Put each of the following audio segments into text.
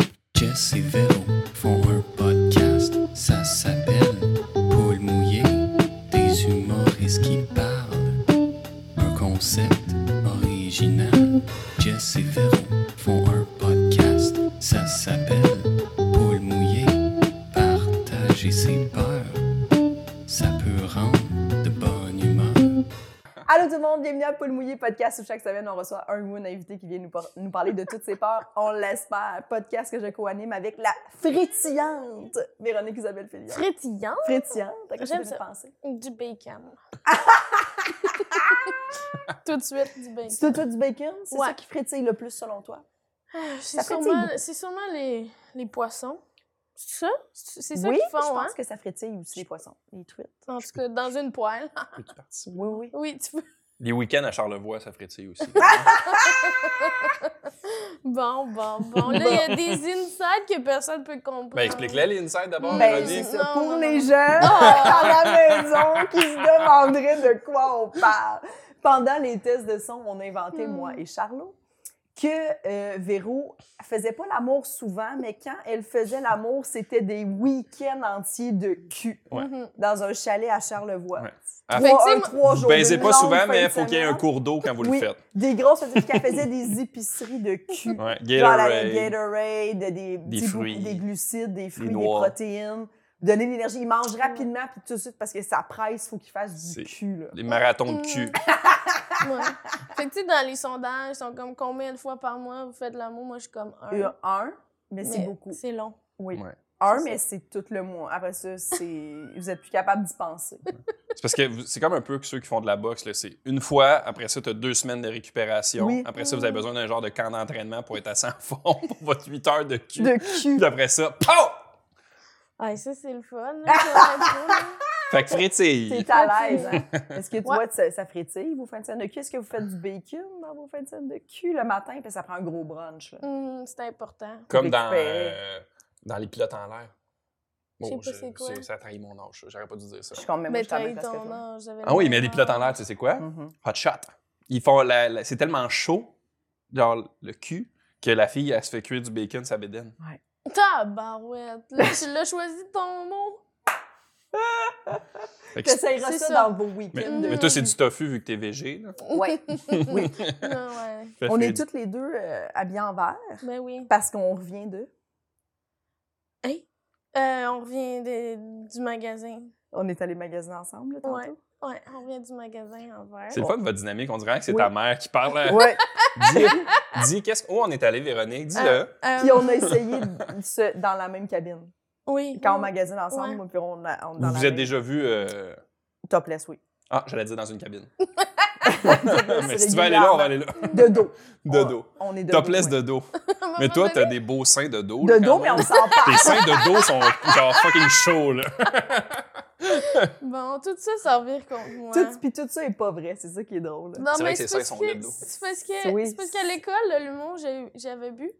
et Véro font un podcast. Ça s'appelle Paul Mouillé, des humoristes qui parlent. Un concept original. Jess et Véro font un podcast. Ça s'appelle Paul Mouillé, partager ses peurs. Ça peut rendre de bonne humeur. Allô tout le monde, bienvenue à Paul Mouillé Podcast où chaque semaine on reçoit un ou une invité qui vient nous, par- nous parler de toutes ses peurs, on l'espère. Podcast que je co-anime avec la frétillante Véronique Isabelle Fillon. Frétillant? Frétillante, t'as qu'est-ce que J'aime tu ça. penser? Du bacon. Tout de suite, du bacon. C'est toi du bacon, c'est Ouais. ça qui frétille le plus selon toi? Ah, C'est Ça frétille sûrement, c'est sûrement les, les poissons. C'est ça? C'est c'est ça oui, qu'ils je font, pense hein? que ça frétille aussi les poissons, les truites. En tout cas, dans une poêle. Peux-tu participer? Oui, oui. Oui, tu peux. Les week-ends à Charlevoix, ça frétille aussi. Ben, Bon, bon, bon. Là, il y a des insides que personne peut comprendre. ben, explique-les, les inside d'abord, Ben, Véronique. c'est Mélodie. ça. Non, Pour non, les non. gens à la maison qui se demanderaient de quoi on parle. Pendant les tests de son, on a inventé, Hmm. moi et Charlot, que euh, Véro faisait pas l'amour souvent, mais quand elle faisait l'amour, c'était des week-ends entiers de cul Ouais. Mhm. dans un chalet à Charlevoix. Ouais. Ah. Trois- Fait que, Ben, tu sais, un, moi- trois Vous jours, baisez une pas longue souvent, fin mais de il faut qu'il y ait un semaine. cours d'eau quand vous Oui. le faites. Des grosses, c'est-à-dire qu'elle faisait des épiceries de cul. Ouais. Genre la- Gatorade. Gatorade, des, petits bou- fruits. des glucides, des fruits, des, noix. protéines. Donner de l'énergie. Il mange rapidement, puis tout de suite, parce que ça presse, il faut qu'il fasse du C'est- cul. Là. Les marathons de Mm. cul. Ouais. Fait que, tu sais, dans les sondages, ils sont comme combien de fois par mois vous faites l'amour? Moi, je suis comme un. Euh, un, mais c'est Mais beaucoup. C'est long. Oui. Ouais. Un, C'est mais c'est tout le mois. Après ça, c'est vous êtes plus capable d'y penser. C'est parce que vous- c'est comme un peu que ceux qui font de la boxe. là, C'est une fois, après ça, tu as deux semaines de récupération. Oui. Après ça, vous avez besoin d'un genre de camp d'entraînement pour être assez en forme pour votre 8 heures de cul. De cul. Puis après ça, pow! Ah, ça, c'est le fun. là, pour être là. Fait que frétille. T'es à l'aise. hein? Est-ce que toi, Ouais. ça, ça frétille vos fins de semaine de cul? Est-ce que vous faites du bacon dans vos fins de semaine de cul le matin? Puis ça prend un gros brunch. là. Mhm, c'est important. Comme dans, récupérer. euh, dans les pilotes en l'air. Je sais Bon, pas c'est quoi. c'est- ça trahit mon âge. ça. J'aurais pas dû dire ça. Je suis quand même Mais Ben, je suis à la t'as même eu place que ton toi. âge. j'avais Ah oui, le mais les même pilotes en âge. l'air, tu sais c'est quoi? Mhm. Hot shot. Ils font la- la- c'est tellement chaud, genre le cul, que la fille, elle se fait cuire du bacon sa bédaine. Tabarouette! Là, tu l'as choisi ton mot. Fait que- T'essayeras C'est ça, ça. dans vos week-ends. mais, de mais toi, c'est du tofu vu que t'es végé. Là. Ouais. oui. Ah ouais. Fait On que- est toutes les deux euh, habillées en vert Ben oui. parce qu'on revient de. Euh, on revient de- du magasin. On est allé magasiner ensemble, là, tantôt. Ouais. Ouais, on revient du magasin en vert. C'est le fun de votre dynamique. On dirait que c'est Oui. ta mère qui parle. hein. Ouais. Euh. Ah, Dis, dis qu'est-ce qu'on est allé, Véronique? Dis-le. Euh, Puis on a essayé de- ce- dans la même cabine. Oui. Quand on magasine ensemble, Ouais. moi, puis on, a- on est dans vous la vous même- êtes déjà vu. euh, Topless, oui. Ah, j'allais dire dans une cabine. Mais mais si tu veux aller là, on va aller là. De dos. De On- dos. On est de Topless dos, de dos. On Mais m'a toi, pas t'as des beaux seins de dos. ouais. là, De quand dos, mais même. on s'en parle. Tes seins de dos sont genre fucking chauds, là. donné- Bon, tout ça, ça revient contre moi. Tout, puis tout ça est pas vrai, c'est ça qui est drôle. Non, C'est vrai mais que c'est ses parce seins sont que- libres. c'est parce Oui. que c'est parce qu'à l'école, là, l'humour, j'ai- j'avais bu.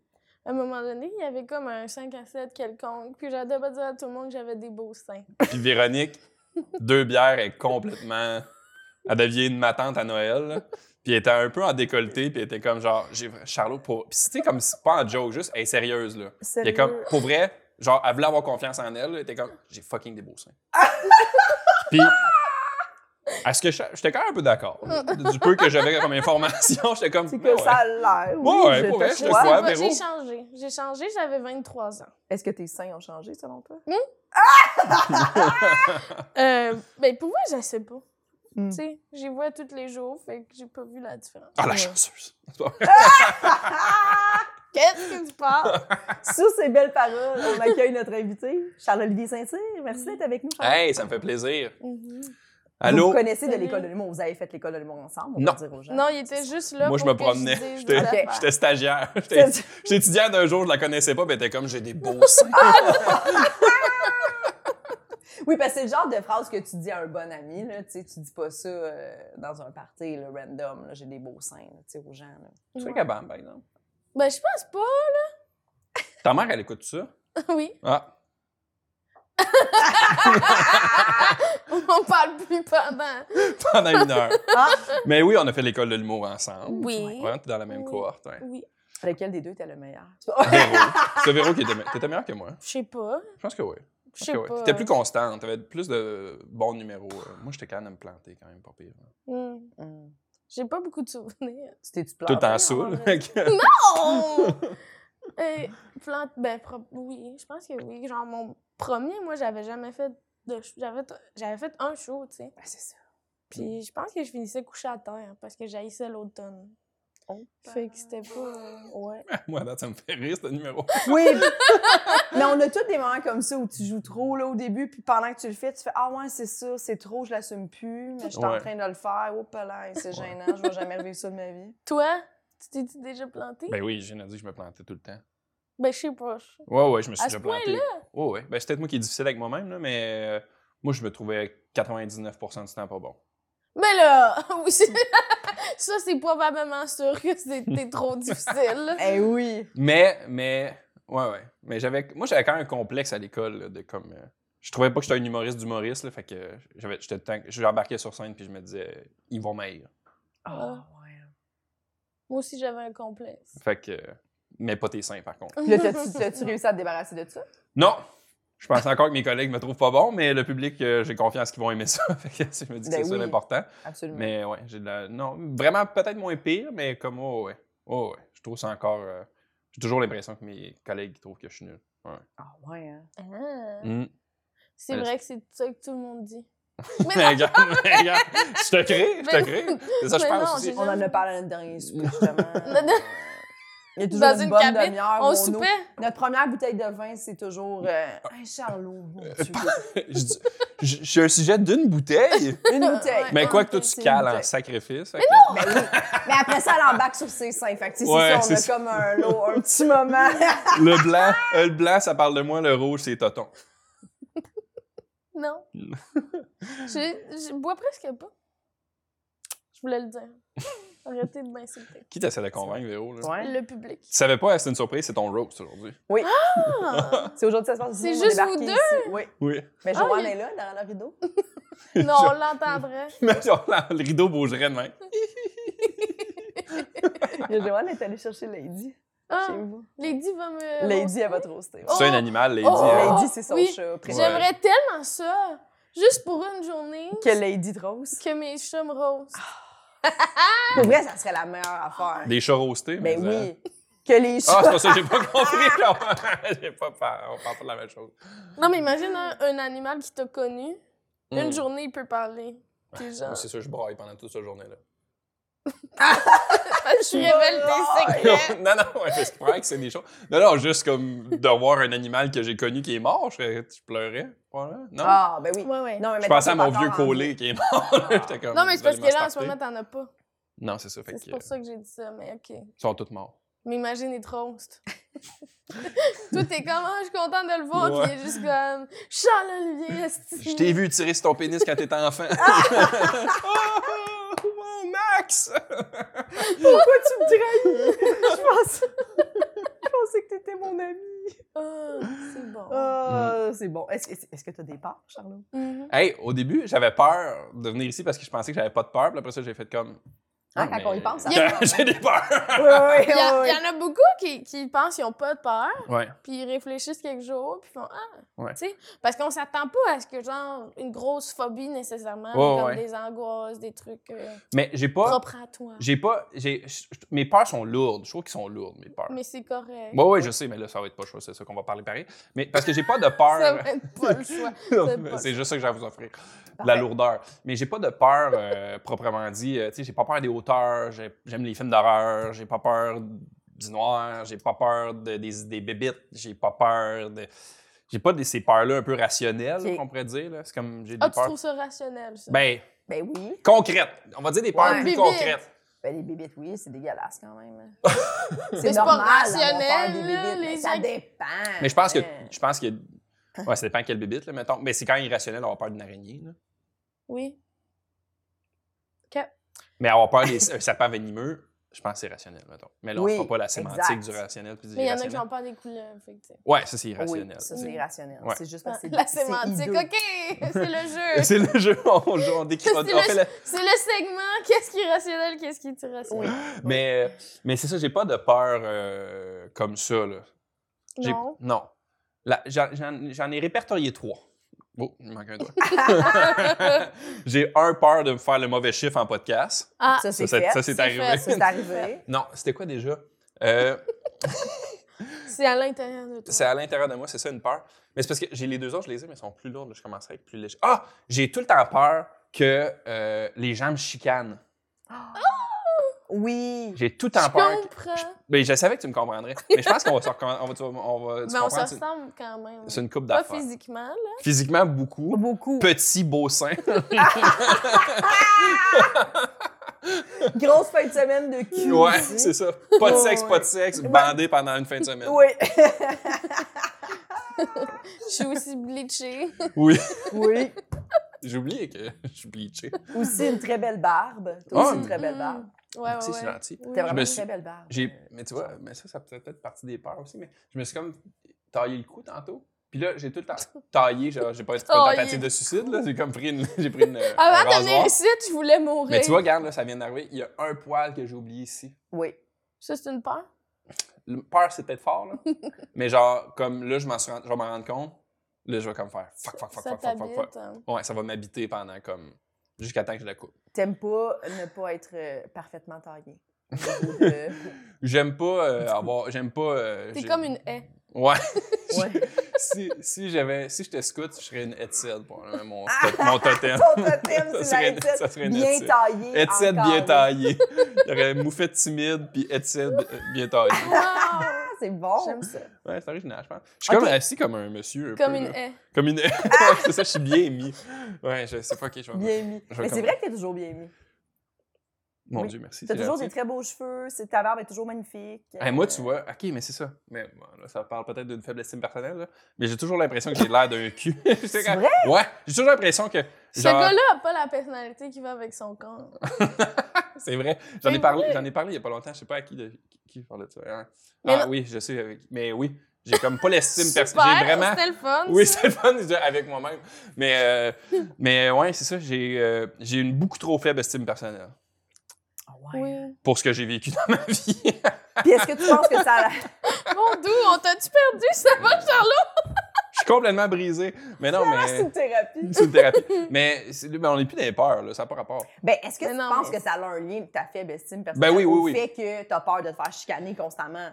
À un moment donné, il y avait comme un 5 à 7 quelconque. Puis j'arrêtais pas de dire à tout le monde que j'avais des beaux seins. Puis Véronique, deux bières, est complètement. Elle devient une matante à Noël. là. Puis elle était un peu en décolleté, puis elle était comme genre, j'ai Charlot pour. Puis c'était comme, si- pas en joke, juste, elle est sérieuse, là. Puis elle est comme, pour vrai, genre, elle voulait avoir confiance en elle, là. Elle était comme, j'ai fucking des beaux seins. puis. Est-ce que je- j'étais quand même un peu d'accord. là. Du peu que j'avais comme information, j'étais comme. C'est ben que ouais. ça a l'air. Oui, Ouais, ouais, je pour te vrai, je te crois. crois. C'est pas- Véro? j'ai changé. J'ai changé, j'avais 23 ans. Est-ce que tes seins ont changé selon toi? Euh, ben, pour moi, je sais pas. Hmm. Tu sais, j'y vois tous les jours, fait que j'ai pas vu la différence. Ah, la Ouais. chanceuse. C'est pas vrai. Ah! Qu'est-ce que tu parles? Sur ces belles paroles, on accueille notre invité, Charles-Olivier Saint-Cyr. Merci d'être avec nous. Charles. Hey, ça me fait plaisir. Mhm. Vous Allô? vous connaissez de Salut. l'école de l'humour. Vous avez fait l'école de l'humour ensemble, on Non. va dire aux gens. Non, il était juste là. Moi, je pour me que promenais. dise J'étais- des affaires. J'étais stagiaire. J'étais C'est- J'étais étudiant d'un jour, je la connaissais pas, mais elle était comme j'ai des beaux seins. Oui, parce que c'est le genre de phrase que tu dis à un bon ami. Là, tu sais, tu dis pas ça euh, dans un party là, random. là, J'ai des beaux seins là, tu sais, aux gens. là. Tu Ouais. sais qu'elle bande, par exemple. Ben, je pense pas. Ta mère, elle écoute ça? oui, Ah. on parle plus pendant. Pendant une heure. Ah! Mais oui, on a fait l'école de l'humour ensemble. Oui. Ouais, t'es dans la même Oui. cohorte. ouais. Oui. Lequel des deux était le meilleur? Véro. C'est Véro qui était, me- t'étais meilleure que moi. Je sais pas. Je pense que oui. Je Je pense sais que oui. pas. T'étais plus constante. T'avais plus de bons numéros. euh. Moi, j'étais capable de me planter quand même, pas pire. Hmm. Hum. J'ai pas beaucoup de souvenirs. C'était du plan. Tout en non, saoul. mais- mec. Oh! Et plante, ben, pro- oui, je pense que oui. Genre, mon premier, moi, j'avais jamais fait de. ch- J'avais t- j'avais fait un show, tu sais. Ah, c'est ça. Puis je pense que je finissais couché à terre parce que j'haïssais l'automne. Oh, Fait ben. que c'était pas. euh, Ouais. moi, à date, ça me fait rire, ce numéro. Oui. Mais on a tous des moments comme ça où tu joues trop là, au début, puis pendant que tu le fais, tu fais Ah ouais, c'est ça, c'est trop, je l'assume plus, mais je suis en Ouais. train de le faire. Oh, là, c'est gênant, je vais jamais revivre ça de ma vie. Toi, tu t'es déjà planté? Ben, Ben oui, j'ai dit que je me plantais tout le temps. je sais pas. je- Ouais, ouais, je me suis À déjà ce planté. Ouais, ouais. Ben, c'est peut-être moi qui est difficile avec moi-même, là, mais euh, moi, je me trouvais 99 du temps pas bon. Mais là, oui, c'est- ça, c'est probablement sûr que c'était trop difficile. Eh oui. Mais, mais, ouais, ouais. Mais j'avais, moi, j'avais quand même un complexe à l'école là, de comme. euh, je trouvais pas que j'étais un humoriste d'humoriste, là, fait que j'avais, j'étais tout le temps- j'embarquais sur scène puis je me disais, euh, ils vont m'haïr. Ah, ouais. Moi aussi, j'avais un complexe. Fait que, euh, mais pas tes seins, par contre. Puis là, t'as-tu- t'as-tu réussi à te débarrasser de ça? Non! Je pense encore que mes collègues me trouvent pas bon, mais le public, euh, j'ai confiance qu'ils vont aimer ça. fait que je me dis que Ben c'est ça oui. Mm. l'important. Absolument. Mais ouais, j'ai de la. Non, vraiment peut-être moins pire, mais comme, oh ouais. Oh ouais. Je trouve ça encore. euh, j'ai toujours l'impression que mes collègues trouvent que je suis nul. Ah ouais, hein. Ah. Mm. C'est Mais- vrai que c'est ça que tout le monde dit. Mais regarde, mais regarde. Je te crée, je te Mais- Ben crée. C'est ça, je mais pense non, aussi. j'ai- On en a parlé à notre dernier souper, justement. Non, non. Il y a toujours Dans une, une bonne cabine, demi-heure. où On on ouvre- soupait. Notre première bouteille de vin, c'est toujours euh, un charlot. mon Dieu. Je dis- Je je suis un sujet d'une bouteille. Une bouteille. Ouais. Mais quoi que toi toi, tu cales en sacrifice. Mais Mais, oui. Mais après ça, elle embarque sur ses seins. Fait que, tu sais, Ouais, c'est c'est ça, on a comme un, lot, un petit moment. Le blanc, euh, le blanc, ça parle de moi. Le rouge, c'est toton. Non. Non. je, je bois presque pas. Je voulais le dire. Arrêtez de m'insulter. Qui t'essaie de convaincre, Véro? Là? ouais. Le public. Tu savais pas, hein, c'est une surprise, c'est ton roast aujourd'hui. Ah! C'est aujourd'hui que ça se passe. C'est nous, on juste débarque vous deux? ici. Oui. Oui. Mais Ah, Joanne il- est là, derrière le rideau. non, on l'entendrait. Mais genre, le rideau bougerait de même. Il y a Joanne est allée chercher Lady Ah, chez vous. Lady va me. Lady, elle va te roaster. Oh, C'est un animal, Lady. oh, hein? Lady, c'est son oui. chat préféré. J'aimerais tellement ça. Juste pour une journée. Que Lady te roast. Que mes chats me roastent. Ah. Ah. Pour vrai, ça serait la meilleure affaire. Des chats roastés. Ben mais, euh, oui. Que les Ah, c'est chats. pour ça que j'ai pas compris. genre. j'ai pas peur. On parle pas de la même chose. Non, mais imagine un, un animal qui t'a connu. Hmm. Ah, Une journée, il peut parler. T'es genre. Moi, C'est sûr, je braille pendant toute cette journée-là. Je révèle tes Oh, secrets. Hein? non, non, ouais, mais je crois que c'est des choses. Non, non, juste comme de voir un animal que j'ai connu qui est mort, je, serais- je pleurais. Voilà. Non. Ah, ben oui. Ouais, ouais. Non, mais maintenant, je pensais à t'es pas mon vieux encore Ah. en collé vie. qui est mort. là. J'étais comme, Non, mais c'est parce vous que allez là, en ce m'estarter. moment, t'en as pas. Non, c'est ça. Fait C'est que, pour euh, ça que j'ai dit ça, mais OK. ils sont tous morts. Mais imagine, il te roast. Toi, t'es comme, Ah, je suis contente de le voir, Ouais. puis il est juste comme, Charles-Olivier, esti. Je t'ai vu tirer sur ton pénis quand t'étais enfant. Ah! oh, mon Max! Pourquoi tu me trahis? je pensais... je pensais que t'étais mon ami. Ah, c'est bon. Ah, c'est bon. Est-ce que- est-ce que t'as des parts, Charlot? Mhm. Hey, au début, j'avais peur de venir ici parce que je pensais que j'avais pas de peur. Puis après ça, j'ai fait comme. Hein, Ah, quand mais- on y pense, hein. ça J'ai des Oui, peurs! oui, Il y, a- Ah oui. il y en a beaucoup qui, qui pensent qu'ils n'ont pas de peur, ouais. puis ils réfléchissent quelques jours, puis ils font Ah! Ouais. Tu sais, parce qu'on s'attend pas à ce que, genre, une grosse phobie nécessairement, Ouais, comme ouais. des angoisses, des trucs euh, Mais j'ai pas. propres à toi. J'ai pas. j'ai- je- je- Mes peurs sont lourdes. Je trouve qu'ils sont lourdes, mes peurs. Mais c'est correct. Oui, oui, je sais, mais là, ça va être pas chaud, c'est ça qu'on va parler pareil. Mais parce que j'ai pas de Ça peur. va être pas le choix. Non, c'est mais pas- c'est juste ça que j'ai à vous offrir. de La Parfait. lourdeur. Mais j'ai pas de peur euh, proprement dit. Euh, tu sais, j'ai pas peur des hauteurs, j'ai- j'aime les films d'horreur, j'ai pas peur du noir, j'ai pas peur de- des, des bébites, j'ai pas peur de. J'ai pas de, ces peurs-là un peu rationnelles, Ok. qu'on pourrait dire. là. C'est comme j'ai des Ah, tu peurs. trouves ça rationnel, ça? Ben, Ben oui. concrètes. On va dire des peurs Ouais. Bébite. plus concrètes. Ben, les bébites, oui, c'est dégueulasse quand même. Mais c'est c'est pas normal d'avoir peur rationnel, des là, bébites, mais les ça gens- dépend. Mais je pense que. Euh. hein. Je pense que. Hein? Ouais, ça dépend quelle bébite, là, mettons. Mais c'est quand même irrationnel d'avoir peur d'une araignée, là. Oui. Mais avoir peur d'un serpent venimeux, je pense que c'est rationnel, mettons. Mais là, on Oui, fera pas la sémantique exact. du rationnel puis du Mais il y en a qui irrationnel. n'ont pas des couleurs. Fait que, tu sais. Ah, Ouais, ça, c'est Ah Oui, irrationnel. ça, tu c'est sais. irrationnel. Ouais. C'est juste parce que c'est la c'est sémantique, hideux. OK! C'est le jeu. C'est le jeu, on joue, on décrit. on- C'est on le fait la- C'est le segment qu'est-ce qui est rationnel, qu'est-ce qui est irrationnel. Mais, mais c'est ça, j'ai pas de peur euh, comme ça. Là. J'ai- Non. Non. La- J'en j'en- j'en ai répertorié trois. Oh, il manque un doigt. j'ai un peur de me faire le mauvais chiffre en podcast. Ah, Ça, Ça, c'est c'est- fait. ça, Ça, c'est c'est arrivé. fait, c'est arrivé. Non, c'était quoi déjà? Euh, c'est à l'intérieur de toi. c'est à l'intérieur de moi, c'est ça une peur. Mais c'est parce que j'ai les deux autres, je les ai, mais ils sont plus lourds. là. Je commencerai avec plus léger. Ah! J'ai tout le temps peur que euh, les gens me chicanent. Oui. J'ai tout le temps Je peur. comprends. Mais je savais que tu me comprendrais. Mais je pense qu'on va se recommen- on va, tu vas- on va- Mais Ben, on tu se comprends, c'est- ressemble quand même. C'est une coupe Pas d'affaires. physiquement, là. Physiquement, beaucoup. Beaucoup. Petit beau sein. Grosse fin de semaine de cul. ouais, aussi. c'est ça. Pas de Ouais, sexe, ouais. pas de sexe. Bandé pendant une fin de semaine. Oui. Je suis aussi bleachée. Oui. oui. J'ai oublié que je suis bleaché. Aussi une très belle barbe. T'as aussi Ah. une très belle barbe. Mm. Ouais, ouais, Merci, ouais. c'est gentil. Oui. T'as vraiment me une suis- très belle barbe. J'ai, Euh, mais tu vois, mais ça, ça peut peut-être partie des peurs aussi, mais je me suis comme taillé le cou tantôt. Puis là, j'ai tout le temps taillé, genre, j'ai pas été pas Taillé Ah, tentative le de suicide, là. J'ai comme pris une, j'ai pris une, euh, un Avant de rasoir. venir ici, je voulais mourir. Mais tu vois, regarde, là, ça vient d'arriver. Il y a un poil que j'ai oublié ici. Oui. Ça, c'est une peur. Le peur, c'est peut-être fort, là. mais genre, comme là, je m'en suis rendu- je vais m'en rendre compte. Là, je vais comme faire fuck, fuck, fuck, ça fuck, fuck, fuck, fuck. t'habite. hein. Ouais, ça va m'habiter pendant comme. jusqu'à temps que je la coupe. T'aimes pas ne pas être euh, parfaitement taillé. Au niveau de- J'aime pas euh, avoir. J'aime pas. euh, T'es j'ai- comme une haie. Ouais. Ouais. si si j'avais. Si j'étais scout, je serais une headset, probablement, mon, mon totem. Ah, Ton totem, Ça c'est la serait une- ça headset serait une bien headset. taillée. Headset encore. bien taillé. Il y aurait moufette timide puis headset euh, bien taillé. Ah, c'est bon. J'aime ça. Ouais, c'est original, je pense. Je suis Ok. Ah! comme assis comme un monsieur. un Comme peu, une là. haie. Comme une. c'est ça, je suis bien mis. Ouais, je sais pas qui je vais- Bien mis. Je vais Mais c'est comme- vrai que t'es toujours bien mis. Mon Oui. Dieu, merci. T'as c'est toujours gentil. des très beaux cheveux. c'est- Ta barbe est toujours magnifique. Euh, Hey, moi, tu vois, ok, mais c'est ça. Mais bon, là, ça parle peut-être d'une faible estime personnelle, là. mais j'ai toujours l'impression que j'ai l'air d'un cul. c'est vrai? Ouais, j'ai toujours l'impression que. Ce genre- gars-là a pas la personnalité qui va avec son corps. C'est vrai. J'en ai C'est parlé, vrai. j'en ai parlé il y a pas longtemps. Je sais pas à qui de, qui, qui parlait de ça. hein. Mais Ah non. oui, je sais. avec- Mais oui, j'ai comme pas l'estime personnelle. Super, J'ai vraiment. C'était le fun. Oui, ça. c'est le fun de dire avec moi-même. Mais euh, mais ouais, c'est ça. J'ai euh, j'ai une beaucoup trop faible estime personnelle Ah ouais. Oui. pour ce que j'ai vécu dans ma vie. Puis est-ce que tu penses que ça. Mon doux, on t'a-tu perdu? Ça va, Charlotte? Je suis complètement brisé. Mais non, C'est mais une thérapie. c'est une thérapie. Mais, c'est- mais on n'est plus dans les peurs, là. Ça n'a pas rapport. Ben, est-ce que Mais tu non, penses mais- que ça a un lien de ta faible estime personnelle Ben oui, oui, au oui. fait que t'as peur de te faire chicaner constamment?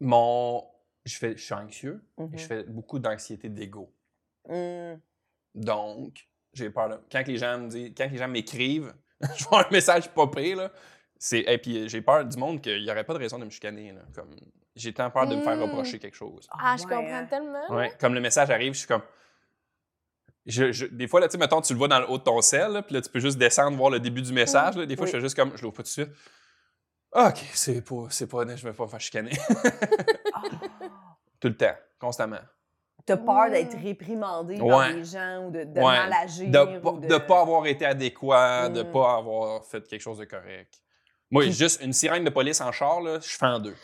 Mon. Je, fais, je suis anxieux et Mhm. je fais beaucoup d'anxiété d'ego. Mm. Hum. Donc, j'ai peur. Là. Quand que les gens me disent, quand que les gens m'écrivent, je vois un message pas pire, là. C'est, et puis euh, j'ai peur du monde qu'il n'y aurait pas de raison de me chicaner. Là. Comme, j'ai tant peur de me faire Mm. reprocher quelque chose. Ah, je ouais, comprends hein. tellement. Ouais, comme le message arrive, je suis comme. Je, je- des fois, là, tu sais, mettons, tu le vois dans le haut de ton sel, là, puis là, tu peux juste descendre, voir le début du message. là. Des fois, Oui. je fais juste comme, je l'ouvre pas tout de suite. Ah, OK, c'est pas, c'est pas, je vais pas me faire chicaner. Ah. tout le temps, constamment. T'as peur Mm. d'être réprimandé par Ouais. les gens ou de, de Ouais. mal agir. de, ou pas- de pas avoir été adéquat, de Mm. pas avoir fait quelque chose de correct. Moi, juste une sirène de police en char, là, je fais en deux.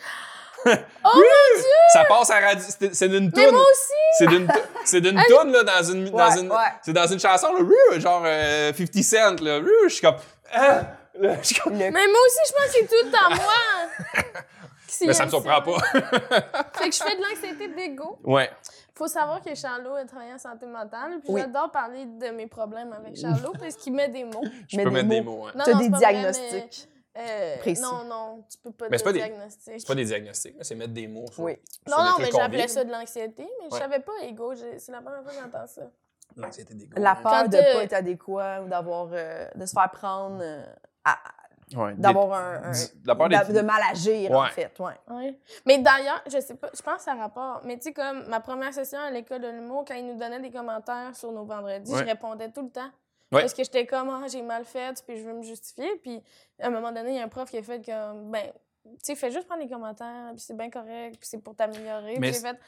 Oh Oui! Ça passe à radio. C'est c'est d'une Mais toune. moi aussi! C'est d'une tou- c'est d'une toune, là, dans une. dans Ouais, une- ouais. C'est dans une chanson, là, ruh, genre euh, 50 Cent, là. ruh, Je suis comme. Hein? Là, je suis comme- Le- Mais moi aussi, je pense que c'est tout le temps moi! Qui Mais ça a me ça. surprend pas. Fait que je fais de l'anxiété d'ego. ouais. Faut savoir que Charlot est travaillé en santé mentale, puis Oui. j'adore parler de mes problèmes avec Charlot parce qu'il met des mots. Je Mais peux des mettre des mots. mots. hein. Non, T'as non, des c'est pas vrai, mais, diagnostics. euh, précis. Non, non, tu peux pas Mais mais dire c'est pas des- diagnostic. C'est pas des diagnostics, là, c'est mettre des mots. sur- Oui. sur Non, des non, trucs mais qu'on j'appelais vit. ça de l'anxiété, mais je Ouais. savais pas ego. J'ai- C'est la première fois que j'entends ça. L'anxiété d'égo. La hein. peur Quand de t'es- pas être adéquat ou d'avoir euh, de se faire prendre, euh, à- Ouais, des- d'avoir un, un- du- la peur d'a- d'être- de mal agir en Ouais. fait. Ouais. Ouais. Mais d'ailleurs, je sais pas, je pense que ça a rapport. Mais tu sais, comme ma première session à l'école de l'humour, quand ils nous donnaient des commentaires sur nos vendredis, Ouais. je répondais tout le temps. Ouais. Parce que j'étais comme, ah, j'ai mal fait, puis je veux me justifier. Puis à un moment donné, il y a un prof qui a fait comme, ben, tu sais, fais juste prendre les commentaires, puis c'est bien correct, puis c'est pour t'améliorer. Mais Puis j'ai fait,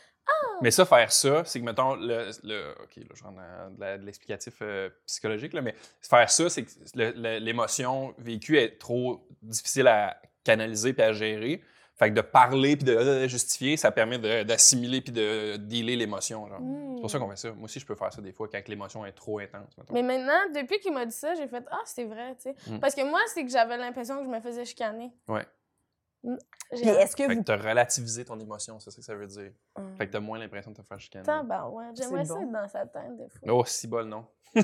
Mais ça, faire ça, c'est que, mettons, le, le- OK, là, je rentre dans de la- de l'explicatif euh, psychologique, là, mais faire ça, c'est que le- le- l'émotion vécue est trop difficile à canaliser puis à gérer. Fait que de parler puis de euh, justifier, ça permet de- d'assimiler puis de dealer l'émotion. genre. Mm. C'est pour ça qu'on fait ça. Moi aussi, je peux faire ça des fois quand l'émotion est trop intense. mettons. hmm. Mais maintenant, depuis qu'il m'a dit ça, j'ai fait Ah, c'est vrai, tu sais. Mm. Parce que moi, c'est que j'avais l'impression que je me faisais chicaner. Ouais. Mm. Puis J'ai est-ce que Fait vous. que t'as relativisé ton émotion, c'est ça que ça veut dire. Hum. Fait que t'as moins l'impression de te faire chicaner. Attends, ben ouais, j'aimerais C'est ça bon. être dans sa tête des fois. Oh, si bol, non. Mais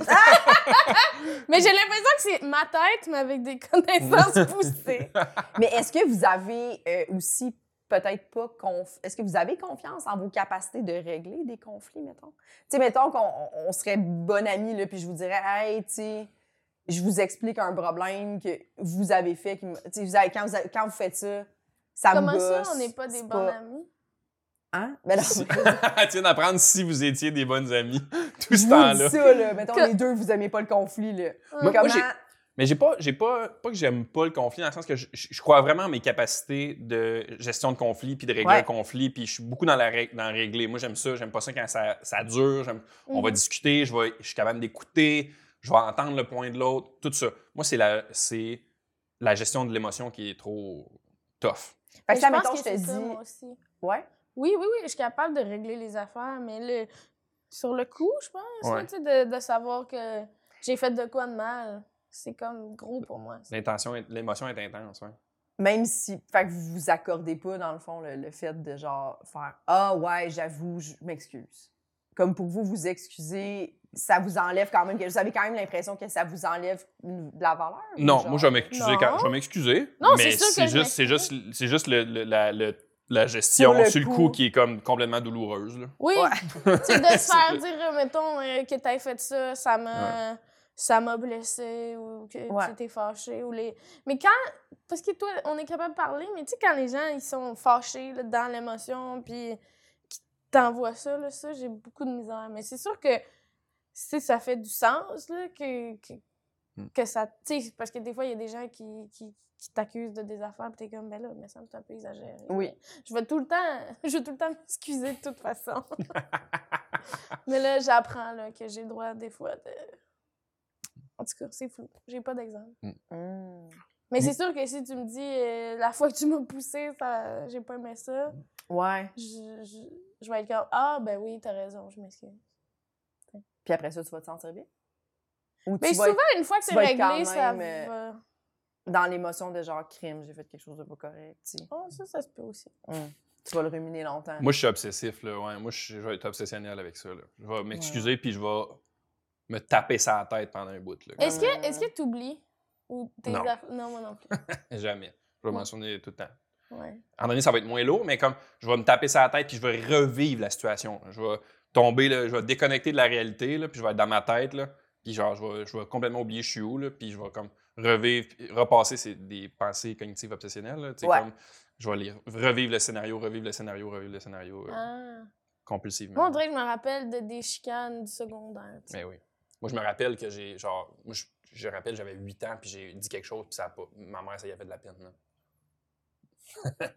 j'ai l'impression que c'est ma tête, mais avec des connaissances poussées. Mais est-ce que vous avez euh, aussi peut-être pas conf... est-ce que vous avez confiance en vos capacités de régler des conflits mettons Tu sais mettons qu'on on- on serait bon amis là puis je vous dirais hey tu sais je vous explique un problème que vous avez fait qui me- tu sais vous avez- quand vous avez- quand vous faites ça ça me Comment ça, gosse. on n'est pas des C'est bons amis? hein Mais non, tu viens d'apprendre si vous étiez des bonnes amies tout je ce vous temps-là. dis ça là, mettons Que- les deux vous aimez pas le conflit là. Moi- moi, Comment j'ai- Mais j'ai pas, j'ai pas, pas que j'aime pas le conflit, dans le sens que je, je- je crois vraiment à mes capacités de gestion de conflit, puis de régler Ouais. un conflit, puis je suis beaucoup dans la règle- dans régler. Moi, j'aime ça, j'aime pas ça quand ça, ça dure, j'aime- on va Mhm. discuter, je, vais, je suis capable d'écouter, je vais entendre le point de l'autre, tout ça. Moi, c'est la, c'est la gestion de l'émotion qui est trop tough. fait Mais que ça je pense mettons que je te c'est ça, dis moi aussi. ouais Oui, oui, oui, je suis capable de régler les affaires, mais le... sur le coup, je pense, Ouais. là, tu sais, de, de savoir que j'ai fait de quoi de mal, c'est comme gros pour moi. ça. L'intention est- L'émotion est intense, ouais. Même si, fait que vous vous accordez pas, dans le fond, le, le fait de genre faire Ah ouais, j'avoue, je m'excuse. Comme pour vous, vous excuser, ça vous enlève quand même, que- vous avez quand même l'impression que ça vous enlève une- de la valeur. ou Non, genre- moi je vais m'excuser Non. quand je vais m'excuser. Non, mais c'est sûr que c'est je juste c'est juste c'est juste le- le- la, le- Sur la gestion le sur le coup. coup qui est comme complètement douloureuse là. Oui, Ouais. tu sais, de se faire dire, mettons, euh, que t'as fait ça, ça m'a, ça m'a blessé ou que Ouais. tu t'es fâché. Ou les... Mais quand, parce que toi, on est capable de parler, mais tu sais, quand les gens, ils sont fâchés là, dans l'émotion, puis qu'ils t'envoient ça, là, ça, j'ai beaucoup de misère. Mais c'est sûr que, tu sais, ça fait du sens, là, que, que, Mm. que ça, tu sais, parce que des fois, il y a des gens qui, qui, qui t'accusent de des affaires, puis t'es comme, ben là, mais ça me semble que c'est un peu exagéré. Oui. Je vais tout le temps, je vais tout le temps m'excuser de toute façon. Mais là, j'apprends là, que j'ai le droit des fois de. En tout cas, c'est flou. J'ai pas d'exemple. Hmm. Mais c'est sûr que si tu me dis euh, la fois que tu m'as poussé, ça, j'ai pas aimé ça, Ouais. je, je, je vais être comme ah ben oui, t'as raison, je m'excuse. Puis après ça, tu vas te sentir bien. Ou tu Mais vas souvent, être une fois que tu c'est vas être quand réglé, ça même, euh, va. dans l'émotion de genre crime, j'ai fait quelque chose de pas correct. Tu, sais. Oh, ça, ça se peut aussi. Tu vas le ruminer longtemps. Moi je suis obsessif là, ouais. moi je, suis- je vais être obsessionnel avec ça là. Je vais m'excuser puis je vais me taper ça la tête pendant un bout là. Est-ce Euh. que est-ce que t'oublies ou t'es Non. aff- non moi non plus. Jamais. Je vais Ouais. m'en souvenir tout le temps. Ouais. À un moment donné, ça va être moins lourd, mais comme je vais me taper ça la tête puis je vais revivre la situation. Je vais tomber, là, je vais déconnecter de la réalité, là, puis je vais être dans ma tête, là, puis genre, je vais, je vais complètement oublier je suis où, là, puis je vais comme revivre, puis repasser ces- des pensées cognitives obsessionnelles. là, tu sais, Ouais. comme, je vais les revivre le scénario, revivre le scénario, revivre le scénario euh, Ah. Moi, compulsivement. on dirait que je me rappelle de des chicanes du secondaire. tu sais. Mais Ben oui. Moi, je me rappelle que j'ai, genre, moi, je, je rappelle, j'avais 8 ans, puis j'ai dit quelque chose, puis ça a pas. Ma mère, ça y avait de la peine. là.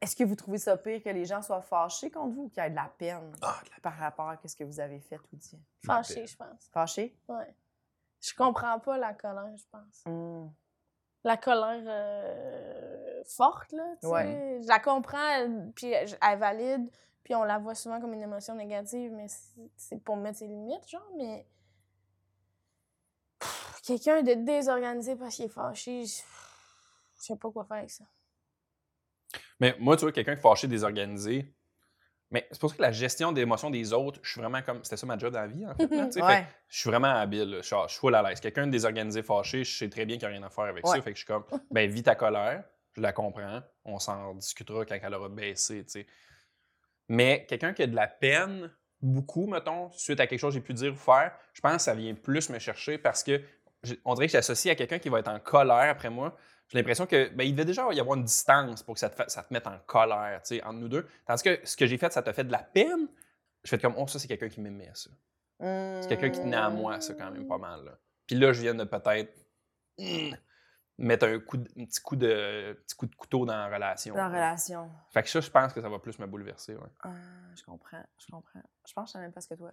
Est-ce que vous trouvez ça pire que les gens soient fâchés contre vous ou qu'il y ait de la peine Ah, de la- par rapport à ce que vous avez fait ou dit? Fâchée, je pense. Fâché? Ouais. Je comprends pas la colère, je pense. Hmm. La colère euh, forte, là, tu sais. Ouais. Je la comprends, elle- puis elle elle est valide, puis on la voit souvent comme une émotion négative, mais c'est- c'est pour mettre ses limites, genre, mais... Pff, Quelqu'un de désorganisé parce qu'il est fâché, je je sais pas quoi faire avec ça. Mais moi, tu vois, quelqu'un qui est fâché, désorganisé. Mais c'est pour ça que la gestion des émotions des autres, je suis vraiment comme. C'était ça ma job dans la vie, en fait. là, tu sais. Fait Ouais. que je suis vraiment habile. là. Je suis, je suis full à l'aise. Quelqu'un de désorganisé, fâché, je sais très bien qu'il n'y a rien à faire avec Ouais. ça. Fait que je suis comme, ben, vis ta colère, je la comprends. On s'en discutera quand elle aura baissé, tu sais. Mais quelqu'un qui a de la peine, beaucoup, mettons, suite à quelque chose que j'ai pu dire ou faire, je pense que ça vient plus me chercher parce que j'ai- on dirait que j'associe à quelqu'un qui va être en colère après moi. J'ai l'impression que ben, il devait déjà y avoir une distance pour que ça te, fa- ça te mette en colère, tu sais, entre nous deux. Tandis que ce que j'ai fait, ça t'a fait de la peine. Je fais comme, oh, ça, c'est quelqu'un qui m'aimait, ça. C'est quelqu'un qui tenait à Mmh, moi, ça, quand même, pas mal. Là. Puis là, je viens de peut-être hmm, mettre un, coup de- un petit, coup de, petit coup de couteau dans la relation. Dans la là. relation. Fait que ça, je pense que ça va plus me bouleverser. ouais. Ah, je comprends, je comprends. Je pense que je suis à la même place que toi.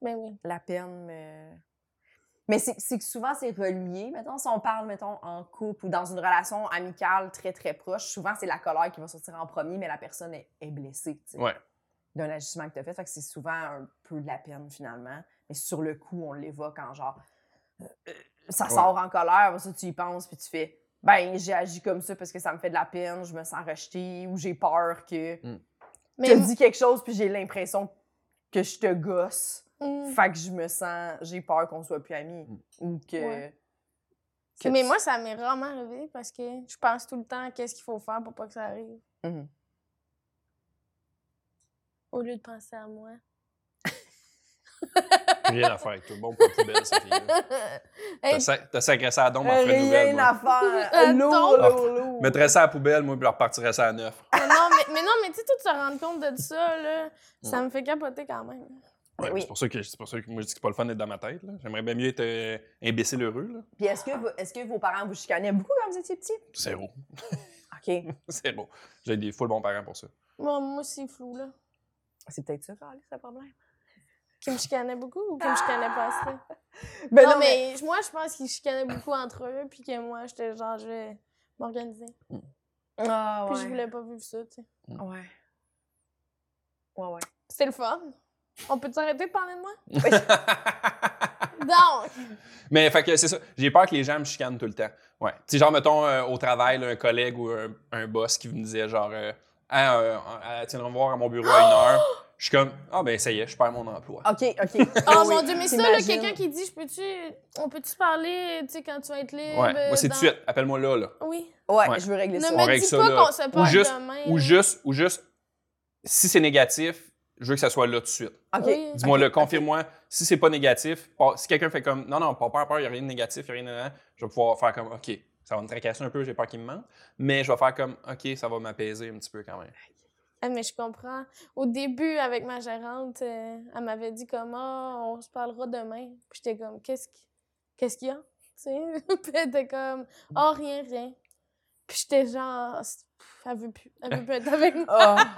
Ben oui. La peine me... Mais c'est c'est que souvent, c'est relié. Mettons, si on parle, mettons, en couple ou dans une relation amicale très, très proche, souvent, c'est la colère qui va sortir en premier, mais la personne est, est blessée, tu sais, Ouais. d'un agissement que tu as fait. Fait que c'est souvent un peu de la peine, finalement. Mais sur le coup, on l'évoque en genre, euh, euh, ça sort en colère, ça, tu y penses, puis tu fais, ben, j'ai agi comme ça parce que ça me fait de la peine, je me sens rejetée ou j'ai peur que Mais te dis quelque chose, puis j'ai l'impression que je te gosse. Mm. Fait que je me sens, j'ai peur qu'on soit plus amis. Mm. Ou que. Ouais. que mais tu- moi, ça m'est rarement arrivé parce que je pense tout le temps à qu'est-ce qu'il faut faire pour pas que ça arrive. Mhm. Au lieu de penser à moi. Rien à faire avec toi. Bon pour poubelle, cette fille-là. Hey, T'as sac- T'as sacré ça à la dombe après une nouvelle. Rien moi. Ah, à faire. Un Lourd, ton. lourd, lourd. Mettrais ça à la poubelle, moi, puis leur repartirais ça à neuf. mais ah non, mais, mais non, mais tu sais, toi, tu te rends compte de ça, là. Ça me fait capoter quand même. Ouais, Oui. C'est pour ça que c'est pour ça que moi je dis que c'est pas le fun d'être dans ma tête. là. J'aimerais bien mieux être euh, imbécile heureux. Là. Puis est-ce que, vo- est-ce que vos parents vous chicanaient beaucoup quand vous étiez petit? Zéro. OK. Zéro. J'ai des full bons parents pour ça. Moi, moi c'est flou, là. C'est peut-être ça, Ah, Carlis, le problème. Qui me chicanait beaucoup ou qui me chicanait pas assez? Ben non, mais, moi, je pense qu'ils chicanaient beaucoup entre eux, puis que moi, j'étais genre, je vais m'organiser. Ah, Puis ouais. je voulais pas vivre ça, tu sais. Ouais. Ouais, ouais. C'était le fun. On peut s'arrêter de parler de moi? Donc, Mais fait que c'est ça. J'ai peur que les gens me chicanent tout le temps. Ouais. Tu sais, genre, mettons euh, au travail, là, un collègue ou un, un boss qui me disait genre euh, Ah, euh, euh, tiens, on va voir à mon bureau à une heure. Je suis comme Ah ben ça y est, je perds mon emploi. Ah, OK, OK. oh Oui, mon dieu, mais ça, là, t'imagines. quelqu'un qui dit, je peux-tu, on peut-tu parler, tu sais, quand tu vas être libre? euh, ouais. Moi, c'est dans- ben. tout de suite. Appelle-moi là, là. Oui. Ouais, Ouais. je veux régler Ne ça. On me règle dis ça, pas là. qu'on se Ou parle juste- demain. Ou Ben. là. juste, ou juste, si c'est négatif, je veux que ça soit là tout de suite. OK. Oui. Dis-moi le, confirme-moi. Si c'est pas négatif, pas- si quelqu'un fait comme non, non, pas peur, peur, il n'y a rien de négatif, il n'y a rien de. nan, Je vais pouvoir faire comme OK, ça va me tracasser un peu, j'ai peur qu'il me mente, mais je vais faire comme OK, ça va m'apaiser un petit peu quand même. Ah, mais je comprends. Au début, avec ma gérante, euh, elle m'avait dit comment on se parlera demain. Puis j'étais comme, qu'est-ce qui- qu'est-ce qu'il y a? Tu sais? Puis elle était comme, oh, rien, rien. Puis j'étais genre, Ah, c'est- pff, elle veut plus, elle veut plus être avec moi. Ah,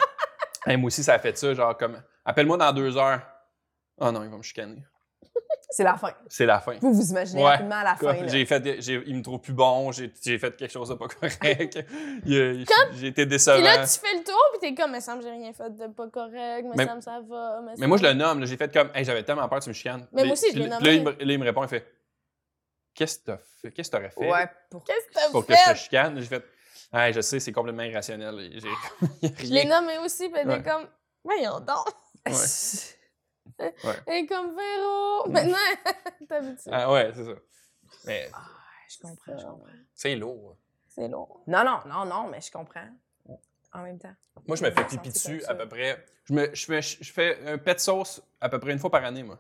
Hey, moi aussi, ça a fait ça, genre comme appelle-moi dans deux heures. Oh non, il va me chicaner. c'est la fin. C'est la fin. Vous vous imaginez Ouais. rapidement à la fin. Comme, là. J'ai fait, j'ai- il me trouve plus bon, j'ai j'ai fait quelque chose de pas correct. Il a- il- j'ai été décevant. Puis là, tu fais le tour, puis t'es comme, mais ça me j'ai rien fait de pas correct, mais, Mais- ça me ça va. me Mais moi, je le nomme. là. J'ai fait comme, hey, j'avais tellement peur que tu me chicanes. Mais Puis- moi aussi, je puis l'ai là, nommé. il me- là, il me répond, il fait, qu'est-ce que t'as fait? Qu'est-ce que t'aurais fait? Ouais, pour... Qu'est-ce que t'as pour que fait? je te chicane. J'ai fait, hey, je sais, c'est complètement irrationnel. J'ai- Il y a Je l'ai rien. nommé aussi, puis elle était Ouais. comme, voyons donc. Ouais. Elle est comme, Véro, Ben maintenant, t'es habituée. Ah ouais, c'est ça. Mais Je comprends, je comprends. c'est lourd. C'est long. Non, non, non, non, mais je comprends. En même temps. Moi, je me fais Sentir pipi dessus comme ça. à peu près. Je, me, je, fais, je fais un pet de sauce à peu près une fois par année, moi.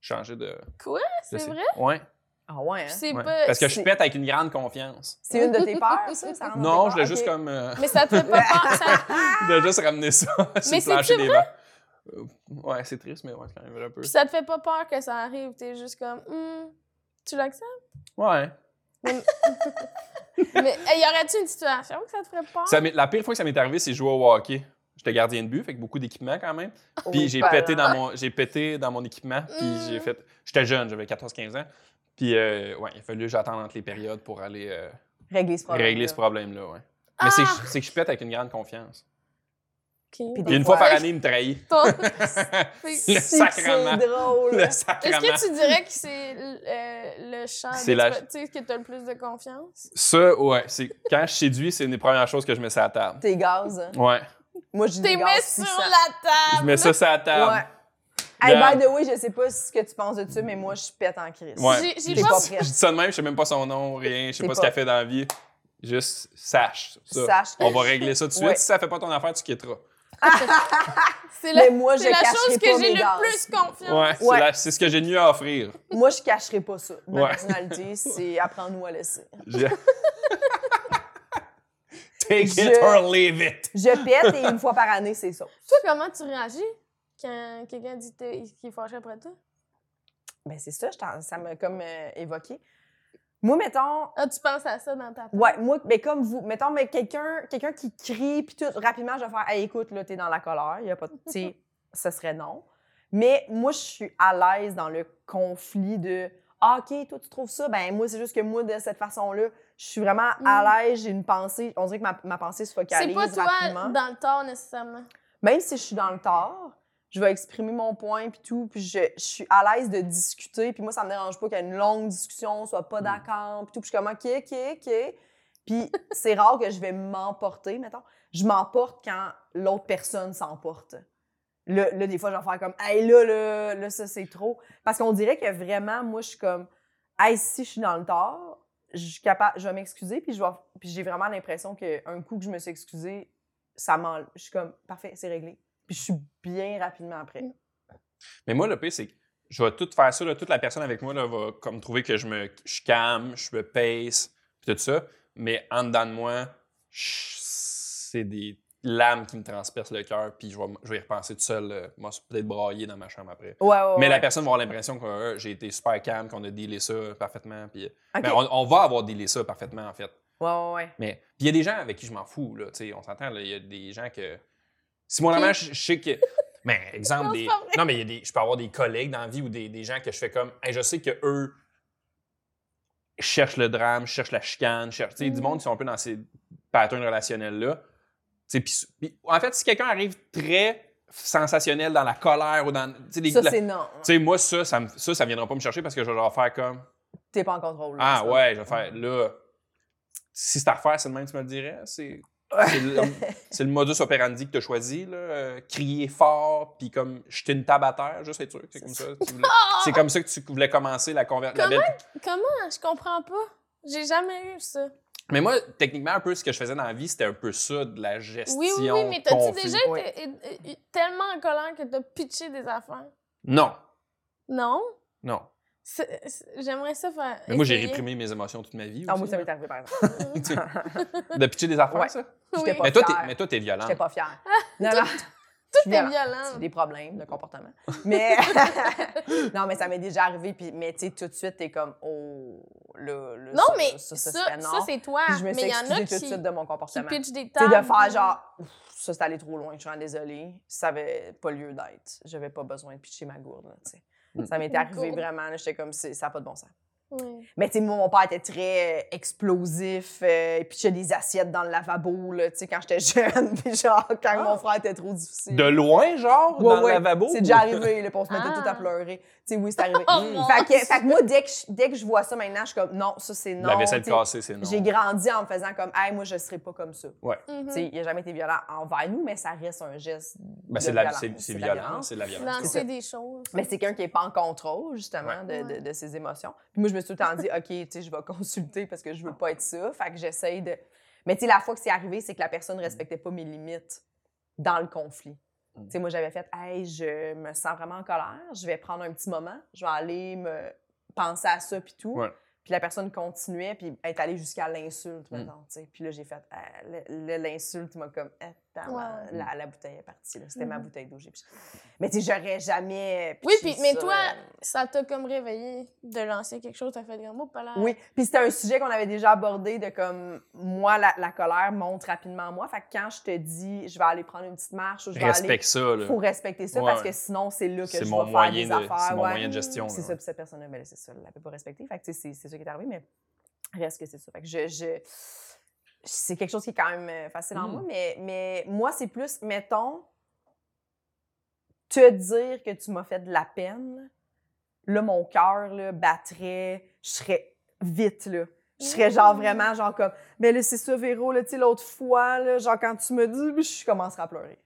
Changer de. de Quoi? Ah, C'est cycle. vrai? Ouais. Ah ouais, Puis hein? c'est ouais. pas. Parce que je c'est- pète avec une grande confiance. C'est une de tes peurs, ça? Ah ça rentre dans Non, tes je l'ai peurs? juste Ok. comme. euh, Mais ça te fait pas peur. ça- de juste ramener ça sur Ah! Mais le plancher c'est-tu des vents. Euh, Ouais, c'est triste, mais ouais, c'est quand même un peu. Puis ça te fait pas peur que ça arrive. T'es juste comme, Hmm, tu l'acceptes? Ouais. Mais hey, y aurait-tu une situation que ça te ferait peur? Ça m'est- la pire fois que ça m'est arrivé, c'est jouer au hockey. J'étais gardien de but, fait que beaucoup d'équipement quand même. Puis Oui, j'ai pas pété, là. dans mon, j'ai pété dans mon équipement, puis Oh, ben Mm. j'ai fait... J'étais jeune, j'avais 14-15 ans. Puis euh, ouais, il a fallu que j'attende entre les périodes pour aller euh, Régler ce problème. régler ce problème-là, ouais. Mais c'est, Ah! que je- c'est que je pète avec une grande confiance. Ah! Ok. Puis Puis une Pourquoi? fois par année, il me trahit. Ton- le C'est que sacrement. C'est drôle. Le Est-ce sacrement. que tu dirais que c'est l- euh, le champ C'est la- d'exploit- tu sais, que t'as le plus de confiance? Ça, ouais, c'est... Quand je séduis, c'est une des premières choses que je mets sur la table. Tes gaz. hein. Ouais. Moi, je dis T'es des mis gaz sur puissants. la table! Je mets ça sur la table. Ouais. Hey, Regarde. by the way, je sais pas ce que tu penses de ça, mais moi, je pète en crise. Ouais. J'ai- J'ai T'es pas, pas Je dis ça de même, je sais même pas son nom, rien, je sais C'est pas, ce qu'elle pas- fait dans la vie. Juste sache ça. Sache que- On va régler ça tout de suite. Ouais. Si ça fait pas ton affaire, tu quitteras. C'est la, Mais moi, je c'est la chose cacherai que pas j'ai mes le gaz. plus confiance. Ouais, c'est Ouais. la- c'est ce que j'ai de mieux à offrir. Moi, je cacherai pas ça. Ma Ouais. personnalité, c'est apprends-nous à laisser. Je- Take it Je- or leave it. Je pète et une fois par année, c'est ça. Toi, comment tu réagis quand quelqu'un dit t'es- qu'il est fâché après toi? Ben, c'est ça, je t'en- ça m'a comme euh, évoqué. Moi, mettons, Ah, tu penses à ça dans ta tête? Ouais, moi, mais comme vous, mettons, mais quelqu'un quelqu'un qui crie, puis tout, rapidement, je vais faire, hey, écoute, là, t'es dans la colère, il y a pas de. Tu sais, ce serait non. Mais moi, je suis à l'aise dans le conflit de, Ah, OK, toi, tu trouves ça? Ben, moi, c'est juste que moi, de cette façon-là, je suis vraiment à l'aise, j'ai une pensée. On dirait que ma, ma pensée se Mm. C'est focalise pas toi rapidement. dans le tort nécessairement. Même si je suis dans le tort, je vais exprimer mon point, puis tout, puis je, je suis à l'aise de discuter, puis moi, ça me dérange pas qu'il y ait une longue discussion, on soit pas Mm. d'accord, puis tout, puis je suis comme, OK, OK, OK. Puis c'est rare que je vais m'emporter, mettons. Je m'emporte quand l'autre personne s'emporte. Là, là, des fois, je vais faire comme, hey, là, là, là, ça, c'est trop. Parce qu'on dirait que vraiment, moi, je suis comme, hey, si je suis dans le tort, je, suis capable, je vais m'excuser, puis je vais- puis j'ai vraiment l'impression qu'un coup que je me suis excusée, ça m'enlève. Je suis comme, parfait, c'est réglé. Puis je suis bien rapidement après. Mm. Mais moi, le pire, c'est que je vais tout faire ça. là, toute la personne avec moi là, va comme trouver que je me je suis calme, je me pace, puis tout ça. Mais en dedans de moi, je- c'est des lames qui me transpercent le cœur, puis je vais, m- je vais y repenser tout seul. euh, Moi, c'est peut-être brailler dans ma chambre après. Ouais, ouais, Mais la ouais. personne va avoir l'impression que euh, j'ai été super calme, qu'on a dealé ça parfaitement. Puis, OK. Ben, on, on va avoir dealé ça parfaitement, en fait. Ouais, ouais, ouais. Mais puis il y a des gens avec qui je m'en fous, là. tu sais, on s'entend, là, il y a des gens que. Si mon Qui? amant, je, je sais que. Mais exemple, Non, c'est des. pas vrai. Non, mais il y a des. Je peux avoir des collègues dans la vie ou des, des gens que je fais comme. Hey, je sais que eux cherchent le drame, cherchent la chicane, cherchent. Tu sais, du Mm. monde qui sont un peu dans ces patterns relationnels-là. Tu sais, puis- puis en fait, si quelqu'un arrive très sensationnel dans la colère ou dans. Tu sais, les- Ça, la- c'est tu non. sais, moi, ça, ça, me- ça, ça viendra pas me chercher parce que je vais genre faire comme. T'es pas en contrôle. là, Ah ça. ouais, je vais faire là. Si c'est à refaire, c'est le même que tu me le dirais. C'est c'est le, c'est le modus operandi que tu as choisi. Là. euh, crier fort, puis comme jeter une table à terre, juste être sûr que c'est comme ça. que tu voulais- C'est comme ça que tu voulais commencer la conversation. Comment? Ah, Je comprends pas. J'ai jamais eu ça. Mais moi, techniquement, un peu ce que je faisais dans la vie, c'était un peu ça, de la gestion. Oui, oui, oui, mais t'as-tu conflit. déjà Oui. été é- é- tellement en colère que t'as pitché des affaires? Non, Non? non. C'est- c'est- J'aimerais ça faire. Mais moi, j'ai essayer. réprimé mes émotions toute ma vie. Ah, aussi, moi, ça là. m'est arrivé, par exemple. De pitcher des affaires, Ouais. ça? J'étais Oui. pas Mais toi, fière. t'es- mais toi, t'es violent. J'étais pas fière. Ah, Non, non. T'es Tout violente. des problèmes de comportement. Mais non, mais ça m'est déjà arrivé. Puis, mais tu sais, tout de suite, t'es comme, oh, là, là, Non, ça, mais ça, ça, ça, ça, serait non. c'est toi. Puis je me mais suis il y en excusée a tout de qui, suite de mon qui comportement. pitchent des Tu sais, tables. de faire genre, Ouf, ça, c'est allé trop loin, je suis vraiment désolée. Ça n'avait pas lieu d'être. J'avais pas besoin de pitcher ma gourde, là, tu sais. Mm. Ça m'était Une arrivé gourde. vraiment, là, j'étais comme, C'est- ça n'a pas de bon sens. Oui. Mais tu sais, moi, mon père était très euh, explosif, euh, il pitchait des assiettes dans le lavabo, là, tu sais, quand j'étais jeune. Puis genre, quand Ah. mon frère était trop difficile. De loin, genre, Ouais, dans ouais. le lavabo? C'est déjà arrivé, là, puis on se mettait Ah. tout à pleurer. Tu sais, oui, c'est arrivé. Oh, Mm. mon fait, que, Dieu. fait que moi, dès que, je, dès que je vois ça maintenant, je suis comme, non, ça, c'est non. La vaisselle tu sais. cassée, c'est non. J'ai grandi en me faisant comme, hey, moi, je serais pas comme ça. Mhm. Tu sais, il a jamais été violent envers nous, mais ça reste un geste. Ben, c'est de la- c'est- c'est violent, c'est de la violence. C'est ça. Lancer des choses. Mais c'est quelqu'un qui n'est pas en contrôle, justement, Ouais. de, de- de ses émotions. Puis moi, je me suis tout le temps dit, OK, tu sais, je vais consulter parce que je veux pas être ça. Fait que j'essaye de. Mais tu sais, la fois que c'est arrivé, c'est que la Mm-hmm. personne ne respectait pas mes limites dans le conflit. Mm. Tu sais, moi, j'avais fait, Hey, je me sens vraiment en colère, je vais prendre un petit moment, je vais aller me penser à ça, puis tout. Ouais. Puis la personne continuait, puis elle est allée jusqu'à l'insulte, Mm. mettons, tu sais. Puis là, j'ai fait, Ah, le- le- l'insulte m'a comme, Eh, tabarnak, Ouais. Mm-hmm. la, la bouteille est partie, là. C'était ma Mm. bouteille d'eau, j'ai piché. Mais tu sais, j'aurais jamais. Oui, pitché puis- mais ça, toi, euh, Ça t'a comme réveillé de lancer quelque chose, t'as fait comme oh, pas là. Oui, puis c'était un sujet qu'on avait déjà abordé de comme moi la, la colère monte rapidement en moi. Fait que quand je te dis je vais aller prendre une petite marche ou je vais Respecte ça, aller là. faut respecter ça Ouais, parce ouais. que sinon c'est là que je C'est vais mon, faire des moyen de, affaires. c'est mon ouais. moyen de gestion. C'est là, ça, ouais. puis cette personne-là, ben là, c'est ça, elle l'avait pas respecté. Fait que tu sais, c'est c'est ça qui est arrivé, mais reste que c'est ça. Fait que je. je- C'est quelque chose qui est quand même euh, facile en Mm. moi, mais, mais moi, c'est plus, mettons, te dire que tu m'as fait de la peine. Là, mon cœur là, battrait, je serais vite, là. Je serais genre Mm. vraiment, genre comme, mais là, c'est ça, Véro, là, tu sais, l'autre fois, là, genre quand tu me dis, je commencerai à pleurer.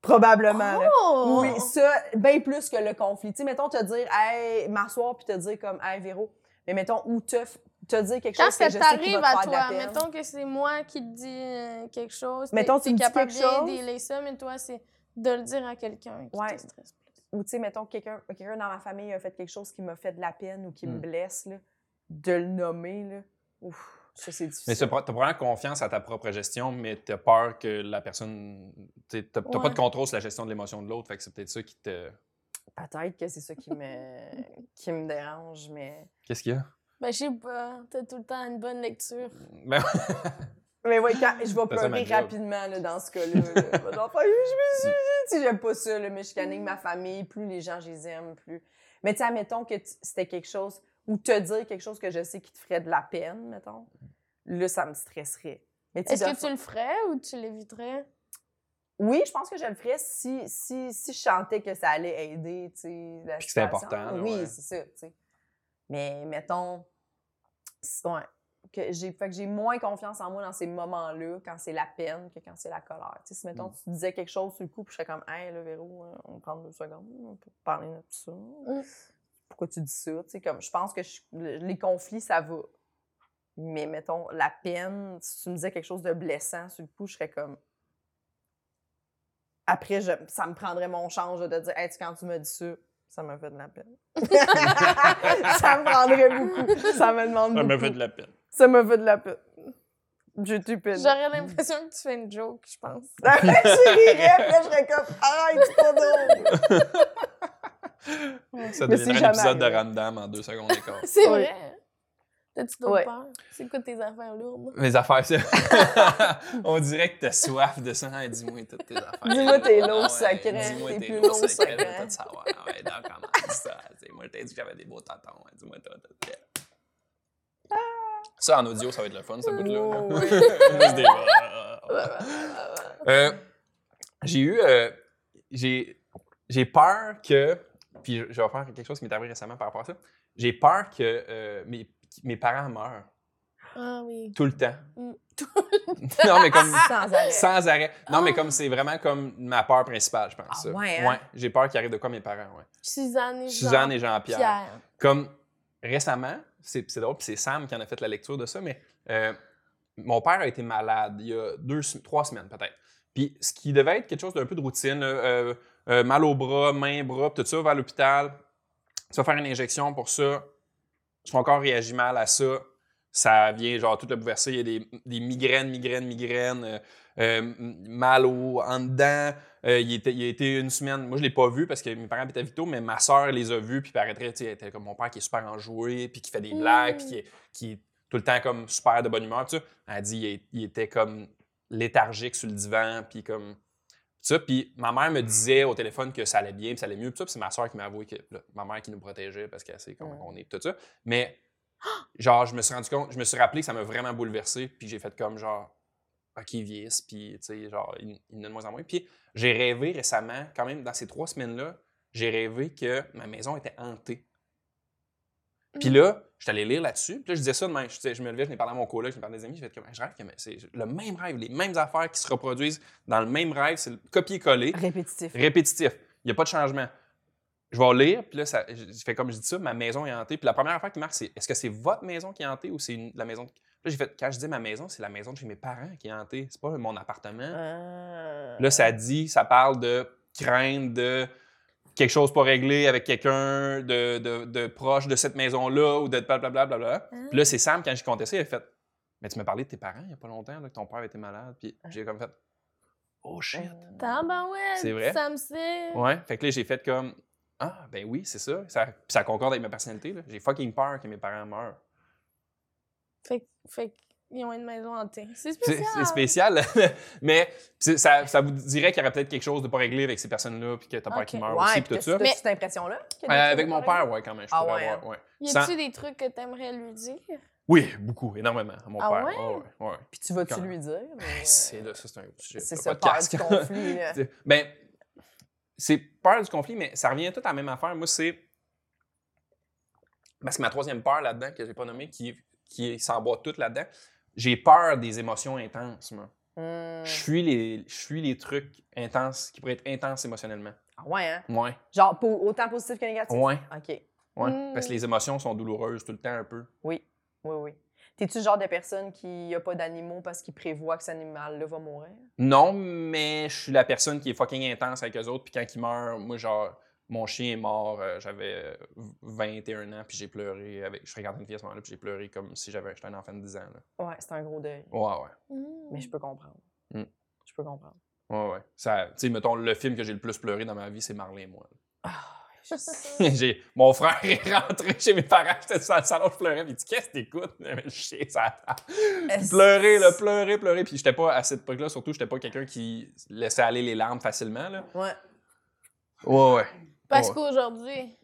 Probablement, là. Oh! Oui, ça, bien plus que le conflit. Tu sais, mettons, te dire, hey, m'asseoir, puis te dire comme, hey, Véro, mais mettons, ou te, f- te dire quelque Quand chose que ça je sais qui va t'arrive te à faire de la toi, peine. mettons que c'est moi qui te dis euh, quelque chose, t'es- Mettons, tu t'es me dis capable quelque bien chose. d'aider ça, mais toi, c'est de le dire à quelqu'un qui Ouais. te stresse plus. Ou, tu sais, mettons, quelqu'un quelqu'un dans ma famille a fait quelque chose qui m'a fait de la peine ou qui me Hmm. blesse, là, de le nommer, là, ouf, ça, c'est difficile. Mais tu as vraiment confiance à ta propre gestion, mais tu as peur que la personne. Tu n'as pas Ouais. de contrôle sur la gestion de l'émotion de l'autre, fait que c'est peut-être ça qui te. Peut-être que c'est ça qui me, qui me dérange, mais... Qu'est-ce qu'il y a? Ben, je sais pas, t'as tout le temps une bonne lecture. Ben, Mais ouais, quand je vais Fais ça, pleurer ma job. rapidement là, dans ce cas-là. là. Je vais genre faire, Oui, je me suis dit, tu sais, j'aime pas ça, le mais je chicaner avec ma famille. Plus les gens, je les aime, plus. Mais tu sais, admettons que tu- c'était quelque chose ou te dire quelque chose que je sais qui te ferait de la peine, mettons, là, ça me stresserait. Mais Est-ce de que tu le ferais ou tu l'éviterais? Oui, je pense que je le ferais si, si, si je sentais que ça allait aider, tu sais, la Puis que c'est situation. important, là, Oui, ouais. c'est ça, tu sais. Mais mettons, c'est- ouais, que j'ai, fait que j'ai moins confiance en moi dans ces moments-là, quand c'est la peine que quand c'est la colère. Tu sais, si, mettons, Mm. tu disais quelque chose sur le coup, puis je serais comme « Hey, là, Véro, hein, on prend deux secondes pour parler de ça. Pourquoi tu dis ça? » Tu sais, comme, je pense que je- le- les conflits, ça va. Mais mettons, la peine, si tu me disais quelque chose de blessant sur le coup, je serais comme après, je- ça me prendrait mon change de dire Hey, tu- quand tu m'as dit ça, ça m'a fait de la peine. ça me prendrait beaucoup. Ça me demande Ça beaucoup. me fait de la peine. Ça me fait de la peine. Je t'ai peine. J'aurais l'impression que tu fais une joke, je pense. Après, je rirais, puis là, je serais comme Arrête, c'est pas drôle. Ça Mais c'est deviendrait un jamais épisode de arrivé. Ramdam en deux secondes et quart. C'est Ouais. vrai. hein? T'as-tu d'autres Ouais. peurs? C'est quoi tes affaires lourdes? Mes affaires, ça. On dirait que t'as soif de sang. Hey, Dis-moi toutes tes affaires. Dis-moi tes lourds Ah ouais, secrets, Dis-moi tes tes plus lourds lourds secrets. Je secrets. veux tout savoir. Ah Ouais, donc, comment ça? Tu sais, Moi, je t'ai dit que j'avais des beaux tontons. Ouais, Dis-moi tout. tout, tout. Ça, en audio, ça va être le fun, ce bout-là. là. Oh, oui. Juste des- Euh, j'ai eu. euh, j'ai j'ai peur que. Puis je je vais faire quelque chose qui m'est arrivé récemment par rapport à ça. J'ai peur que euh, mes, mes parents meurent Ah oui. tout le temps. Mm. non, mais comme. Sans arrêt. Sans arrêt. Non, mais comme c'est vraiment comme ma peur principale, je pense. Ah, ça. ouais, hein? j'ai peur qu'il arrive de quoi mes parents, ouais. Suzanne et Suzanne Jean- et Jean-Pierre. Pierre. Comme récemment, c'est c'est drôle, puis c'est Sam qui en a fait la lecture de ça, mais euh, mon père a été malade il y a deux, sem- trois semaines peut-être. Puis ce qui devait être quelque chose d'un peu de routine, là, euh, euh, mal au bras, main, bras, puis tout ça, va à l'hôpital, tu vas faire une injection pour ça, son corps réagit mal à ça, ça vient genre tout le bouleversé, il y a des, des migraines, migraines, migraines, euh, euh, m- mal au, en dedans. Euh, il, était- il a été une semaine, moi je l'ai pas vu parce que mes parents étaient vitaux, mais ma soeur les a vus, puis paraîtrait, tu sais, elle était comme mon père qui est super enjoué, puis qui fait des Mm. blagues, puis qui est, qui est tout le temps comme super de bonne humeur, tout ça. Elle dit il, est- il était comme léthargique sur le divan, puis comme ça. Puis ma mère me disait au téléphone que ça allait bien, puis ça allait mieux, puis ça. Puis c'est ma soeur qui m'a avoué que là, ma mère qui nous protégeait parce qu'elle sait comment Mm. on est, tout ça. Mais genre, je me suis rendu compte, je me suis rappelé que ça m'a vraiment bouleversé, puis j'ai fait comme genre, OK, ils vieillissent, puis tu sais, genre, ils ils en ont de moins en moins. Puis j'ai rêvé récemment, quand même, dans ces trois semaines-là, j'ai rêvé que ma maison était hantée. Puis là, je suis allé lire là-dessus. Puis là, je disais ça demain. Je, disais- je me levais, je n'ai parlé à mon collègue, je n'ai parlé à des amis. J'ai fait comme, Hey, je rêve que mais c'est le même rêve, les mêmes affaires qui se reproduisent dans le même rêve. C'est le copier-coller Répétitif. répétitif. Il n'y a pas de changement. Je vais lire, puis là, ça, je je fais comme je dis ça, ma maison est hantée. Puis la première affaire qui marque, c'est est-ce que c'est votre maison qui est hantée ou c'est une- la maison. de- Là, j'ai fait, quand je dis ma maison, c'est la maison de chez mes parents qui est hantée. C'est pas mon appartement. Ah. Là, ça dit, ça parle de crainte, de quelque chose pas réglé avec quelqu'un, de, de- de proche de cette maison-là ou de blablabla. blablabla. Mm-hmm. Hein? Puis là, c'est Sam, quand j'ai compté ça, il a fait Mais tu m'as parlé de tes parents il n'y a pas longtemps, là, que ton père était malade. Puis j'ai comme fait Oh shit. Ah ben ouais, C'est vrai. Ça me sait. Ouais. Fait que là, j'ai fait comme Ah, ben oui, c'est ça. Ça, puis ça concorde avec ma personnalité. là. J'ai fucking peur que mes parents meurent. Fait, que- fait qu'ils ont une maison hantée. C'est C'est spécial. c'est spécial, mais c'est- ça, ça vous dirait qu'il y aurait peut-être quelque chose de pas réglé avec ces personnes-là, puis que t'as peur Ok. qu'ils meurent Ouais, puis aussi, puis tout t'as-tu- ça. t'as-tu cette impression-là? que Euh, t'as- avec mon père, ouais, quand même. Je Ah pourrais ouais, avoir- ouais. Y Sans- a-tu des trucs que t'aimerais lui dire? Oui, beaucoup, énormément. à Mon Ah père. ouais? ouais, ouais. Puis tu vas-tu Quand- lui dire? ou, euh, Hey, C'est là, ça, c'est un gros sujet. C'est pas ça, de peur casque. du conflit. là. C'est- ben, c'est peur du conflit, mais ça revient tout à la même affaire. Moi, c'est. Parce que ma troisième peur là-dedans, que j'ai pas nommée, qui, qui s'emboîte toute là-dedans, j'ai peur des émotions intenses, moi. Hmm. Je suis les, je fuis les trucs intenses qui pourraient être intenses émotionnellement. Ah ouais, hein? Ouais. Genre, pour, autant positif que négatif? Ouais. OK. Oui, ouais. Mm. Parce que les émotions sont douloureuses tout le temps, un peu. oui. T'es-tu le genre de personne qui a pas d'animaux parce qu'il prévoit que cet animal-là va mourir? Non, mais je suis la personne qui est fucking intense avec eux autres. Puis quand ils meurent, moi, genre, mon chien est mort, euh, j'avais euh, 21 ans, puis j'ai pleuré. Avec... Je fréquentais une fille à ce moment-là, puis j'ai pleuré comme si j'avais j'étais un enfant de 10 ans. Là. Ouais, c'est un gros deuil. Ouais, ouais. Mais je peux comprendre. Hmm. Je peux comprendre. Ouais, ouais. Ça- Tu sais, mettons, le film que j'ai le plus pleuré dans ma vie, c'est Marley et moi. Ah, peux. J'ai- Mon frère est rentré chez mes parents, j'étais sur le salon, je pleurais, puis il dit Qu'est-ce que t'écoutes Le chien, ça attend. Est-ce- Pleurer, là, pleurer, pleurer. Puis j'étais pas, à cette époque-là, surtout, j'étais pas quelqu'un qui laissait aller les larmes facilement. Là. ouais. Ouais, ouais. Parce Ouais. qu'aujourd'hui,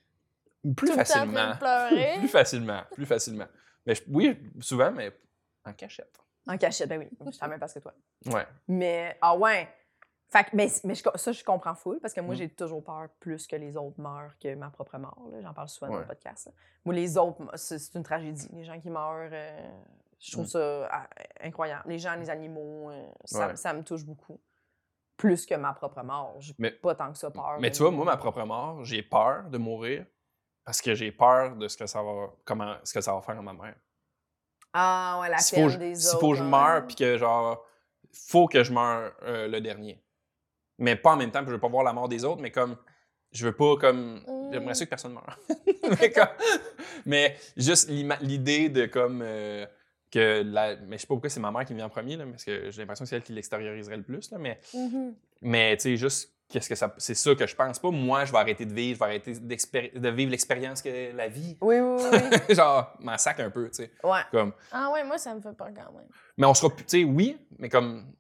Plus tout le temps en train facilement. de pleurer. Plus facilement. Plus facilement. Mais je- oui, souvent, mais en cachette. En cachette, ben oui. Je suis la même parce que toi. Ouais. Mais, ah ouais. Fait que, mais, mais je- ça, je comprends full parce que moi, Mm. j'ai toujours peur plus que les autres meurent que ma propre mort. là. J'en parle souvent dans Ouais. le podcast. là. Moi, les autres, moi, c'est c'est une tragédie. Les gens qui meurent, euh, je trouve Mm. ça ah, incroyable. Les gens, les animaux, euh, ça, Ouais. ça me touche beaucoup. Plus que ma propre mort. J'ai Mais- pas tant que ça peur. Mais tu vois, moi, ma propre mort, j'ai peur de mourir parce que j'ai peur de ce que ça va, comment, ce que ça va faire à ma mère. Ah ouais, la S'il peine faut, je- des s'il autres. faut que je hein. meure, puis que genre, faut que je meure euh, le dernier. Mais pas en même temps, puis je veux pas voir la mort des autres, mais comme, je veux pas comme, Mm. j'aimerais ça que personne meure. mais, comme- mais juste l'ima- l'idée de comme, euh, que la, mais je sais pas pourquoi c'est ma mère qui me vient en premier, là, parce que j'ai l'impression que c'est elle qui l'extérioriserait le plus, là, mais Mm-hmm. Mhm. mais tu sais, juste qu'est-ce que ça. C'est ça que je pense. Pas moi, je vais arrêter de vivre, je vais arrêter d'expéri- de vivre l'expérience que la vie. Oui, oui, oui. Genre, m'en sac un peu, tu sais. oui. ouais. Comme. Ah ouais, moi, ça me fait peur quand même. Mais on sera plus. Tu sais, oui, mais comme.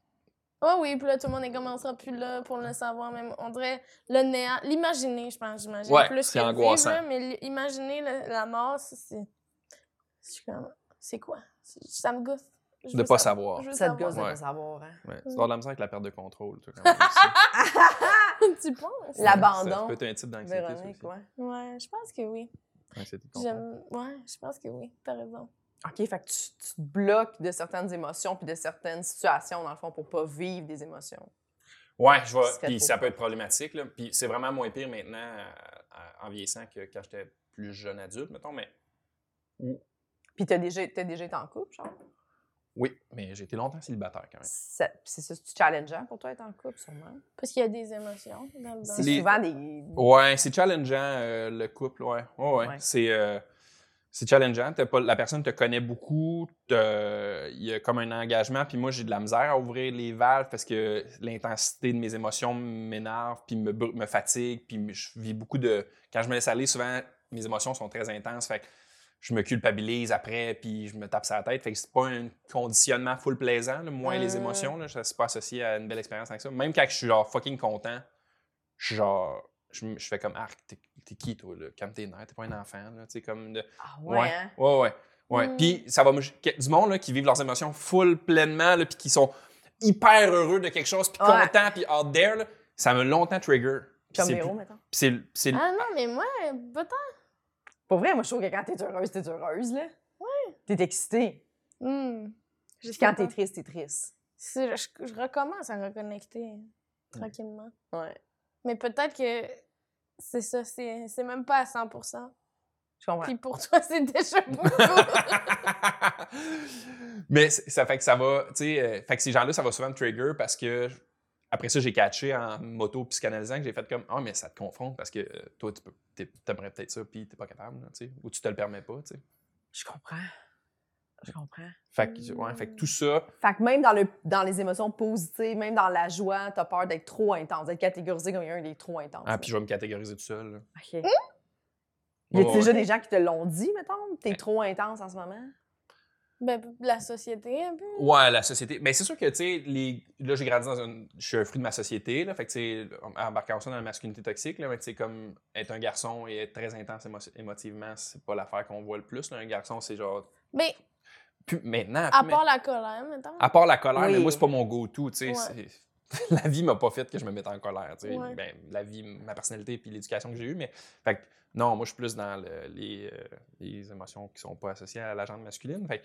Ah oui, puis là, tout le monde est comme, on sera plus là pour le savoir. Même, on dirait le néant. L'imaginer, je pense, j'imagine. Ouais, plus c'est que le angoissant. vivre, là, mais l- imaginer le- la mort, ça, c'est. Je suis comme, c'est quoi? C'est- Ça me gosse. Je De veux pas savoir. Je veux Ça te gosse de Ouais. pas savoir. hein. Ouais, Mm. tu vas avoir de la misère avec la perte de contrôle, tu sais, quand même, aussi. tu penses? hein? La- L'abandon. Ça peut être un type d'anxiété. ça Véronique, aussi. ouais. Ouais, je pense que oui. Anxiété de contrôle. J'aime. Ouais, je pense que oui. T'as raison. OK, fait que tu, tu te bloques de certaines émotions puis de certaines situations, dans le fond, pour pas vivre des émotions. Ouais, je Ce serait vais. Puis trop ça fort. peut être problématique, là. Puis c'est vraiment moins pire maintenant euh, en vieillissant que quand j'étais plus jeune adulte, mettons, mais. Puis t'as déjà, t'as déjà été en couple, genre? Oui, mais j'ai été longtemps célibataire quand même. Ça- puis C'est ça, c'est challengeant pour toi, être en couple, sûrement? Parce qu'il y a des émotions dans le C'est dans- Les- Oh, souvent des... Ouais, c'est challengeant euh, le couple, ouais. Ouais, ouais. Ouais. C'est euh, c'est challengeant. T'as pas, la personne te connaît beaucoup. t'as- Il y a comme un engagement. Puis moi, j'ai de la misère à ouvrir les valves parce que l'intensité de mes émotions m'énerve, puis me, br- me fatigue. Puis me- je vis beaucoup de. Quand je me laisse aller, souvent, mes émotions sont très intenses. Fait que je me culpabilise après, puis je me tape sur la tête. Fait que c'est pas un conditionnement full plaisant, là, moins les Mm. émotions. Là, ça, c'est pas associé à une belle expérience avec ça. Même quand je suis genre fucking content, je suis genre. Je, me- je fais comme Arc, t'es t'es qui toi là? Calme tes nerfs, t'es pas un enfant, là. Tu sais, comme de- Ah ouais, Ouais. hein? Ouais, ouais. ouais. Mm. Puis ça va. me- que- Du monde là, qui vivent leurs émotions full pleinement, là, puis qui sont hyper heureux de quelque chose, puis Ouais. contents, puis out there, là, ça me longtemps trigger. Puis Comme c'est Véro, plus- mettons. puis c'est- c'est- Ah non, mais moi, pas tant. Pour vrai, moi, je trouve que quand t'es heureuse, t'es heureuse, là. Ouais. T'es excitée. Hmm. Je Puis sais quand pas. t'es triste, t'es triste. C'est- Je, je recommence à reconnecter tranquillement. Ouais. Mais peut-être que c'est ça, c'est c'est même pas à 100 Je comprends. Puis pour toi, c'est déjà beaucoup. Mais c- ça fait que ça va, tu sais, euh, fait que ces gens-là, ça va souvent me trigger parce que après ça, j'ai catché en moto psychanalysant que j'ai fait comme Ah, mais ça te confronte parce que euh, toi, tu peux, t'es- t'aimerais peut-être ça, puis t'es pas capable, là, tu sais, ou tu te le permets pas, tu sais. Je comprends. Je comprends. Fait que, ouais, fait que tout ça, Fait que même dans, le, dans les émotions positives, même dans la joie, t'as peur d'être trop intense, d'être catégorisé comme un des trop intenses. ah, puis je vais me catégoriser tout seul. là. OK. Y a Ouais, déjà ouais. des gens qui te l'ont dit, mettons? T'es Ouais. trop intense en ce moment? ben, la société, un peu. Ouais, la société. Mais c'est sûr que, tu sais, les... là, j'ai grandi dans une. Je suis un fruit de ma société, là. Fait que, tu sais, embarquant ça dans la masculinité toxique, là, mais tu sais, comme être un garçon et être très intense émo- émotivement, c'est pas l'affaire qu'on voit le plus, là. Un garçon, c'est genre. Mais Plus... Maintenant. à plus- part la colère, mettons. à part la colère, Oui. mais moi, c'est pas mon go-to, tu sais. Ouais. c'est- la vie m'a pas fait que je me mette en colère, tu sais. Ouais. Ben, la vie, ma personnalité puis l'éducation que j'ai eue, mais. Fait que, non, moi, je suis plus dans le- les, euh, les émotions qui sont pas associées à la jambe masculine. Fait que,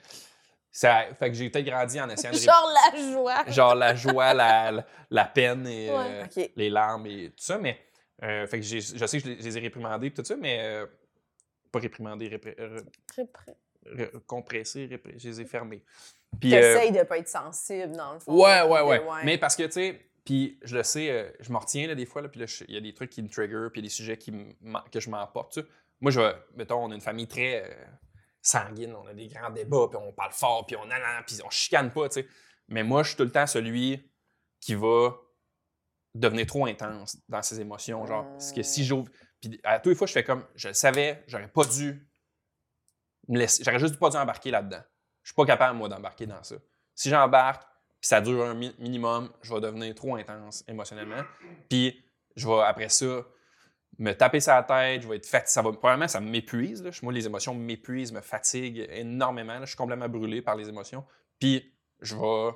ça... fait que j'ai peut-être grandi en essayant de Genre la joie. genre la joie, la, la- la peine et Ouais. euh, OK. les larmes et tout ça. Mais euh, fait que j'ai- je sais que je les, je les ai réprimandés et tout ça, mais euh, pas réprimandés, répré- re- Très près. re- compressés, répré- je les ai fermés. Puis, euh, T'essayes de pas être sensible, dans le fond. ouais, ouais, De- ouais, Mais parce que, tu sais, puis je le sais, euh, je m'en retiens là, des fois, là, puis là, je- il y a des trucs qui me trigger, puis il y a des sujets qui m- m'en- que je m'emporte. tu sais. Moi, je vais- mettons, on a une famille très euh, sanguine, on a des grands débats, puis on parle fort, puis on allant, puis on chicane pas, tu sais. Mais moi, je suis tout le temps celui qui va devenir trop intense dans ses émotions, genre, parce que si j'ouvre. Puis à tous les fois, je fais comme, je le savais, j'aurais pas dû me laisser, j'aurais juste pas dû embarquer là-dedans. Je suis pas capable, moi, d'embarquer dans ça. Si j'embarque, puis ça dure un mi- minimum, je vais devenir trop intense émotionnellement. Puis je vais, après ça, me taper sur la tête, je vais être fatigué. Ça va, premièrement, ça m'épuise. là. Moi, les émotions m'épuisent, me fatiguent énormément. là. Je suis complètement brûlé par les émotions. Puis, je vais,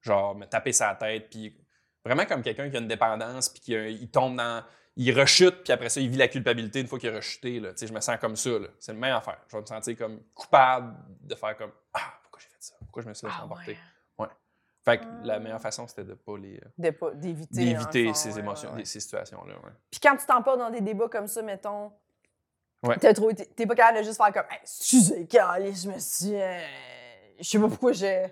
genre, me taper sur la tête. Puis, vraiment comme quelqu'un qui a une dépendance, puis qui a- il tombe dans. Il rechute, puis après ça, il vit la culpabilité une fois qu'il a rechuté. Là. Tu sais, Je me sens comme ça. là. C'est le même affaire. Je vais me sentir comme coupable de faire comme Ah, pourquoi j'ai fait ça? Pourquoi je me suis laissé Ah emporter? ouais. Fait que Ah. la meilleure façon, c'était de pas les. de pas- d'éviter. dans le d'éviter fond, ces ouais, émotions, ouais, ouais. ces situations-là. ouais. Puis quand tu t'emportes dans des débats comme ça, mettons, Ouais. t'as trop- t'es t'es pas capable de juste faire comme Hey, excusez, calé, je me suis. euh, je sais pas pourquoi je.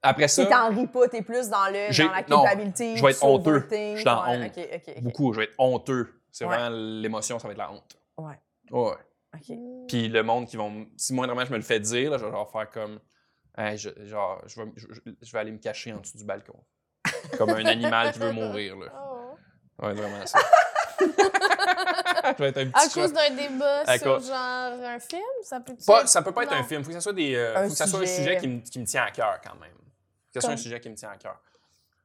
Après ça, Si t'en ris pas, t'es plus dans, le, J'ai- dans la non, culpabilité. je vais être honteux. sauveté, Je suis dans ouais, honte. ok, ok, ok. beaucoup, je vais être honteux. C'est Ouais. vraiment l'émotion, ça va être la honte. Ouais. Ouais. Ok. Puis le monde qui vont. Si moindrement je me le fais dire, là, je vais genre faire comme. Hey, je, genre, je vais, je, je- je vais aller me cacher en dessous du balcon. comme un animal qui veut mourir. Là. Oh. Ouais, vraiment ça. je vais être un petit À chat. cause d'un débat À sur cause- genre un film, ça peut Pas- ça peut pas être Non. un film. Faut que ça soit des. euh, Un faut que ça soit un sujet. sujet qui me, qui me tient à cœur quand même. Faut que ça soit un Comme- sujet qui me tient à cœur.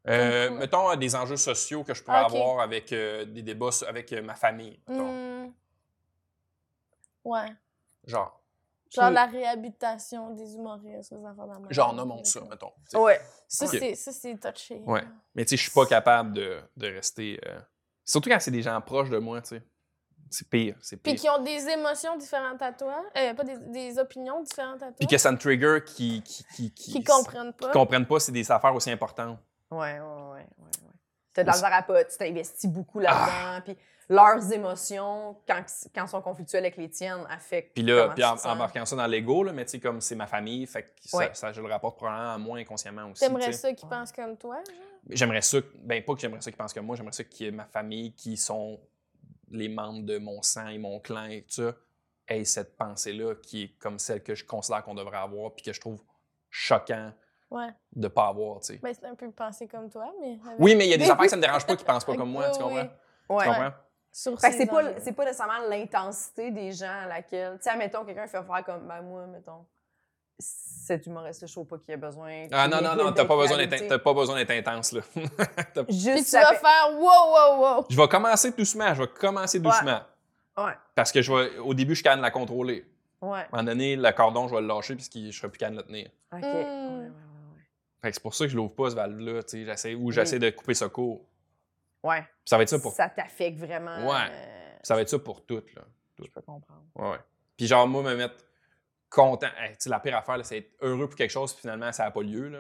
Euh, Comme quoi? mettons euh, des enjeux sociaux que je pourrais Ah, ok. avoir avec euh, des débats so- avec euh, ma famille. mettons. Hmm. Ouais. Genre, Genre Puis- la réhabilitation des humoristes, les enfants dans genre nommons ça, mettons. t'sais. Ouais. Ça, Ok. c'est- ça, c'est touché. Ouais. Mais tu sais, je suis pas capable de, de rester. euh, Surtout quand c'est des gens proches de moi, tu sais. C'est pire, c'est Puis pire. qui ont des émotions différentes à toi, euh, pas des, des opinions différentes à toi, Puis que ça me trigger qui qui qui qui, qui comprennent pas. qui comprennent pas c'est des affaires aussi importantes. Ouais, ouais, ouais, ouais. ouais. Ah! T'as de la Aussi- misère à pas, tu t'investis beaucoup là-dedans, puis leurs émotions, quand, quand sont conflictuelles avec les tiennes, affectent. Puis là, comment puis tu en, te sens. embarquant ça dans l'ego, là, mais tu sais, comme c'est ma famille, fait que ça, Ouais. ça, je le rapporte probablement moins inconsciemment aussi. tu T'aimerais sais. ça qu'ils Ouais. pensent comme toi. J'aimerais ça, ben pas que j'aimerais ça qu'ils pensent comme moi, j'aimerais ça que ma famille, qui sont les membres de mon sang et mon clan et tout ça, ait cette pensée-là qui est comme celle que je considère qu'on devrait avoir, puis que je trouve choquant Ouais. de pas avoir, tu sais. Ben, c'est un peu penser comme toi, mais. avec- Oui, mais il y a des Mais- affaires que ça me dérange pas qu'ils pensent pas avec- comme moi, tu oui, comprends? oui. Ouais. Tu comprends? Sur Fait que ces c'est pas, enjeux. c'est pas nécessairement l'intensité des gens à laquelle. Tu sais, admettons, quelqu'un fait faire comme, ben moi, mettons, cet humoriste-là, je trouve pas qu'il a besoin. Ah non, qu'il non, ait non, t'as pas d'être besoin réhabilité. d'être t'as pas besoin d'être intense, là. T'as- Puis Juste tu ça vas fait- faire wow, wow, wow. Je vais commencer doucement, je vais commencer doucement. Ouais. Parce que je vais, au début, je suis capable de la contrôler. Ouais, À un moment donné, le cordon, je vais le lâcher puis qu'il- je serai plus capable de le tenir. ok. Mm. Ouais, ouais, ouais, ouais. Fait que c'est pour ça que je l'ouvre pas, ce valve-là. tu sais, j'essaie- Ou Oui. j'essaie de couper ce cours. Ouais. Puis ça va être ça pour, Ça t'affecte vraiment. Ouais. euh, ça va être ça pour toutes. Là. je peux comprendre. Ouais, ouais. Puis genre, moi, me mettre content. Hey, tu sais, la pire affaire, là, c'est être heureux pour quelque chose puis finalement, ça n'a pas lieu. Là.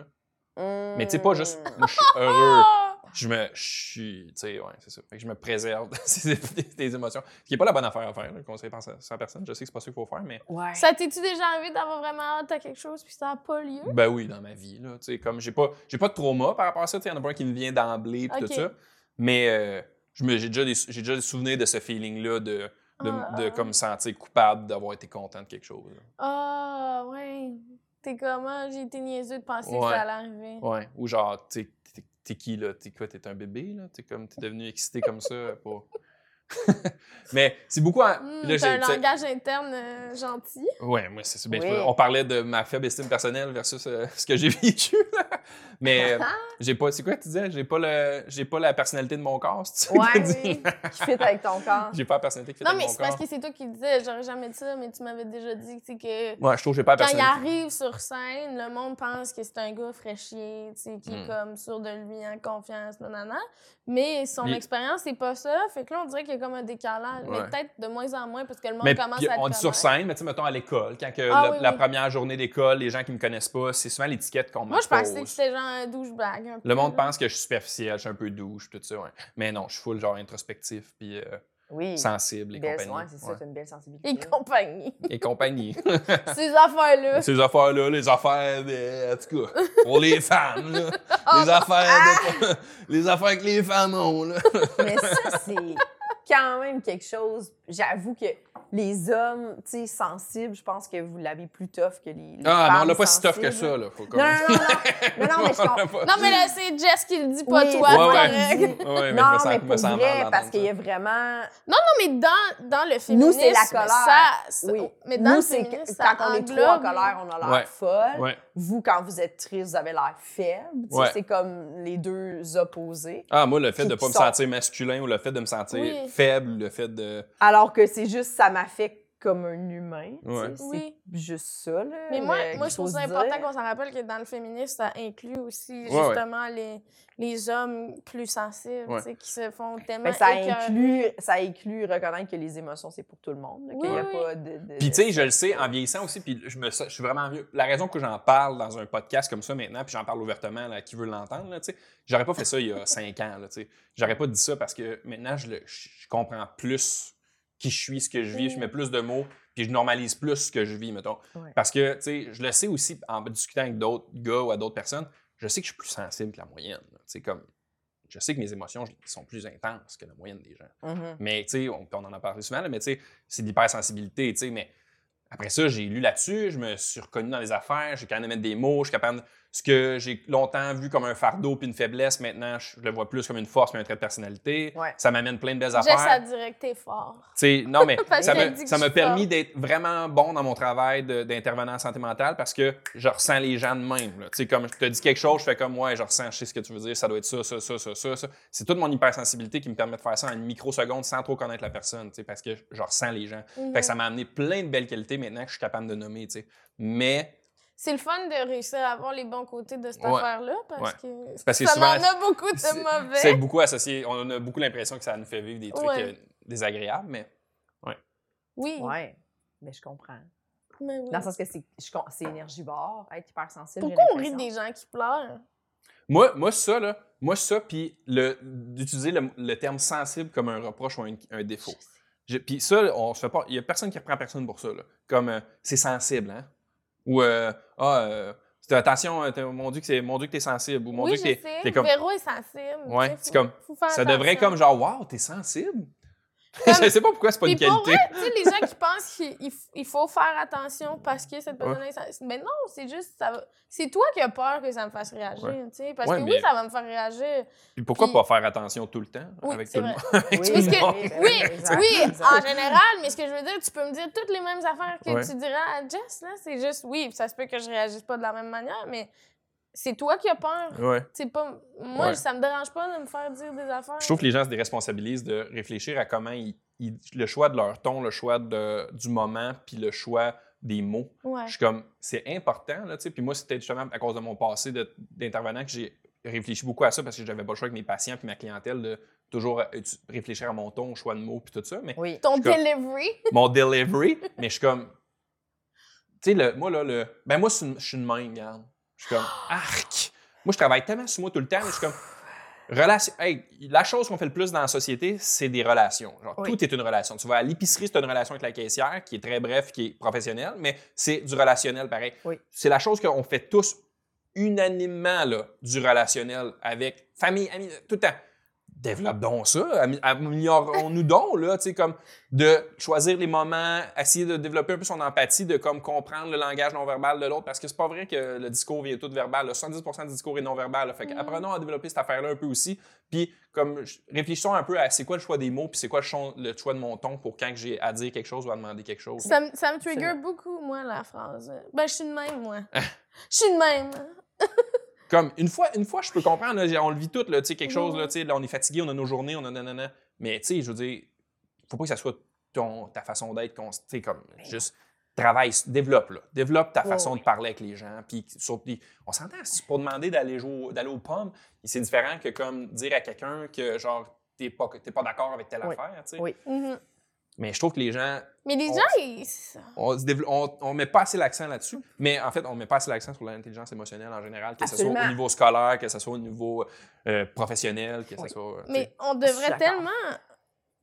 hmm. Mais tu sais, pas juste. Moi, je suis heureux. Ah! Je me. Je suis. Tu sais, ouais, c'est ça. Fait que je me préserve de ces- des, des émotions. Ce qui n'est pas la bonne affaire à faire, là, conseil par sa- sa personne. Je sais que c'est pas ça qu'il faut faire, mais. Ouais. Ça t'es-tu déjà arrivé d'avoir vraiment hâte à quelque chose puis ça n'a pas lieu? Ben oui, dans ma vie, là. Tu sais, comme j'ai pas, j'ai pas de trauma par rapport à ça. Tu sais, il y en a pas un qui me vient d'emblée puis Ok. tout ça. Mais euh, je me- j'ai déjà des, j'ai déjà des souvenirs de ce feeling-là de, de, Ah, de ah. comme sentir coupable d'avoir été content de quelque chose. là. Ah, ouais. T'es comment? J'ai été niaiseux de penser que Ouais. ça allait arriver. Ouais. Ou genre, tu sais, t'es- t'es qui, là? T'es quoi? T'es un bébé, là? T'es comme, t'es devenu excité comme ça. Pas... Mais c'est beaucoup. en- Hmm, là, t'as un j'ai- tu sais- langage interne euh, gentil. Ouais, moi, c'est ben, Oui. c'est pas- On parlait de ma faible estime personnelle versus euh, ce que j'ai vécu. là. Mais euh, j'ai pas. C'est quoi que tu disais? J'ai pas le. J'ai pas la personnalité de mon corps, c'est ça que Ouais, tu dis? oui. Qui fit avec ton corps. J'ai pas la personnalité qui fait Non, avec mais mon c'est parce corps. que c'est toi qui disais, j'aurais jamais dit ça, mais tu m'avais déjà dit tu sais, que Ouais, je trouve que j'ai pas la quand il personnalité. arrive sur scène, le monde pense que c'est un gars fraîchier, tu sais, qui est Hmm. comme sûr de lui, en confiance, nanana. Mais son Lui- expérience, c'est pas ça. Fait que là, on dirait qu'il y a comme un décalage. Mais Ouais. peut-être de moins en moins parce que le monde Mais commence puis, à te on dit sur connaître. scène, mais tu sais, mettons à l'école, quand que Ah, la, oui, la oui. première journée d'école, les gens qui me connaissent pas, c'est souvent l'étiquette qu'on me Moi, je pensais que pose. c'était genre un douchebag. un peu, Le monde là. pense que je suis superficiel, je suis un peu douche, tout ça, ouais. Mais non, je suis full genre introspectif, puis euh, Oui. sensible et Belle- compagnie. ouais, c'est ça, Ouais. t'as une belle sensibilité. Et compagnie. Et compagnie. Ces affaires-là. Ces affaires-là, les affaires, de- en tout cas, pour les femmes, là. Oh, Les affaires, ah! de- les affaires que les femmes ont, là. Mais ça, c'est quand même quelque chose. J'avoue que les hommes, tu sais, sensibles, je pense que vous l'avez plus tough que les, les Ah, mais on femmes l'a pas si tough que sensibles. ça, là. Faut Non, non, non, non. non, non, mais je comprends. Non, mais là, c'est Jess qui le dit, pas Oui, toi, c'est c'est Ouais, ouais. correct. ouais, mais non, je me sens, mais me pour sens vrai, mal parce qu'il y a d'entendre vraiment... mais dans, dans le féminisme, Nous, c'est la colère. ça- ça- oui. Mais dans Nous, le c'est féminisme, que- ça quand on est trop en englobe- colère, on a l'air Ouais. folle. ça. Ouais. Vous, quand vous êtes triste, vous avez l'air faible. Tu sais, Ouais. C'est comme les deux opposés. Ah, moi, le fait Qui- de qui pas me sont- sentir masculin ou le fait de me sentir Oui. faible, le fait de. Alors que c'est juste, ça m'affecte comme un humain. tu sais, Ouais. C'est Oui. juste ça, là. Mais moi, le- moi euh, qu'il je trouve faut ça se dire. important qu'on s'en rappelle que dans le féminisme, ça inclut aussi ouais. justement Les, les hommes plus sensibles, Ouais. tu sais, qui se font tellement Ben, ça, écœurer. inclut, ça inclut reconnaître que les émotions, c'est pour tout le monde. là, qu'il n'y a Oui, oui. pas de. de- Puis, tu sais, je le sais, en vieillissant aussi, puis je, me, sens- je suis vraiment vieux. La raison que j'en parle dans un podcast comme ça maintenant, puis j'en parle ouvertement là, à qui veut l'entendre, là, tu sais, j'aurais pas fait ça il y a cinq ans. Là, tu sais. j'aurais pas dit ça parce que maintenant, je, le- je- je comprends plus qui je suis, ce que je vis, je mets plus de mots, puis je normalise plus ce que je vis, mettons. Ouais. Parce que, tu sais, je le sais aussi en discutant avec d'autres gars ou à d'autres personnes, je sais que je suis plus sensible que la moyenne. là, tu sais, comme, je sais que mes émotions je- sont plus intenses que la moyenne des gens. Mhm. Mais tu sais, on, on en a parlé souvent, là, mais tu sais, c'est de l'hypersensibilité, tu sais, mais après ça, j'ai lu là-dessus, je me suis reconnu dans les affaires, j'ai capable de mettre des mots, je suis capable de... Ce que j'ai longtemps vu comme un fardeau puis une faiblesse, maintenant, je le vois plus comme une force puis un trait de personnalité. Ouais. Ça m'amène plein de belles Jess, ça affaires. Tu dirait que t'es fort. sais, non, mais Parce ça qu'elle me- dit que ça je m'a suis permis forte. d'être vraiment bon dans mon travail de- d'intervenant en santé mentale parce que je ressens les gens de même. là. Tu sais, comme je te dis quelque chose, je fais comme, ouais, je ressens, je sais ce que tu veux dire, ça doit être ça, ça, ça, ça, ça. ça. C'est toute mon hypersensibilité qui me permet de faire ça en une microseconde sans trop connaître la personne, tu sais, parce que je- je ressens les gens. Mhm. Fait que ça m'a amené plein de belles qualités maintenant que je suis capable de nommer, tu sais. Mais C'est le fun de réussir à avoir les bons côtés de cette Ouais. affaire-là parce que, Parce que ça souvent, en a beaucoup de c'est- mauvais. c'est beaucoup associé, on a beaucoup l'impression que ça nous fait vivre des trucs Ouais. euh, désagréables, mais Oui, Ouais. Mais je comprends. mais oui. Dans le sens que c'est je com- c'est énergivore, être hypersensible. j'ai Pourquoi on rit l'impression. des gens qui pleurent? moi, moi ça, là, moi, ça, puis le- d'utiliser le, le terme sensible comme un reproche ou un, un défaut. Je- Puis ça, là, on se fait pas, il y a personne qui reprend personne pour ça, là. Comme, euh, c'est sensible, hein? Ou, euh, ah, euh, c'est- attention, euh, t'es- mon Dieu que c'est- mon Dieu que t'es sensible, ou mon oui, Dieu que t'es- je sais. t'es comme... Véro est sensible. Ouais, tu sais, c'est faut- comme- faut faire Ça devrait être attention. comme genre, wow, t'es sensible? Comme- je sais pas pourquoi c'est pas une Puis pour qualité. vrai, tu sais, les gens qui pensent qu'il il f- il faut faire attention parce que cette personne est sensible. Mais non, c'est juste, ça va- c'est toi qui as peur que ça me fasse réagir, Ouais. tu sais. Parce Ouais, que mais- oui, ça va me faire réagir. Puis pourquoi Puis- pas faire attention tout le temps Oui, avec c'est tout le vrai. monde? Oui, Tout Parce le que- monde. ben oui, exact, oui, exact. en général, mais ce que je veux dire, tu peux me dire toutes les mêmes affaires que Ouais. tu dirais à Jess, là. C'est juste, oui, ça se peut que je réagisse pas de la même manière, mais c'est toi qui as peur. Ouais. C'est pas... Moi, Ouais. ça me dérange pas de me faire dire des affaires. Je trouve que les gens se déresponsabilisent de réfléchir à comment ils, ils- le choix de leur ton, le choix de- du moment, puis le choix des mots. Ouais. Je suis comme, c'est important, là, tu sais. Puis moi, c'était justement à cause de mon passé de- d'intervenant que j'ai réfléchi beaucoup à ça parce que j'avais pas le choix avec mes patients puis ma clientèle de toujours euh, tu- réfléchir à mon ton, au choix de mots, puis tout ça. Mais Oui. Ton je suis comme- delivery. mon delivery, mais je suis comme, tu sais, le- moi, là, le, ben moi, c'est une- je suis une même, regarde. Je suis comme, arc! Moi, je travaille tellement sur moi tout le temps, mais je suis comme, relation. Hey, la chose qu'on fait le plus dans la société, c'est des relations. Genre, Oui. tout est une relation. Tu vas à l'épicerie, c'est une relation avec la caissière qui est très bref, qui est professionnelle, mais c'est du relationnel pareil. Oui. C'est la chose qu'on fait tous unanimement, là, du relationnel avec famille, amis, euh, tout le temps. Développe donc ça, ami- améliorons-nous donc, là, tu sais, comme de choisir les moments, essayer de développer un peu son empathie, de comme comprendre le langage non-verbal de l'autre, parce que c'est pas vrai que le discours vient tout verbal. là. 70% du discours est non-verbal. là. Fait que Mm. apprenons à développer cette affaire-là un peu aussi. Puis, comme, je- réfléchissons un peu à c'est quoi le choix des mots, puis c'est quoi le, chon- le choix de mon ton pour quand que j'ai à dire quelque chose ou à demander quelque chose. Ça, me- ça me trigger Absolument. beaucoup, moi, la phrase. Ben, je suis de même, moi. Ah. Je suis de même. Comme, une fois, une fois, je peux comprendre, là, j'ai- on le vit tout, là, tu sais, quelque chose, Oui. là, tu sais, là, on est fatigué, on a nos journées, on a nanana. Mais, tu sais, je veux dire, faut pas que ça soit ton, ta façon d'être, qu'on- tu sais, comme, juste, travaille, s- développe, là. Développe ta Ouais, façon de parler avec les gens. Puis, surtout, puis on s'entend, si pour demander d'aller jouer, au- d'aller aux pommes, c'est différent que, comme, dire à quelqu'un que, genre, t'es pas, t'es pas d'accord avec telle Oui. affaire, tu sais. Oui. Mhm. Mais je trouve que les gens, Mais les On- gens, ils. on, se dévelop- on, on met pas assez l'accent là-dessus. Mais en fait, on met pas assez l'accent sur l'intelligence émotionnelle en général, que ce soit Absolument. au niveau scolaire, que ce soit au niveau euh, professionnel, que ce Oui. soit. euh, Mais on je suis devrait d'accord. tellement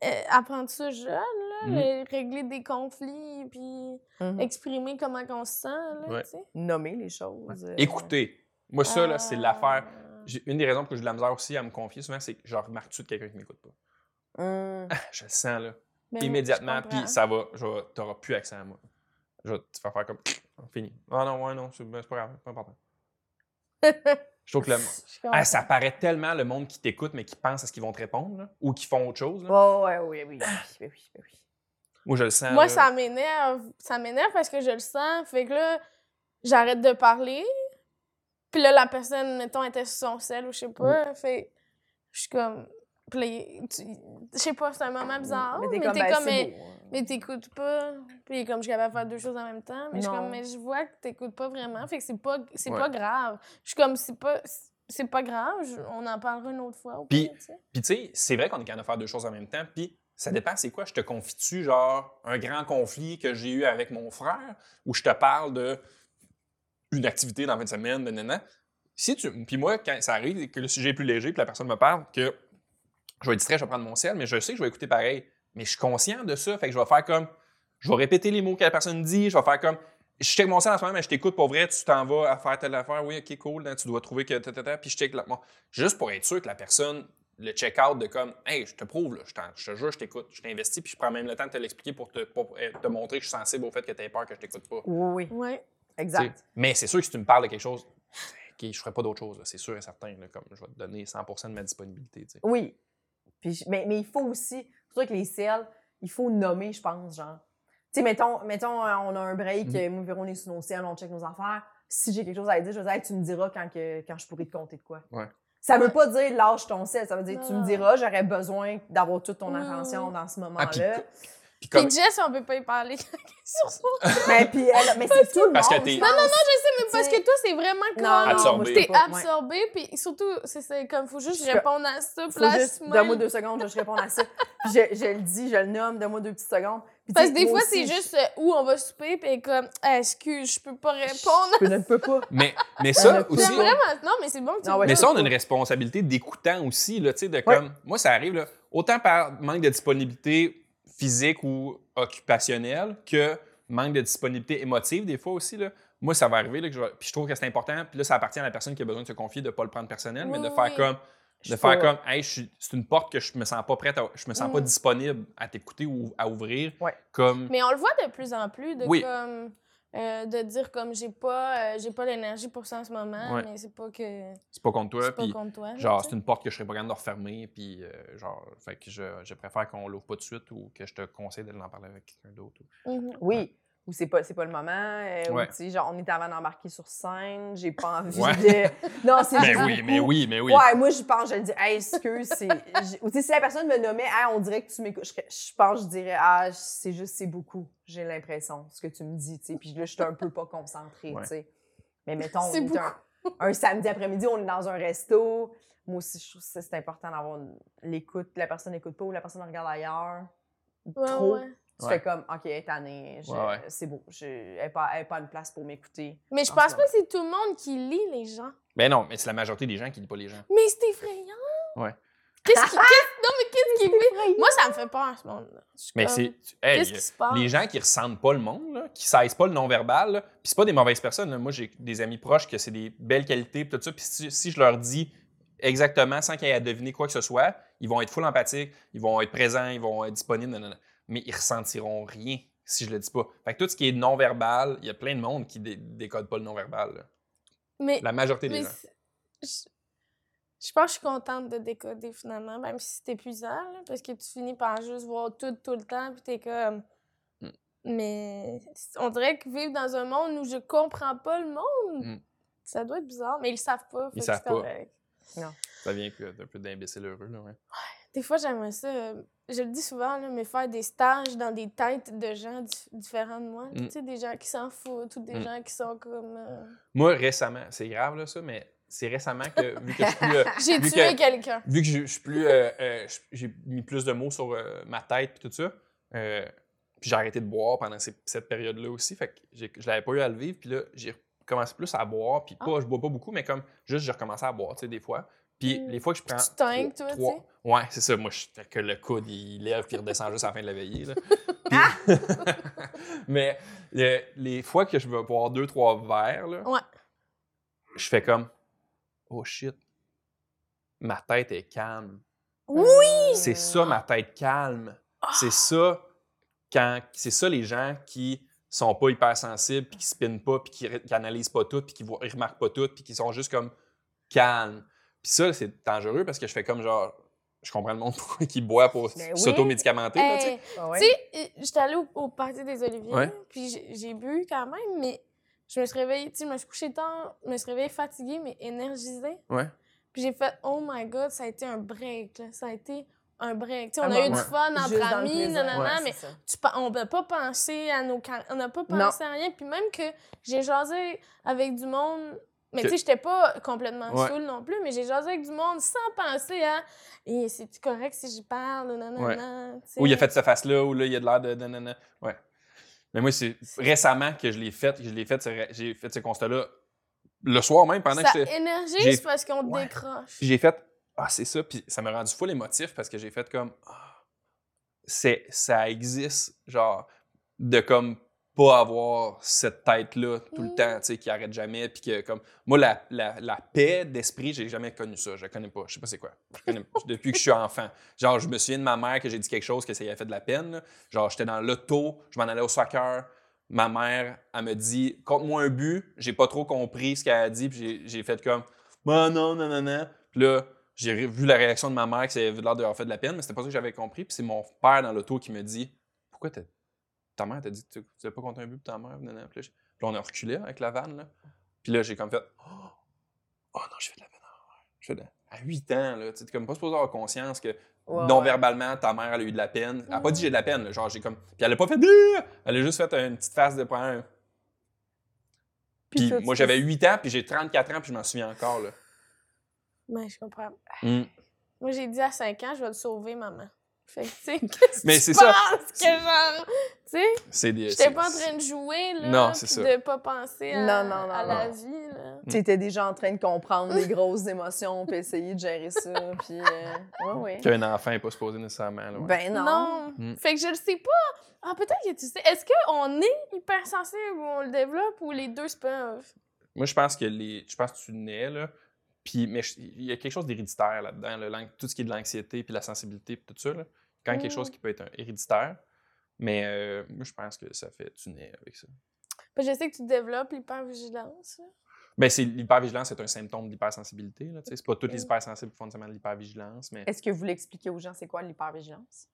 euh, apprendre ça jeune, là, Mhm. le- régler des conflits, puis Mhm. exprimer comment on se sent, là, Mm. Ouais. tu sais. Nommer les choses. euh, Écoutez, moi, ça, là, c'est Ah. l'affaire. J'ai- Une des raisons pour que j'ai de la misère aussi à me confier souvent, c'est que je remarque tout de quelqu'un qui m'écoute pas. hum, Je le sens, là. Ben oui, immédiatement, je comprends. puis ça va, je vais- t'auras plus accès à moi. Je vais te faire faire comme, fini. Ah non, ouais, non, c'est ben, c'est pas grave, c'est pas important. Je trouve que le, Je comprends. Ah, ça paraît tellement le monde qui t'écoute, mais qui pense à ce qu'ils vont te répondre, là, ou qui font autre chose. là. Oh, ouais, oui, oui, oui, oui, ben oui, oui, oui. Moi, je le sens. Moi, là. ça m'énerve. Ça m'énerve parce que je le sens. Fait que là, j'arrête de parler. Puis là, la personne, mettons, était sur son sel ou je sais pas. Fait je suis comme. Puis là, il- tu- je sais pas, c'est un moment bizarre. Mais t'es comme. euh, ben, c'est mais beau, hein. mais t'écoutes pas. Puis il est comme, je suis capable de faire deux choses en même temps. Mais je suis Non. comme, mais je vois que t'écoutes pas vraiment. Fait que c'est pas, c'est Ouais. pas grave. Je suis comme, c'est pas. C'est pas grave, je- on en parlera une autre fois. au Puis- pire, tu sais. Puis, tu sais, c'est vrai qu'on est capable de faire deux choses en même temps, puis Mm. ça dépend, c'est quoi? Je te confie-tu, genre, un grand conflit que j'ai eu avec mon frère, ou je te parle de une activité dans la fin de semaine, de nana. Si tu. Puis moi, quand ça arrive, et que le sujet est plus léger, puis la personne me parle, que je vais être distrait, je vais prendre mon ciel, mais je sais que je vais écouter pareil. Mais je suis conscient de ça, fait que je vais faire comme. Je vais répéter les mots que la personne dit, je vais faire comme. Je check mon ciel en ce moment, mais je t'écoute pour vrai, tu t'en vas à faire telle affaire, oui, ok, cool, hein, tu dois trouver que. ta, ta, ta, Puis je check. la- bon, juste pour être sûr que la personne, le check-out de comme, hey, je te prouve, là, je, t'en- je te jure, je t'écoute, je t'investis, puis je prends même le temps de te l'expliquer pour te, pour, euh, te montrer que je suis sensible au fait que tu peur que je t'écoute pas. Oui, oui, Ouais. exact. T'sais, Mais c'est sûr que si tu me parles de quelque chose, ok, je ferai pas d'autre chose, là, c'est sûr et certain. là, comme je vais te donner 100 de ma disponibilité. t'sais. Oui. Puis, je- mais, mais il faut aussi, c'est sûr que les ciels, il faut nommer, je pense, genre. Tu sais, mettons, mettons, euh, on a un break, Mhm. euh, moi, Véro, on est sur nos ciels, on check nos affaires. Si j'ai quelque chose à dire, je vais dire, Hey, tu me diras quand, que, quand je pourrai te compter de quoi. Ouais. Ça veut pas dire lâche ton ciel, ça veut dire tu Non. Mm. me diras, j'aurais besoin d'avoir toute ton Oui, attention oui. dans ce Ah, puis- moment-là. puis comme- Puis Jess, on peut pas y parler sur son mais Ben, puis, elle- mais c'est tout le Parce que monde, t'es- je Non, pense. Mais parce Tu sais- que toi, c'est vraiment comme. Absorbé. moi, je T'es peux T'es pas. Ouais. absorbé, puis surtout, c'est ça, comme, faut juste Je- répondre à ça, Faut place. juste, moi, donne-moi deux secondes, je vais te répondre à ça. Puis je, je le dis, je le nomme, donne-moi deux petites secondes. Puis Parce tu que sais, des moi fois, c'est aussi, juste euh, où on va souper, puis comme, Ah, excuse, je peux pas hein. répondre. Je, je ne peux pas. mais, On mais a ça plus aussi. C'est vraiment. Non, mais c'est bon que tu Non, me ouais, Mais dises. ça, on a une responsabilité d'écoutant aussi, là, tu sais, de comme. Moi, ça arrive, là, autant par manque de disponibilité physique ou occupationnelle que manque de disponibilité émotive, des fois aussi, là. Moi, ça va arriver, là, que je vais- puis je trouve que c'est important, puis là, ça appartient à la personne qui a besoin de se confier, de ne pas le prendre personnel, mais Oui, de faire oui. comme. Je De suis pas- faire comme, hey, je suis- c'est une porte que je me sens pas prête, à- je me sens pas Mm. disponible à t'écouter ou à ouvrir. Ouais. Comme, Mais on le voit de plus en plus, de Oui. comme. euh, de dire comme j'ai pas euh, j'ai pas l'énergie pour ça en ce moment Ouais. mais c'est pas que c'est pas contre toi, c'est pas puis contre toi là, Genre, tu c'est une porte que je serais pas capable de refermer, puis euh, genre, fait que je, je préfère qu'on l'ouvre pas de suite ou que je te conseille de l'en parler avec quelqu'un d'autre. sais. Mhm. Oui. Ou c'est pas, c'est pas le moment. euh, ou Ouais. tu sais, genre, on est avant d'embarquer sur scène, j'ai pas envie Ouais. de. Non, c'est Mais juste oui, beaucoup. mais oui, mais oui. Ouais, moi, je pense, je le dis, hey, excuse, c'est. j'ai- Ou tu sais, si la personne me nommait, hey, on dirait que tu m'écoutes, je, je pense, que je dirais, ah, c'est juste, c'est beaucoup, j'ai l'impression, ce que tu me dis, tu sais. Puis là, je suis un peu pas concentrée, Ouais. tu sais. Mais mettons, C'est on est un, un samedi après-midi, on est dans un resto. Moi aussi, je trouve que c'est important d'avoir une- l'écoute. La personne n'écoute pas ou la personne regarde ailleurs. Ouais, Trop. ouais. Tu Ouais. fais comme, OK, elle est tannée, je- Ouais, ouais. c'est beau, je, elle n'a pas, elle a pas une place pour m'écouter. mais je En pense ce pas que c'est tout le monde qui lit les gens Ben non, mais c'est la majorité des gens qui lisent pas les gens. mais c'est effrayant Ouais. qu'est-ce qui qu'est-ce- non mais qu'est-ce qui moi ça me fait peur ce monde là Mais Comme, c'est. tu- hey, Euh, qu'est-ce qui se passe les gens qui ressentent pas le monde, là, qui saisissent pas le non-verbal, là, puis c'est pas des mauvaises personnes. là. Moi, j'ai des amis proches que c'est des belles qualités, puis tout ça. Puis si, si je leur dis exactement sans qu'ils aient à deviner quoi que ce soit, ils vont être full empathique, ils vont être présents, ils vont être disponibles, nanana. mais ils ressentiront rien si je le dis pas. Fait que tout ce qui est non-verbal, il y a plein de monde qui dé- décode pas le non-verbal. là. mais La majorité des Mais gens. c'est- je, je pense que je suis contente de décoder finalement, même si c'est épuisant, là, parce que tu finis par juste voir tout tout le temps, puis t'es comme. Mm. Mais on dirait que vivre dans un monde où je comprends pas le monde, Mm. ça doit être bizarre, mais ils le savent pas. fait que savent c'est pas. correct. Ça vient que d'un peu d'imbécile heureux. Là, ouais. Des fois, j'aimerais ça. euh, Je le dis souvent, là, mais faire des stages dans des têtes de gens dif- différents de moi. Mm. Tu sais, des gens qui s'en foutent ou des Mm. gens qui sont comme. euh, Moi, récemment, c'est grave là, ça, mais c'est récemment que, vu que je suis plus, euh, J'ai Vu tué que- quelqu'un. vu que je, je suis plus. euh, euh, je- j'ai mis plus de mots sur euh, ma tête et tout ça. euh, puis j'ai arrêté de boire pendant ces- cette période-là aussi. Fait que j'ai- je l'avais pas eu à le vivre. Puis là, j'ai commencé plus à boire. Puis pas, je bois pas beaucoup, mais comme juste, j'ai recommencé à boire, tu sais, des fois. Puis Mm. les fois que je prends. tu tingues, toi, trois- tu Ouais, c'est ça. Moi, je fais que le coude, il lève puis il redescend juste à la fin de la veillée. là. Puis- mais euh, les fois que je vais boire deux, trois verres, là, Ouais. je fais comme Oh shit, ma tête est calme. Oui! Euh, C'est ça ma tête calme. C'est ça, quand, c'est ça les gens qui sont pas hyper sensibles, puis qui spinent pas, puis qui, ré- qui analysent pas tout, puis qui voient- ils remarquent pas tout, puis qui sont juste comme calmes. Puis ça, c'est dangereux parce que je fais comme genre, je comprends le monde pourquoi qui boit pour Ben oui. s'auto-médicamenter. là, tu sais. Hey, Tu sais, j'étais allée au, au party des Oliviers, Ouais. là, puis j'ai- j'ai bu quand même, mais je me suis réveillée, tu sais, je me suis couchée tard, je me suis réveillée fatiguée, mais énergisée. Ouais. Puis j'ai fait, oh my god, ça a été un break, là. Ça a été un break. Tu sais, on Un Ah a eu moment. du fun Juste entre dans le amis, plaisir. nanana, Ouais, c'est mais ça. tu pa- on n'a pas pensé à nos can- on n'a pas pensé à rien puis même que j'ai jasé avec du monde mais Que- tu sais j'étais pas complètement Ouais. saoule non plus mais j'ai jasé avec du monde sans penser à et c'est tu correct si j'y parle nanana tu sais. Ou il a fait cette face-là, ou là, il a de l'air de. nanana. Ouais. Mais moi, c'est récemment que je l'ai fait, que je l'ai fait, ce- j'ai fait ce constat-là. Le soir même, pendant que ça j'étais- j'ai- énergise parce qu'on Ouais. décroche Puis j'ai fait Ah, c'est ça. Puis ça m'a rendu fou les motifs parce que j'ai fait comme Ah, c'est ça existe, genre, de comme pas avoir cette tête-là tout le Mm. temps, tu sais, qui arrête jamais. Puis que comme. Moi, la, la, la paix d'esprit, j'ai jamais connu ça. Je la connais pas. Je sais pas c'est quoi. Je connais pas. Depuis que je suis enfant. Genre, je me souviens de ma mère que j'ai dit quelque chose que ça lui a fait de la peine. là. Genre, j'étais dans l'auto, je m'en allais au soccer. Ma mère, elle me dit, compte-moi un but. J'ai pas trop compris ce qu'elle a dit, puis j'ai- j'ai fait comme, non, non, non, non, non. Puis là, j'ai ré- vu la réaction de ma mère que ça avait l'air de leur faire de la peine, mais c'était pas ça que j'avais compris. Puis c'est mon père dans l'auto qui me dit, pourquoi t'as- ta mère t'a dit, que tu tu as pas compté un but de ta mère, non, non. Puis là, j'ai- puis là, on a reculé avec la vanne, là. Puis là, j'ai comme fait, oh, oh non, je fais de la peine à ma mère. Je fais de la- À 8 ans, là, tu sais, t'es comme pas supposé avoir conscience que Ouais, non ouais. verbalement, ta mère, elle a eu de la peine. Elle a pas Mhm. dit j'ai de la peine. là. Genre, j'ai comme. Puis elle a pas fait. Bleh Elle a juste fait une petite face de prendre. Puis toi, tu moi, fais- j'avais 8 ans, puis j'ai 34 ans, puis je m'en souviens encore. Là. mais je comprends Mm. moi j'ai dit à 5 ans je vais le sauver maman fait que tu sais Mais qu'est-ce c'est que tu ça. penses que genre tu sais C'est des. j'étais c'est- pas en train de jouer là Non, c'est puis ça. de pas penser à, Non, non, non, à la non. vie là Tu étais déjà en train de comprendre les grosses émotions, puis essayer de gérer ça, puis... euh, ouais, ouais. Qu'un enfant n'est pas supposé nécessairement. Là, ouais. Ben non. Non. Mm. Fait que je le sais pas. Ah, peut-être que tu sais. Est-ce qu'on est hypersensible ou on le développe ou les deux se peuvent? Moi, je pense que les. Je pense que tu nais, là. Puis, mais je- il y a quelque chose d'héréditaire là-dedans. là, l'an- tout ce qui est de l'anxiété, puis la sensibilité, puis tout ça. Là. Quand quelque Mm. chose qui peut être un- héréditaire. Mais euh, moi, je pense que ça fait. Tu nais avec ça. Parce que je sais que tu développes l'hypervigilance. là. Ben, c'est l'hypervigilance, c'est un symptôme de l'hypersensibilité. là, tu sais. C'est pas tous les hypersensibles qui font nécessairement de l'hypervigilance, mais. Est-ce que vous l'expliquez aux gens, c'est quoi l'hypervigilance?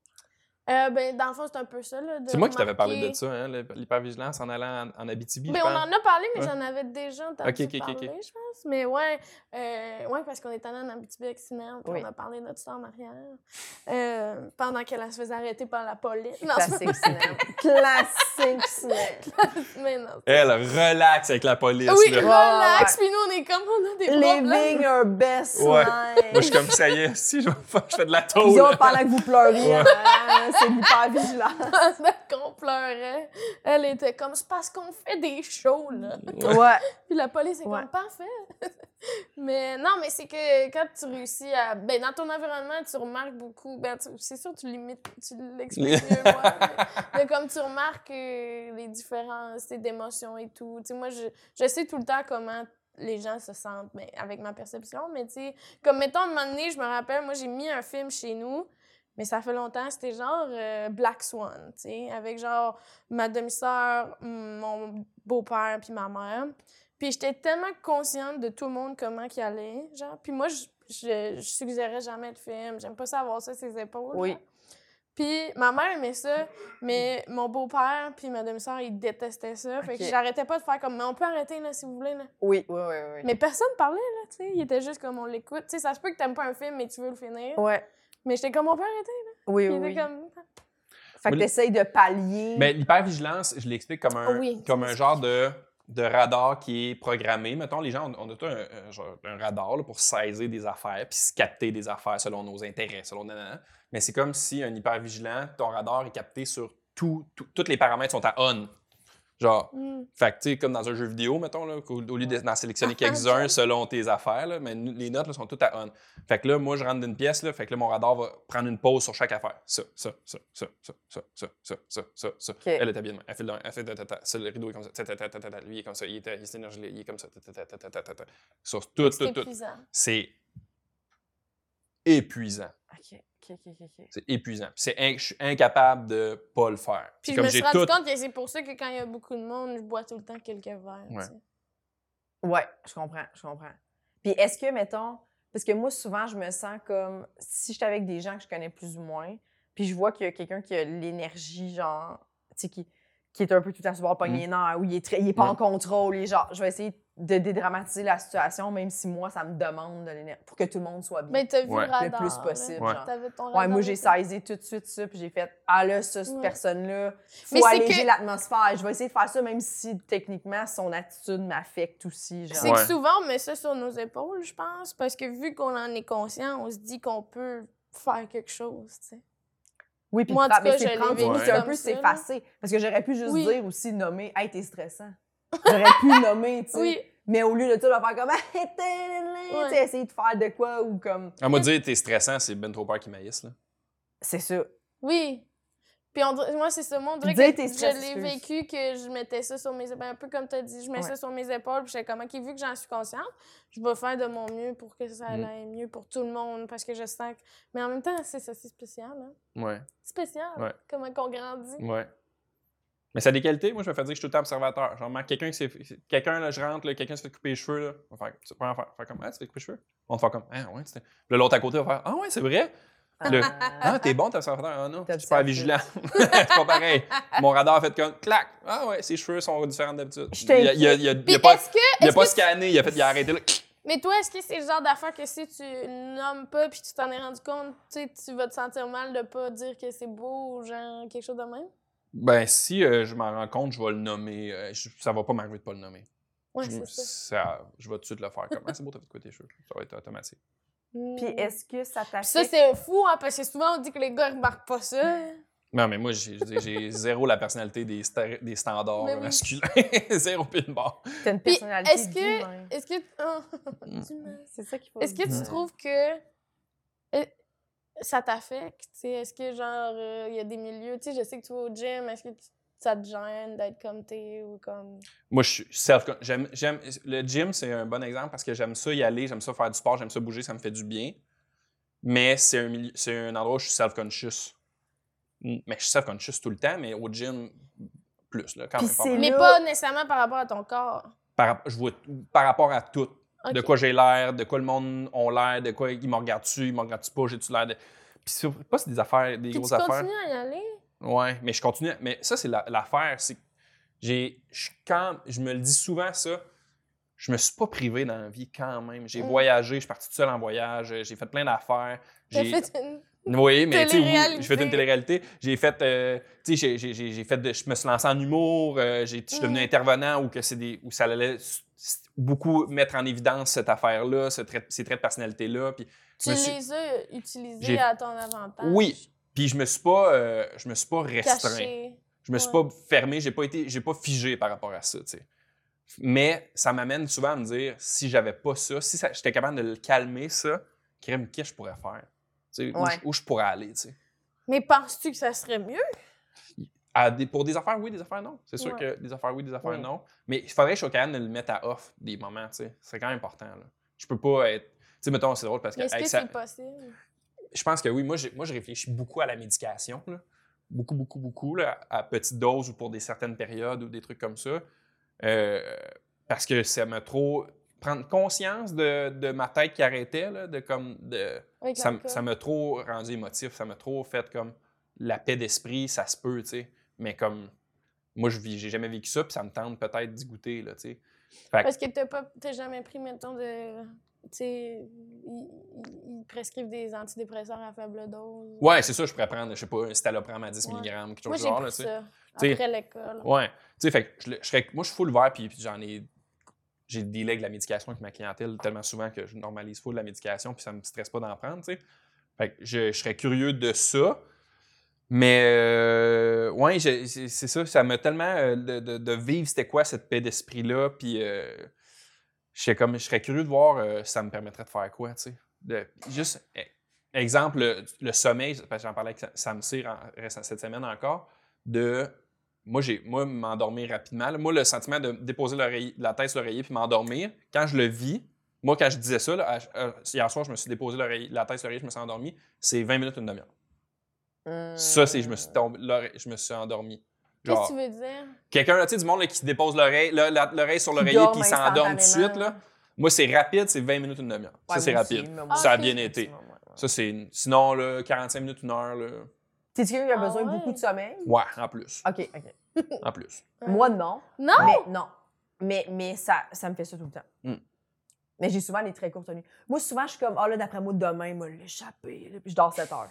Euh, ben, dans le fond, c'est un peu ça. là, de C'est moi qui t'avais parlé remarquer- de ça, hein, l'hyper- l'hypervigilance en allant en, en Abitibi. Ben, je on pense. en a parlé, mais Ouais. j'en avais déjà entendu Ok, ok, ok, parler, je pense. Mais ouais, euh, ouais parce qu'on est allé en Abitibi avec Simon, puis Oui. on a parlé de notre histoire en arrière. Euh, pendant qu'elle elle se faisait arrêter par la police. Non, c'est Classique cinéma. Classique cinéma. pas- mais non. Elle relaxe avec la police. Oui, là. ouais. relax, puis nous, on est comme, on a des problèmes. Living your best Ouais. life. Moi, je suis comme ça y est, si je, vais faire- je fais de la Vous tôle. autres, pendant que vous pleuriez, Ouais. hein, c'est l'hypervigilance. pendant qu'on pleurait, elle était comme c'est parce qu'on fait des shows là. Ouais. Puis la police est comme Ouais. parfait. mais non, mais c'est que quand tu réussis à ben dans ton environnement, tu remarques beaucoup. Ben tu- c'est sûr tu limites, tu l'expliques mieux moi. mais, mais comme tu remarques euh, les différences, tes d'émotions et tout. Tu sais moi je, je sais tout le temps comment les gens se sentent mais avec ma perception, mais tu sais comme mettons, à un moment donné, je me rappelle, moi, j'ai mis un film chez nous, mais ça fait longtemps, c'était genre euh, Black Swan, tu sais, avec genre ma demi-sœur, m- mon beau-père, puis ma mère. Puis j'étais tellement consciente de tout le monde, comment qu'il allait, genre. Puis moi, je, je, je suggérais jamais le film. J'aime pas savoir ça, ses épaules. Oui. genre. Puis ma mère aimait ça, mais mon beau-père puis ma demi-sœur, ils détestaient ça. Fait que Ok. j'arrêtais pas de faire comme, mais on peut arrêter, là, si vous voulez, là. Oui, oui, oui, oui. Mais personne parlait, là, tu sais. Il était juste comme on l'écoute. Tu sais, ça se peut que t'aimes pas un film, mais tu veux le finir. Ouais. Mais j'étais comme, on peut arrêter. Oui, Il oui. était oui. comme, Fait que Oui. t'essayes de pallier. Mais Ben, l'hypervigilance, je l'explique comme un, Oui, comme c'est un ça. genre de, de radar qui est programmé. Mettons, les gens, on, on a tout un, un genre- un radar là, pour saisir des affaires puis se capter des affaires selon nos intérêts, selon nanana. Mais c'est comme si un hypervigilant, ton radar est capté sur tout, tout- tous les paramètres sont à on. Genre, Mm. Hmm. Fait que, tu sais, comme dans un jeu vidéo, mettons, là, qu'au- au lieu de- d'en sélectionner quelques-uns selon tes affaires, là, mais nous- les notes là, sont toutes à on. Fait que là, moi, je rentre d'une pièce, là, fait que là, mon radar va prendre une pause sur chaque affaire. Ça, ça, ça, ça, ça, ça, ça, ça, ça, ça, ça. Elle est habillée de même. Elle fait, le- elle fait ta, ta, ta. Ça, le rideau est comme ça. Ta, ta, ta, ta, ta, ta. Lui, il est comme ça. Il est, il est énergé, il est comme ça. Ta, ta, ta, ta, ta, ta, ta, ta. Sur tout, tout, c'est tout. épuisant. C'est épuisant. OK, OK, OK, OK. ok. C'est épuisant. Puis C'est in- je suis incapable de pas le faire. Puis C'est je comme me suis j'ai rendu tout. compte que c'est pour ça que quand il y a beaucoup de monde, je bois tout le temps quelques verres. Ouais. tu sais. Ouais, je comprends, je comprends. Puis est-ce que, mettons, parce que moi, souvent, je me sens comme si j'étais avec des gens que je connais plus ou moins, puis je vois qu'il y a quelqu'un qui a l'énergie, genre, tu sais, qui, qui est un peu tout à se voir pogné les nerfs, ou il est, très- il est pas en Mm. Ouais. contrôle, et genre, je vais essayer de dédramatiser la situation, même si moi, ça me demande de l'énergie, pour que tout le monde soit bien. Mais t'as vu Ouais. le radar. plus là. possible, Ouais. genre. T'avais ton Ouais, radar moi, j'ai aussi. saisi tout de suite ça, puis j'ai fait Ah là, ça, cette Ouais. personne-là, Mais faut c'est alléger que- l'atmosphère. Je vais essayer de faire ça, même si techniquement, son attitude m'affecte aussi. Genre. C'est Ouais. que souvent, on met ça sur nos épaules, je pense, parce que vu qu'on en est conscient, on se dit qu'on peut faire quelque chose, tu sais. Oui, puis Moi, en pra- tout mais cas, c'est je l'ai prendre- vécu c'est un comme peu ça, s'effacer. Parce que j'aurais pu juste Oui. dire aussi, nommer, hey, t'es stressant. J'aurais pu nommer, tu sais. Oui, Mais au lieu de ça, de faire comme, hey, t'es- tu sais, essayer de faire de quoi ou comme. À moi, dire t'es stressant, c'est ben trop peur qu'ils maïssent. là. C'est ça. oui. Puis on dirait- moi, c'est ça, moi, on dirait Dis que tes je stress, l'ai excuse. vécu que je mettais ça sur mes épaules. Un peu comme tu as dit, je mets Ouais. ça sur mes épaules, puis j'étais comme, OK, vu que j'en suis consciente, je vais faire de mon mieux pour que ça Mm. aille mieux pour tout le monde, parce que je sens que... Mais en même temps, c'est ça, c'est spécial, hein? Ouais, Spécial, Ouais. comment qu'on grandit. ouais. Mais ça a des qualités. Moi, je me fais dire que je suis tout le temps observateur. Genre, remarque quelqu'un qui s'est. Quelqu'un, là, je rentre, là, quelqu'un se fait couper les cheveux, là. On va faire. C'est pas faire. Faire comme, ah, tu te fais couper les cheveux. On va faire comme, ah, ouais, c'était. Puis là, l'autre à côté va faire, ah, ouais, c'est vrai. Euh, Le- Ah, t'es bon, t'es observateur. Ah, non, T'es je suis pas vigilant. c'est pas pareil. Mon radar a fait comme, clac. Ah, ouais, ses cheveux sont différents d'habitude. Je Il a, il a- il a- il Puis a pas, est-ce que... il a est-ce pas que tu- scanné, il a, fait, il a arrêté, là. Mais toi, est-ce que c'est le genre d'affaire que si tu nommes pas puis tu t'en es rendu compte, tu sais, tu vas te sentir mal de pas dire que c'est beau ou genre quelque chose de même? Ben, si euh, je m'en rends compte, je vais le nommer. Euh, je- ça va pas m'arriver de pas le nommer. Ouais, je, c'est ça. ça- je vais tout de suite le faire. Comment c'est beau, t'as fait quoi tes cheveux? Ça va être automatique. Mm. Puis est-ce que ça t'affecte? Puis ça, c'est fou, hein, parce que souvent, on dit que les gars remarquent pas ça. Non, mais moi, j'ai je veux dire, j'ai zéro la personnalité des, sta- des standards Mais Ben oui. masculins. zéro pile bord. T'as une Puis personnalité. est-ce que- d'humain. Est-ce que... oh, Mm. tu m'as- C'est ça qu'il faut. Est-ce que tu Ouais. trouves que euh, ça t'affecte? tu sais? Est-ce que, genre, euh, il y a des milieux... Tu sais, je sais que tu vas au gym, est-ce que tu- ça te gêne d'être comme t'es ou comme... Moi, je suis self j'aime, j'aime Le gym, c'est un bon exemple parce que j'aime ça y aller, j'aime ça faire du sport, j'aime ça bouger, ça me fait du bien. Mais c'est un, milieu- c'est un endroit où je suis self-conscious. Mm, Mais je suis self-conscious tout le temps, mais au gym, plus, là, quand Puis même. pas c'est mal. Mais là- pas nécessairement par rapport à ton corps. Par, rap- je vois, par rapport à tout. Ok. De quoi j'ai l'air, de quoi le monde a l'air, de quoi ils me regardent-tu, ils me regardent-tu pas, j'ai-tu l'air de. Puis c'est pas c'est des affaires, des Puis tu grosses affaires. continues à y aller? Ouais, mais je continue. Mais ça, c'est la- l'affaire. c'est que j'ai. je- Quand je me le dis souvent, ça, je me suis pas privé dans la vie quand même. J'ai Mm. voyagé, je suis parti tout seul en voyage, j'ai fait plein d'affaires. T'as j'ai- fait une- oui, mais tu sais, oui, Télé-réalité. j'ai fait une télé-réalité. J'ai fait, euh, tu sais, j'ai- j'ai- j'ai j'ai fait, de- je me suis lancé en humour. euh, j'ai- je suis devenu Mm. intervenant ou que c'est des, où ça allait s- s- beaucoup mettre en évidence cette affaire-là, ce trait- ces traits de personnalité-là. Puis, Tu je me suis- les as utilisés J'ai- à ton avantage. Oui, puis je me suis pas, euh, je me suis pas restreint. Caché. Je me suis Ouais. pas fermé, j'ai pas été, j'ai pas figé par rapport à ça, tu sais. Mais ça m'amène souvent à me dire, si j'avais pas ça, si ça- j'étais capable de le calmer, ça, crème, qu'est-ce que je pourrais faire? Tu sais, où, Ouais. je- où je pourrais aller, tu sais. Mais penses-tu que ça serait mieux? À des- pour des affaires, oui, des affaires, non. C'est sûr Ouais. que des affaires, oui, des affaires, Ouais. non. Mais il faudrait que je sois capable de le mettre à off des moments, tu sais. C'est quand même important, là. Je peux pas être. Tu sais, mettons, c'est drôle parce que. Mais est-ce hey, que ça- c'est possible? je pense que oui, moi, j'ai- moi, je réfléchis beaucoup à la médication. là. Beaucoup, beaucoup, beaucoup, là, à petite dose ou pour des certaines périodes ou des trucs comme ça. Euh, parce que ça me trop. Prendre conscience de, de ma tête qui arrêtait, là, de comme. De, Avec ça, m- l'alcool? ça m'a trop rendu émotif, ça m'a trop fait comme la paix d'esprit, ça se peut, tu sais. Mais comme moi, je vis, j'ai jamais vécu ça, puis ça me tente peut-être d'y goûter, là, tu sais. Fait que- Parce que t'as pas, t'as jamais pris, mettons, de, tu sais, ils, ils- ils prescrivent des antidépresseurs à faible dose. ouais, c'est ça, je pourrais prendre, je sais pas, un stalopram à 10 Ouais. mg, quelque chose Moi, du j'ai genre, pris là, tu sais. ça T'sais- après l'école. Ouais. Tu sais, fait que je, le- je serais- moi, je suis full vert, puis, puis j'en ai. J'ai des legs de la médication avec ma clientèle tellement souvent que je normalise full la médication, puis ça me stresse pas d'en prendre, tu sais. Fait que je, je serais curieux de ça. Mais, euh, ouais, j'ai- c'est c'est ça, ça m'a tellement. euh, de, de- de vivre, c'était quoi cette paix d'esprit-là, puis. euh, je serais comme, je serais curieux de voir euh, si ça me permettrait de faire quoi, tu sais. De- Juste, eh, exemple, le, le sommeil, parce que j'en parlais avec Sa- Sam Cyr en- récem- cette semaine encore, de moi, j'ai, moi, m'endormir rapidement. là. Moi, le sentiment de déposer l'oreille- la tête sur l'oreiller puis m'endormir, quand je le vis, Moi, quand je disais ça, là, à- euh, hier soir, je me suis déposé l'oreille- la tête sur l'oreille, je me suis endormi. C'est 20 minutes, une demi-heure. Mm. Ça, c'est je me suis tombé, l'oreille- je me suis endormi. Qu'est-ce Genre, que tu veux dire? quelqu'un, là, tu sais, du monde là, qui dépose l'oreille la- la- l'oreille sur l'oreiller dorment puis il s'endorme tout de suite, instantanément. là. Moi, c'est rapide, c'est 20 minutes, une demi-heure. ça, c'est rapide. Ça a bien été. Ça, c'est. Sinon, là, 45 minutes, une heure, là. T'es-tu quelqu'un qui a Ah besoin de ouais? beaucoup de sommeil? Ouais, en plus. OK, OK. En plus. Ouais. Moi, non. Non! Mais non. Mais, mais ça, ça me fait ça tout le temps. Mm. Mais j'ai souvent des très courtes nuits. Moi, souvent, je suis comme, ah là, d'après moi, demain, il m'a l'échappé. là. Puis je dors 7 heures.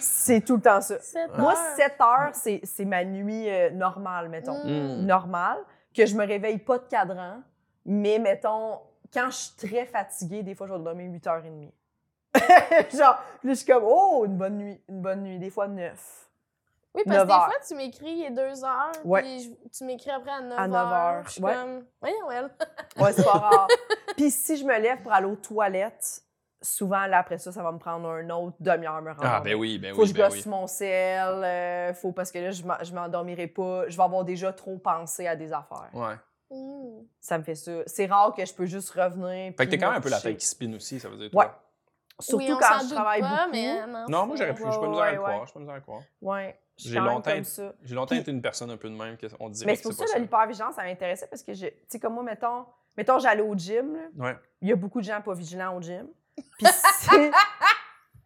c'est tout le temps ça. Sept Moi, heures. 7 heures, c'est c'est ma nuit euh, normale, mettons. Mm. Normale, que je me réveille pas de cadran, mais mettons, quand je suis très fatiguée, des fois, je vais dormir 8h30. Genre, puis je suis comme, oh, une bonne nuit, une bonne nuit, des fois 9. Oui, parce que Neuf des heures. fois, tu m'écris, il est deux heures, Ouais. puis je- tu m'écris après à 9 À heures. neuf heures, Je suis ouais. comme, voyons, elle. Ouais, c'est pas rare. Puis si je me lève pour aller aux toilettes, souvent, là, après ça, ça va me prendre un autre demi-heure à me rendre. Ah, ben oui, ben Faut oui, que je ben gosse oui. mon sel, euh, faut parce que là, je m'en- je m'endormirai pas. Je vais avoir déjà trop pensé à des affaires. Ouais. Mm. Ça me fait ça. C'est rare que je peux juste revenir. Fait que puis t'es quand me même un peu la coucher. tête qui spin aussi, ça veut dire. Ouais. toi. Surtout Oui, on quand s'en je doute travaille pas, beaucoup. mais euh, non. Non, moi, j'aurais pu. J'ai pas Ouais, misère à le ouais, ouais. croire. J'ai pas misère à le croire. Ouais, je suis J'ai quand même longtemps comme ça. J'ai longtemps Puis- été une personne un peu de même qu'on dirait Mais que c'est pour ça pas que l'hypervigilance, ça m'intéressait parce que, j'ai- tu sais, comme moi, mettons, mettons j'allais au gym, là. Ouais. il y a beaucoup de gens pas vigilants au gym. Puis c'est.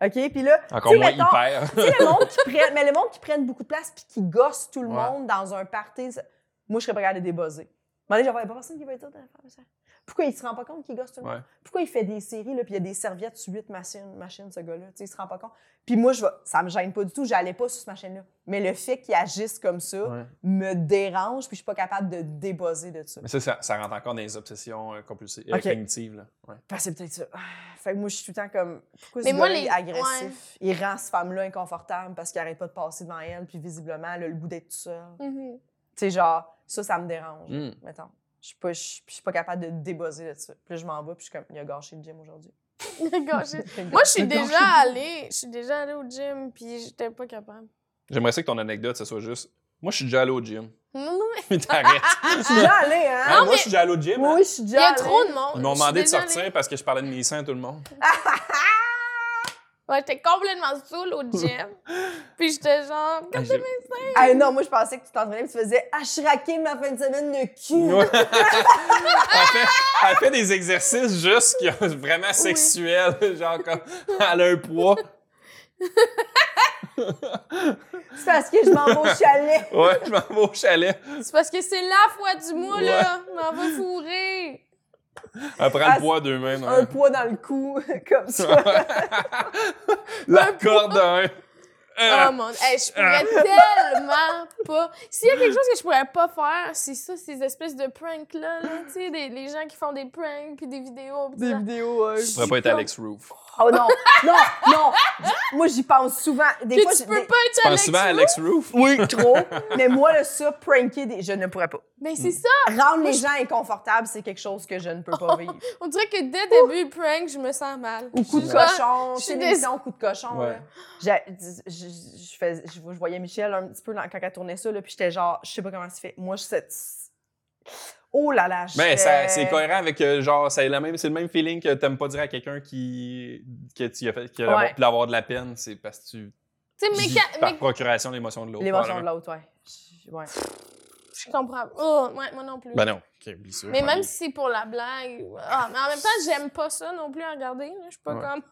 OK? Puis là, Encore Tu sais, moins mettons- hyper. tu sais, le monde qui prennent, mais le monde qui prennent beaucoup de place puis qui gosse tout le Ouais. monde dans un party, ça- moi, je serais pas capable de débosser. Mais il n'y a pas personne qui va dire Ah, ça- pourquoi il se rend pas compte qu'il gosse tout le monde? Ouais. Pourquoi il fait des séries, là, puis il y a des serviettes sur huit machines, machines ce gars-là? Tu sais, il se rend pas compte. Puis moi, je vais- ça me gêne pas du tout, j'allais pas sur cette machine-là. Mais le fait qu'il agisse comme ça Ouais. me dérange, puis je suis pas capable de débosser de ça. Mais ça, ça, ça rentre encore dans les obsessions euh, compulsives, euh, Ok. cognitives. Là. Ouais. Parce que c'est peut-être ça. Ah, Fait que moi, je suis tout le temps comme. Pourquoi Mais ce moi, gars-là les- est agressif? Il rend cette femme-là inconfortable parce qu'il arrête pas de passer devant elle, puis visiblement, elle a le goût d'être tout seul. Mhm. Tu sais, genre, ça, ça me dérange, Mm. mettons. Je suis pas, je suis- je suis pas capable de débosser là-dessus. Puis là, je m'en vais, puis je suis comme, il a gâché le gym aujourd'hui. Gâché. Il a Moi, je gâché suis le déjà gym. allée. Je suis déjà allée au gym, puis j'étais pas capable. J'aimerais ça que ton anecdote, ce soit juste. Moi, je suis déjà allé au gym. Non, non, mais Mais t'arrêtes. Je suis déjà allée, hein? Hein, moi, je suis déjà allé au gym. hein. Oui, je suis Ah! il y déjà a allée. trop de monde. Ils m'ont Je suis demandé de déjà allée. sortir parce que je parlais de mes seins à tout le monde. Ouais, j'étais complètement saoule au gym. puis j'étais genre, Ah, j'ai- Ah non, moi, je pensais que tu t'entraînais, puis tu faisais achraquer ma fin de semaine de cul. Ouais. elle, fait, elle fait des exercices juste qui ont vraiment sexuels, genre comme elle a un poids. C'est parce que je m'en vais au chalet. Ouais, je m'en vais au chalet. c'est parce que c'est la fois du mois, là. M'en va fourrer. Elle Ah, prend le poids d'eux-mêmes. Un hein. poids dans le cou, comme ça. La corde Euh, d'un. Oh mon dieu, Hey, je Ah. pourrais tellement pas. S'il y a quelque chose que je pourrais pas faire, c'est ça, ces espèces de pranks là, là tu sais, des- les gens qui font des pranks puis des vidéos. puis Des ça. vidéos. euh, Je pourrais pas être Alex Roof. Oh non, non, non. Moi, j'y pense souvent. Des Que fois, tu je- peux des- pas être Je pense Alex. souvent à Alex Roof. Oui, trop. Mais moi, le ça, pranker, des... je ne pourrais pas. Mais Ben, c'est ça. Rendre les gens inconfortables, c'est quelque chose que je ne peux Oh! pas vivre. On dirait que dès le début prank, je me sens mal. Ou coup de Je- cochon, je suis télévision, coup de cochon. Ouais. là. J'ai- Je, je- je fais- je- je voyais Michel un petit peu dans- quand elle tournait ça, là, puis j'étais genre, je sais pas comment ça se fait. Moi, je sais. Oh là là, je Ben, ça- fais- c'est cohérent avec, euh, genre, c'est le même, c'est le même feeling que t'aimes pas dire à quelqu'un qui, que tu as fait, qu'il a Ouais. pu avoir de la peine, c'est parce que tu Tu sais, vis méca- par mé- procuration l'émotion de l'autre. L'émotion de probablement. l'autre, ouais. Je- ouais. je comprends. Oh, ouais, moi non plus. Ben non. Ok, oublie ça. mais Ben, même si c'est pour la blague. Ah, mais en même temps, j'aime pas ça non plus à regarder. là. Je suis pas Ouais. comme.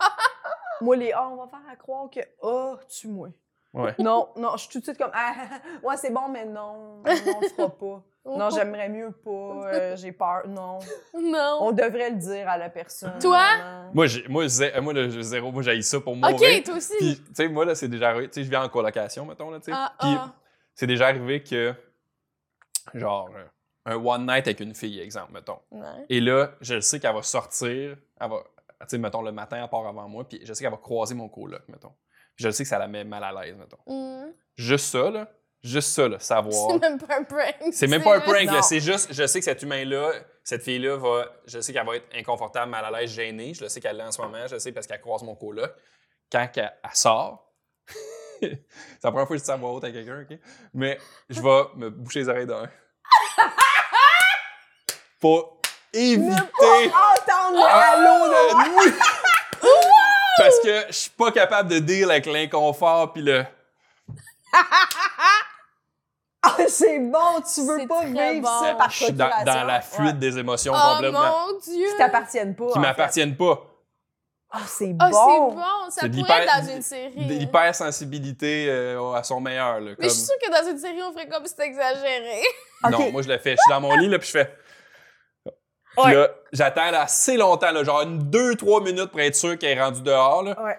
Moi, les Ah, on va faire à croire que Ah, tu moi. Ouais. Non, non, je suis tout de suite comme Ah, ouais, c'est bon, mais non, non, on le fera pas. Non, j'aimerais mieux pas, euh, j'ai peur. Non. Oh, Non. On devrait le dire à la personne. Toi? maman. Moi, j'ai, moi, zé- euh, moi, là, j'ai zéro, moi, j'haïs ça pour mourir. Ok, toi aussi. Puis, tu sais, moi, là, c'est déjà arrivé. Tu sais, je viens en colocation, mettons, là, tu sais. Ah, Puis, ah. c'est déjà arrivé que, genre, euh, un one night avec une fille, exemple, mettons. Ouais. Et là, je le sais qu'elle va sortir, elle va, tu sais, mettons, le matin, elle part avant moi, puis je sais qu'elle va croiser mon coloc, mettons. Puis je le sais que ça la met mal à l'aise, mettons. Mm. Juste ça, là. Juste ça, là, savoir. C'est même pas un prank. C'est même pas un juste- prank, Non. là. C'est juste, je sais que cet humain-là, cette fille-là, va, je sais qu'elle va être inconfortable, mal à l'aise, gênée. Je le sais qu'elle l'est en ce moment, je le sais parce qu'elle croise mon coloc. Quand qu'elle- elle sort, c'est la première fois que je dis ça à voix haute à quelqu'un, OK? Mais je vais me boucher les oreilles d'un. pour éviter. Ah! Entendre le halo de moi. Parce que je suis pas capable de deal avec l'inconfort puis le. Ah, c'est bon, tu veux C'est pas très vivre bon. ça par Je suis dans, procuration. dans la fuite Ouais. des émotions Oh complètement mon Dieu! Qui t'appartiennent pas. en qui fait. m'appartiennent pas. Ah, c'est Ah, bon. c'est bon! Ça C'est de pourrait l'hyper- être dans une série. De L'hypersensibilité euh, à son meilleur. Là, Mais je suis comme- sûre que dans une série, on ferait comme si c'était exagéré. Ok. Non, moi je le fais. Je suis dans mon lit là, puis je fais. Puis Ouais. là, j'attends là, assez longtemps, là, genre une, deux, trois minutes pour être sûr qu'elle est rendue dehors. Là. Ouais.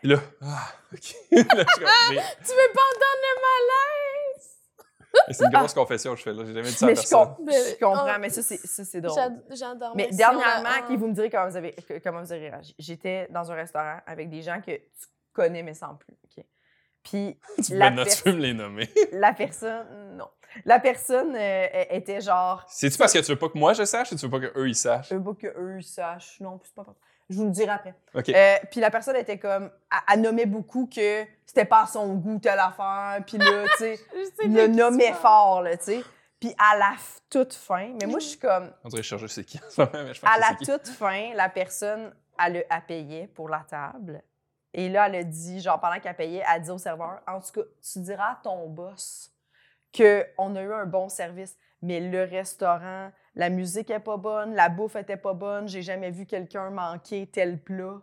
Puis là, ah, ok. Là, je suis comme, j'ai- tu veux pas entendre le malaise! C'est une grosse confession que je fais là. J'ai jamais dit ça à Mais je, personne. com- je comprends, Oh. mais ça, c'est ça, c'est drôle. J'ad- J'adore. Ah. Mais si dernièrement, on a- qui vous me direz comment vous avez que- comment vous avez réagi. J'étais dans un restaurant avec des gens que tu connais mais sans plus. ok? Puis Tu la, peux- non, tu per- peux me les nommer. la personne, non, la personne euh, elle était genre C'est-tu parce que tu veux pas que moi je sache ou tu veux pas que eux ils sachent? Je veux Euh, pas que eux sachent. Non, c'est pas important. Je vous le dirai après. OK. Euh, puis la personne était comme, elle, elle nommait beaucoup que c'était pas à son goût telle affaire. Puis là, tu sais, Ah. Je sais de le qui tu nommait parles. fort, là, tu sais. Puis à la f- toute fin, mais moi, je suis comme, On dirait que je cherche c'est qui en ce moment, mais je pense à que la c'est qui. toute fin, la personne, elle, a- elle payait pour la table. Et là, elle a dit, genre, pendant qu'elle payait, elle dit au serveur, en tout cas, tu diras à ton boss qu'on a eu un bon service, mais le restaurant, la musique est pas bonne, la bouffe était pas bonne, j'ai jamais vu quelqu'un manquer tel plat.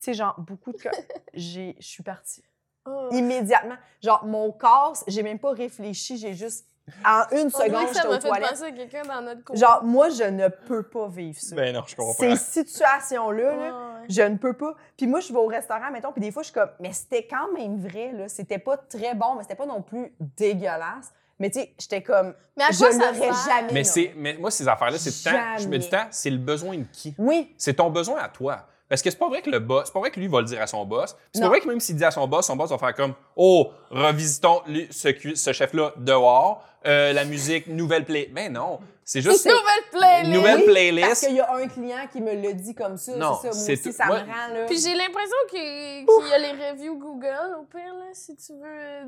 Tu sais, genre, beaucoup de cas. j'ai- Je suis partie. Oh. Immédiatement. Genre, mon corps, j'ai même pas réfléchi, j'ai juste. En une On dirait seconde, que j'étais ça aux m'a fait toilettes. penser à quelqu'un dans notre cours. Genre, moi, je ne peux pas vivre ça Ben non, je comprends. ces situations-là, là, Ah, je ne peux pas. Puis moi, je vais au restaurant, mettons, puis des fois, je suis comme, mais c'était quand même vrai, là. C'était pas très bon, mais c'était pas non plus dégueulasse. Mais tu sais, j'étais comme, Mais à je quoi ça l'aurais sert? jamais. Mais, non. c'est, mais moi, ces affaires-là, c'est le temps. Je mets du Jamais. temps. C'est le besoin de qui? Oui, C'est ton besoin à toi. Parce que c'est pas vrai que le boss, c'est pas vrai que lui va le dire à son boss. Puis C'est pas Non. vrai que même s'il dit à son boss, son boss va faire comme Oh, revisitons lui- ce, cu- ce chef-là dehors, Euh, la musique, nouvelle playlist. Mais non, c'est juste Une nouvelle playlist! nouvelle Oui, parce playlist. qu'il y a un client qui me le dit comme ça. Non, c'est ça. Moi c'est aussi, tout. ça Moi- me rend, là. Puis j'ai l'impression qu'il qu'il y a les reviews Google, au pire, là, si tu veux euh,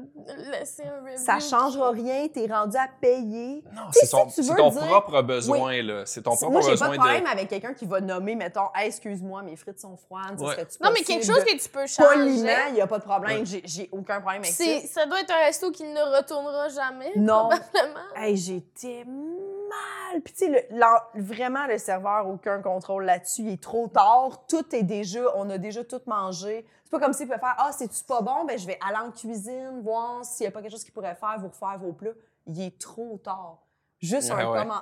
laisser un review. Ça changera rien, t'es rendu à payer. Non, Tu sais, c'est ton, si tu c'est veux ton dire- propre besoin, là. C'est ton propre Moi, j'ai pas besoin de problème avec quelqu'un qui va nommer, mettons, Hey, excuse-moi, mes frites sont froides, ça Ouais. serait-tu Non, mais quelque possible chose de- que tu peux changer. Poliment, il n'y a pas de problème. Ouais. J'ai- J'ai aucun problème avec C'est- ça. Ça doit être un resto qui ne retournera jamais, Non. probablement. Hey, j'étais mal. Puis tu sais, le- l'en- vraiment, le serveur, aucun contrôle là-dessus. Il est trop tard. Tout est déjà, on a déjà tout mangé. C'est pas comme s'il pouvait faire, ah, c'est-tu pas bon? Ben, je vais aller en cuisine, voir s'il y a pas quelque chose qu'il pourrait faire, vous refaire vos plats. Il est trop tard. Juste Ouais, un ouais. comment.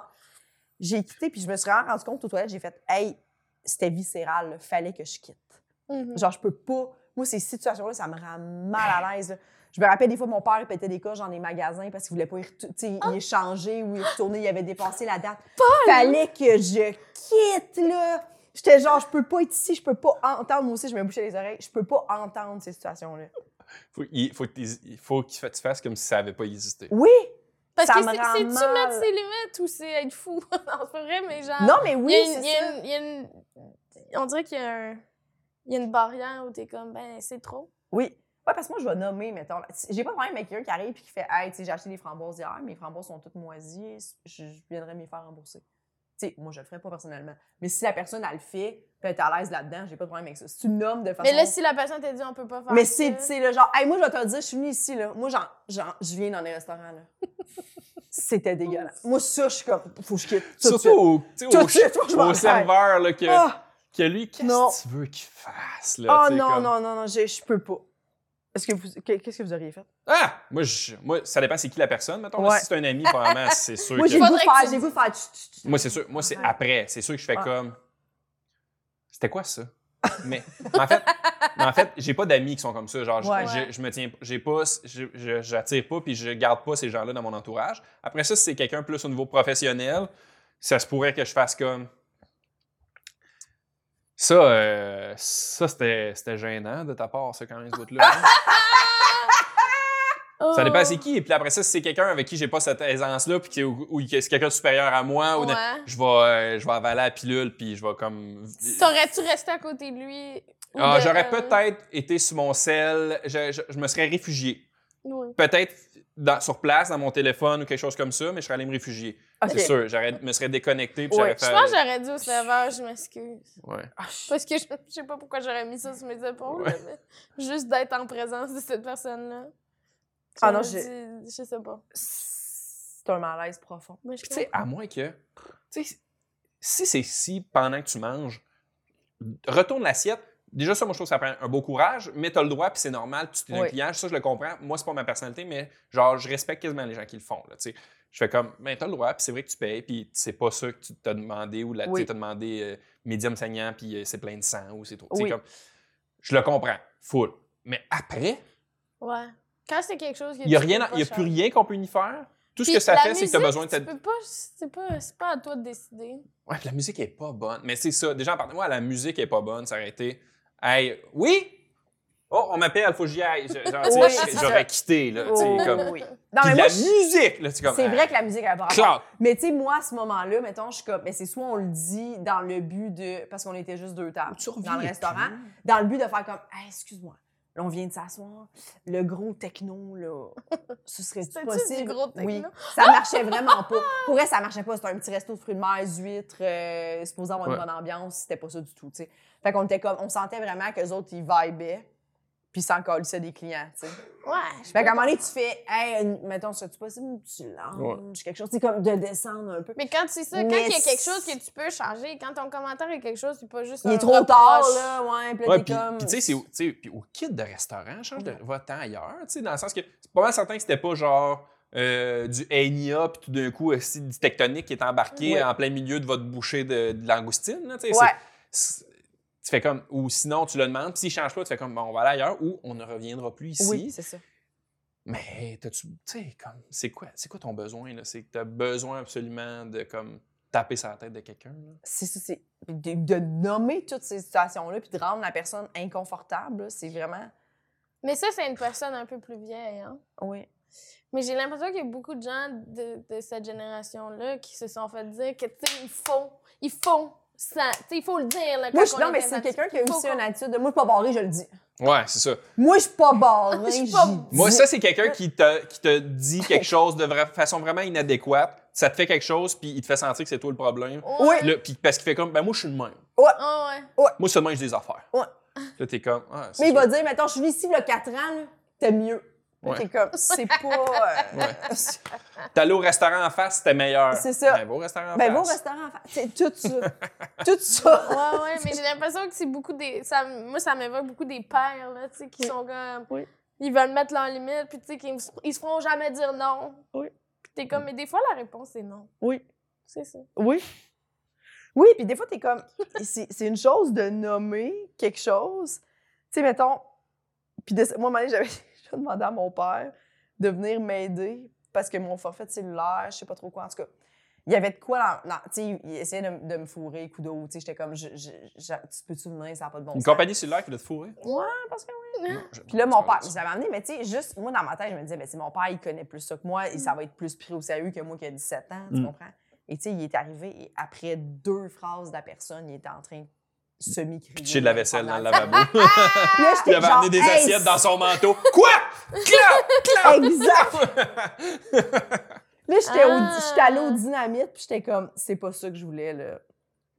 J'ai quitté, puis je me suis vraiment rendu compte aux toilettes, j'ai fait, hey, c'était viscéral, là. fallait que je quitte. Mhm. Genre, je peux pas. Moi, ces situations-là, ça me rend mal à l'aise. là. Je me rappelle des fois, mon père, il pétait des coches dans les magasins parce qu'il voulait pas y, retou- tu sais, Ah! y échanger ou y retourner. Il avait dépassé la date. Fallait que je quitte, là. J'étais genre, je peux pas être ici, je peux pas entendre. Moi aussi, je me bouchais les oreilles. Je peux pas entendre ces situations-là. Faut- il faut, que t'hési- il faut qu'il fa- tu fasses comme si ça n'avait pas existé. Oui! Parce ça que me c'est- rend c'est-tu mal. mettre ses limites ou c'est être fou? non, c'est pas vrai, mais genre... Non, mais Il oui, y a une- c'est il y ça. a une- il y a une- On dirait qu'il y a un- il y a une barrière où t'es comme, ben, c'est trop. Oui. Ouais, parce que moi, je vais nommer, mettons. là. J'ai pas de problème avec quelqu'un qui arrive et qui fait Hey, tu sais, j'ai acheté des framboises hier, mes framboises sont toutes moisies, je, je viendrai me les faire rembourser. Tu sais, moi, je le ferais pas personnellement. Mais si la personne, elle le fait, peut être à l'aise là-dedans, j'ai pas de problème avec ça. Si tu nommes de façon. Mais là, si la personne t'a dit, on peut pas faire Mais ça. c'est, c'est le genre, hey, moi, je vais te le dire, je suis venue ici, là. Moi, genre, genre, je viens dans les restaurants, là. C'était dégueulasse. Moi, ça, je suis comme, faut que je quitte. tout de Surtout suite. au, tu sais, Tout de au- suite, moi, je m'en au vais. serveur, là, que, Ah! que lui, Non. qu'est-ce que tu veux qu'il fasse, là? Oh tu sais, non, comme- non, non, non, je je peux pas. Est-ce que vous, qu'est-ce que vous auriez fait? Ah! Moi, je- moi, ça dépend c'est qui la personne, mettons. là. Ouais. Si c'est un ami, probablement, c'est sûr Moi, que... j'ai voulu Faudrait que faire, tu- j'ai voulu faire. tch, tch, tch. Moi, c'est sûr. Moi, c'est Ouais. Ah. après. C'est sûr que je fais Ouais. comme. C'était quoi ça? Mais, mais en fait, mais en fait j'ai pas d'amis qui sont comme ça. Genre, je- Ouais. je, je me tiens, j'ai pas, je- je- j'attire pas, puis je garde pas ces gens-là dans mon entourage. Après ça, si c'est quelqu'un plus au niveau professionnel, ça se pourrait que je fasse comme. Ça, euh, ça c'était, c'était gênant de ta part, ça, quand même, ce bout-là. hein? Oh, Ça dépend Euh. c'est qui. Et puis après ça, si c'est quelqu'un avec qui j'ai pas cette aisance-là, puis qui est- ou, ou que c'est quelqu'un de supérieur à moi, hein, ou de- Ouais. je vais, euh, je vais avaler la pilule, puis je vais comme. T'aurais-tu resté à côté de lui? ou Ah, de J'aurais elle? peut-être été sur mon sel, je, je- je me serais réfugié. Oui. Peut-être dans- sur place, dans mon téléphone ou quelque chose comme ça, mais je serais allé me réfugier. Ok. C'est sûr, j'aurais, me serais déconnecté puis Ouais. j'aurais Je fait. pense que j'aurais dit au serveur, je m'excuse. Ouais. Parce que je, je sais pas pourquoi j'aurais mis ça sur mes épaules, Ouais. mais juste d'être en présence de cette personne-là. Ah non, J'aurais dit- Je sais pas. C'est un malaise profond. Mais je Puis, tu sais, à moins que. Tu sais, si c'est si pendant que tu manges, retourne l'assiette. Déjà, ça, moi, je trouve que ça prend un beau courage, mais t'as le droit, puis c'est normal, tu t'es un Oui. client, ça, je le comprends. Moi, c'est pas ma personnalité, mais genre, je respecte quasiment les gens qui le font. Là, tu sais. je fais comme, ben, t'as le droit, puis c'est vrai que tu payes, puis c'est pas ça que tu t'as demandé, ou la, Oui. tu sais, t'as demandé euh, médium saignant, puis euh, c'est plein de sang, ou c'est trop. tu sais, Oui. Comme, je le comprends, full. Mais après, Ouais. Quand c'est quelque chose qui il n'y a, rien à- il y a plus rien qu'on peut y faire. Tout ce que ça fait, c'est que t'as besoin de ta- Tu peux pas, c'est pas, c'est pas à toi de décider. Ouais, puis la musique est pas bonne. Mais c'est ça. Déjà, en partant, moi, la musique est pas bonne, ça aurait été. Hey, oui! Oh, on m'appelle, faut que j'y aille. Je- genre, tu sais, Oui, je- c'est ça. j'aurais quitté, là. tu sais, Oh, Euh, comme... oui. Non, mais Puis moi, la je- musique, là, tu comme. euh, c'est vrai que la musique elle a pas rapport. Clac! Mais tu sais, moi, à ce moment-là, mettons, je suis comme. Mais c'est soit on le dit dans le but de. Parce qu'on était juste deux tables dans le restaurant. Dans le but de faire comme. Hey, excuse-moi. Là, on vient de s'asseoir. Le gros techno, là, ce serait C'était-tu possible. du gros techno? Oui. Ça marchait vraiment pas. Pour vrai, ça marchait pas. C'était un petit resto de fruits de mer, huîtres, euh, supposé avoir une Ouais. bonne ambiance. C'était pas ça du tout, tu sais. Fait qu'on était comme. On sentait vraiment qu'eux autres, ils vibaient. Puis ils s'en calissaient des clients, tu sais. Ouais. je Fait peux qu'à un moment donné, tu fais, hey, une- mettons, serait-tu possible que tu lances quelque chose? Tu sais, comme de descendre un peu. Mais quand c'est ça, quand Mais il y a quelque c'est- chose que tu peux changer, quand ton commentaire est quelque chose, c'est pas juste Il un est trop reproche. tard, là, ouais. Puis là, Ouais, t'es puis, comme. puis tu sais, c'est au- tu sais, puis au kit de restaurant, change de votre temps ailleurs, tu sais, dans le sens que c'est pas mal certain que c'était pas genre euh, du Enya, puis tout d'un coup, aussi du tectonique qui est embarqué Ouais. en plein milieu de votre bouchée de, de langoustine, là, tu sais, c'est- Ouais. c'est- tu fais comme, ou sinon tu le demandes, puis s'il change pas, tu fais comme, bon, on va aller ailleurs, ou on ne reviendra plus ici. Oui, c'est ça. Mais t'as-tu, tu sais, comme, c'est quoi, c'est quoi ton besoin, là? C'est que t'as besoin absolument de, comme, taper sur la tête de quelqu'un, là. C'est ça, c'est. puis De, de nommer toutes ces situations-là, puis de rendre la personne inconfortable, là, c'est vraiment. Mais ça, c'est une personne un peu plus vieille, hein. Oui. Mais j'ai l'impression qu'il y a beaucoup de gens de, de cette génération-là qui se sont fait dire que, tu sais, il faut, il faut, ça, tu sais, il faut le dire, là, Moi, quand je, on non, est mais c'est infanti- quelqu'un qui a eu faut aussi qu'on- une attitude de moi, je suis pas barré, je le dis. Ouais, c'est ça. Moi, je suis pas barré. Je suis j'y pas- dis. Moi, ça, c'est quelqu'un qui te, qui te dit quelque chose de vra- façon vraiment inadéquate. Ça te fait quelque chose, puis il te fait sentir que c'est toi le problème. Ouais. Oui. Là, puis parce qu'il fait comme, ben moi, je suis le même. Ah ouais. Moi, seulement, je dis des affaires. Ouais. Là, t'es comme, ah, c'est Mais il sûr. va dire, mettons, je suis ici, le 4 ans, là, t'es mieux. Là, Ouais. T'es comme, c'est pas. euh, Ouais. T'allais au restaurant en face, c'était meilleur. C'est ça. Ben, va au restaurant en Ben, va au face. restaurant, en fait. c'est tout ça. tout ça. Ouais, ouais, mais j'ai l'impression que c'est beaucoup des. Ça, moi, ça m'évoque beaucoup des pères, là, tu sais, qui Oui. sont comme. Oui. Ils veulent mettre leur limite, puis tu sais, qu'ils me- ils se feront jamais dire non. Oui. Puis t'es comme, mais des fois, la réponse est non. Oui. C'est ça. Oui. Oui, puis des fois, t'es comme. C'est c'est une chose de nommer quelque chose. Tu sais, mettons. Puis de- moi, à un moment donné, j'avais j'avais demandé à mon père de venir m'aider parce que mon forfait de cellulaire, je sais pas trop quoi. En tout cas, il y avait de quoi dans. dans- tu sais, il essayait de, me- de me fourrer, coup d'eau. Tu sais, j'étais comme. je- je- je- tu peux-tu venir, ça n'a pas de bon Une sens. compagnie cellulaire qui doit te fourrer. Ouais, parce que oui. Non, je- Puis là, mon c'est pas père, vrai, je Ah, ça. l'avais amené, mais tu sais, juste, moi, dans ma tête, je me disais, ben, c'est mon père, il connaît plus ça que moi, et ça va être plus pris au sérieux que moi qui a 17 ans, tu Mm. comprends? Et tu sais, il est arrivé, et après deux phrases de la personne, il était en train de semi-crier. Pitcher de la vaisselle dans le lavabo. Puis là, j'étais Il avait genre, amené des Hey, assiettes dans son manteau. Quoi? Clap! Exact! Là, j'étais au- Ah. j'étais allée au dynamite, puis j'étais comme, c'est pas ça que je voulais, là.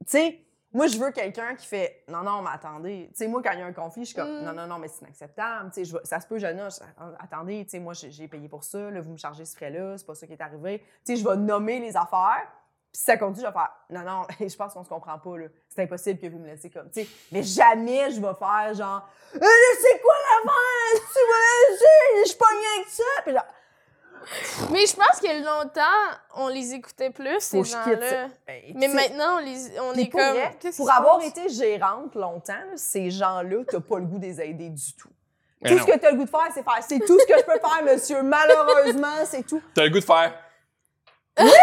Tu sais, moi, je veux quelqu'un qui fait, non, non, mais attendez. Tu sais, moi, quand il y a un conflit, je suis comme, Mm. non, non, non, mais c'est inacceptable. Tu sais, je vais- ça se peut, jeune homme, je- euh, attendez, tu sais, moi, j'ai j'ai payé pour ça, là, vous me chargez ce frais-là, c'est pas ça qui est arrivé. Tu sais, je vais nommer les affaires. Puis si ça continue, je vais faire non, non, je pense qu'on se comprend pas, là. C'est impossible que vous me laissez comme. Tu sais, mais jamais je vais faire genre, Euh, c'est quoi l'avant? Tu vois, je suis pas rien avec ça. Puis genre, Mais je pense que longtemps, on les écoutait plus, ces Faut que je quitte gens-là. Ben, tu Mais sais, maintenant, on, les, on Puis est pour comme. vrai, qu'est-ce pour qui se avoir passe? été gérante longtemps, là, ces gens-là, t'as pas le goût de les aider du tout. Mais tout non. ce que t'as le goût de faire, c'est faire. C'est tout ce que je peux faire, monsieur. Malheureusement, c'est tout. T'as le goût de faire Exact.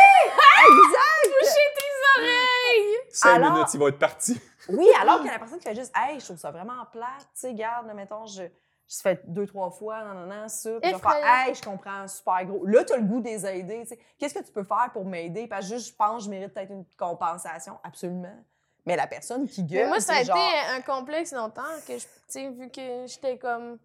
Hey! 5 Alors- minutes, il va être parti. Oui, alors que la personne qui fait juste, hey, je trouve ça vraiment plate, tu sais, garde, mettons, je. Je fais deux, trois fois, non, non, non, ça. Puis je vais faire, Effrayant. hey, je comprends, super gros. Là, t'as le goût de les aider, tu sais. Qu'est-ce que tu peux faire pour m'aider? Parce que juste, je pense, que je mérite peut-être une compensation, absolument. Mais la personne qui gueule. Mais moi, ça a euh, c'est genre, été un complexe longtemps que je, tu sais, vu que j'étais comme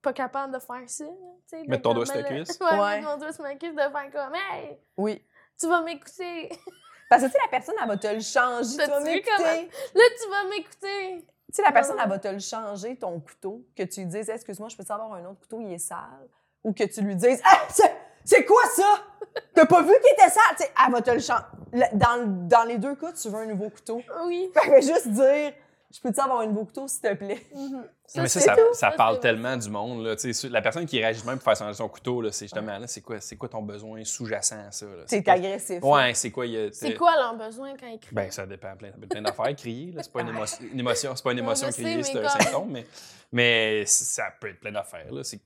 pas capable de faire ça. là, tu sais, de Mettre ton doigt comme sur ta le- cuisse? Ouais, Ouais. mettre mon doigt sur ma cuisse, de faire comme Hey, Oui. tu vas m'écouter. Parce que, tu sais, la personne, elle va te le changer. T'as-tu Tu vas vu m'écouter. comment- Là, tu vas m'écouter. Tu sais, la personne, elle va te le changer, ton couteau, que tu lui dises, excuse-moi, je peux-tu avoir un autre couteau, il est sale? Ou que tu lui dises, Ah, c'est- c'est quoi ça? T'as pas vu qu'il était sale? Tu sais, elle va te le changer. Le- Dans, le- dans les deux cas, tu veux un nouveau couteau. Oui. Fait que juste dire, je peux-tu avoir un nouveau couteau, s'il te plaît? Mhm. mais ça, c'est ça, tout. ça c'est parle vrai. tellement du monde. Là. Tu sais, sur- La personne qui réagit même pour faire changer son couteau, là, c'est justement là, c'est quoi, c'est quoi ton besoin sous-jacent à ça? là? T'es quoi- agressif. Ouais, c'est quoi? il y a- C'est quoi leur besoin quand ils crient? Ben, ça dépend plein, ça peut être plein d'affaires. Crier, là, c'est pas une émotion, une émotion, c'est pas une Non, émotion je sais, crier, mais c'est un comme- symptôme, mais, mais ça peut être plein d'affaires. Là, c'est...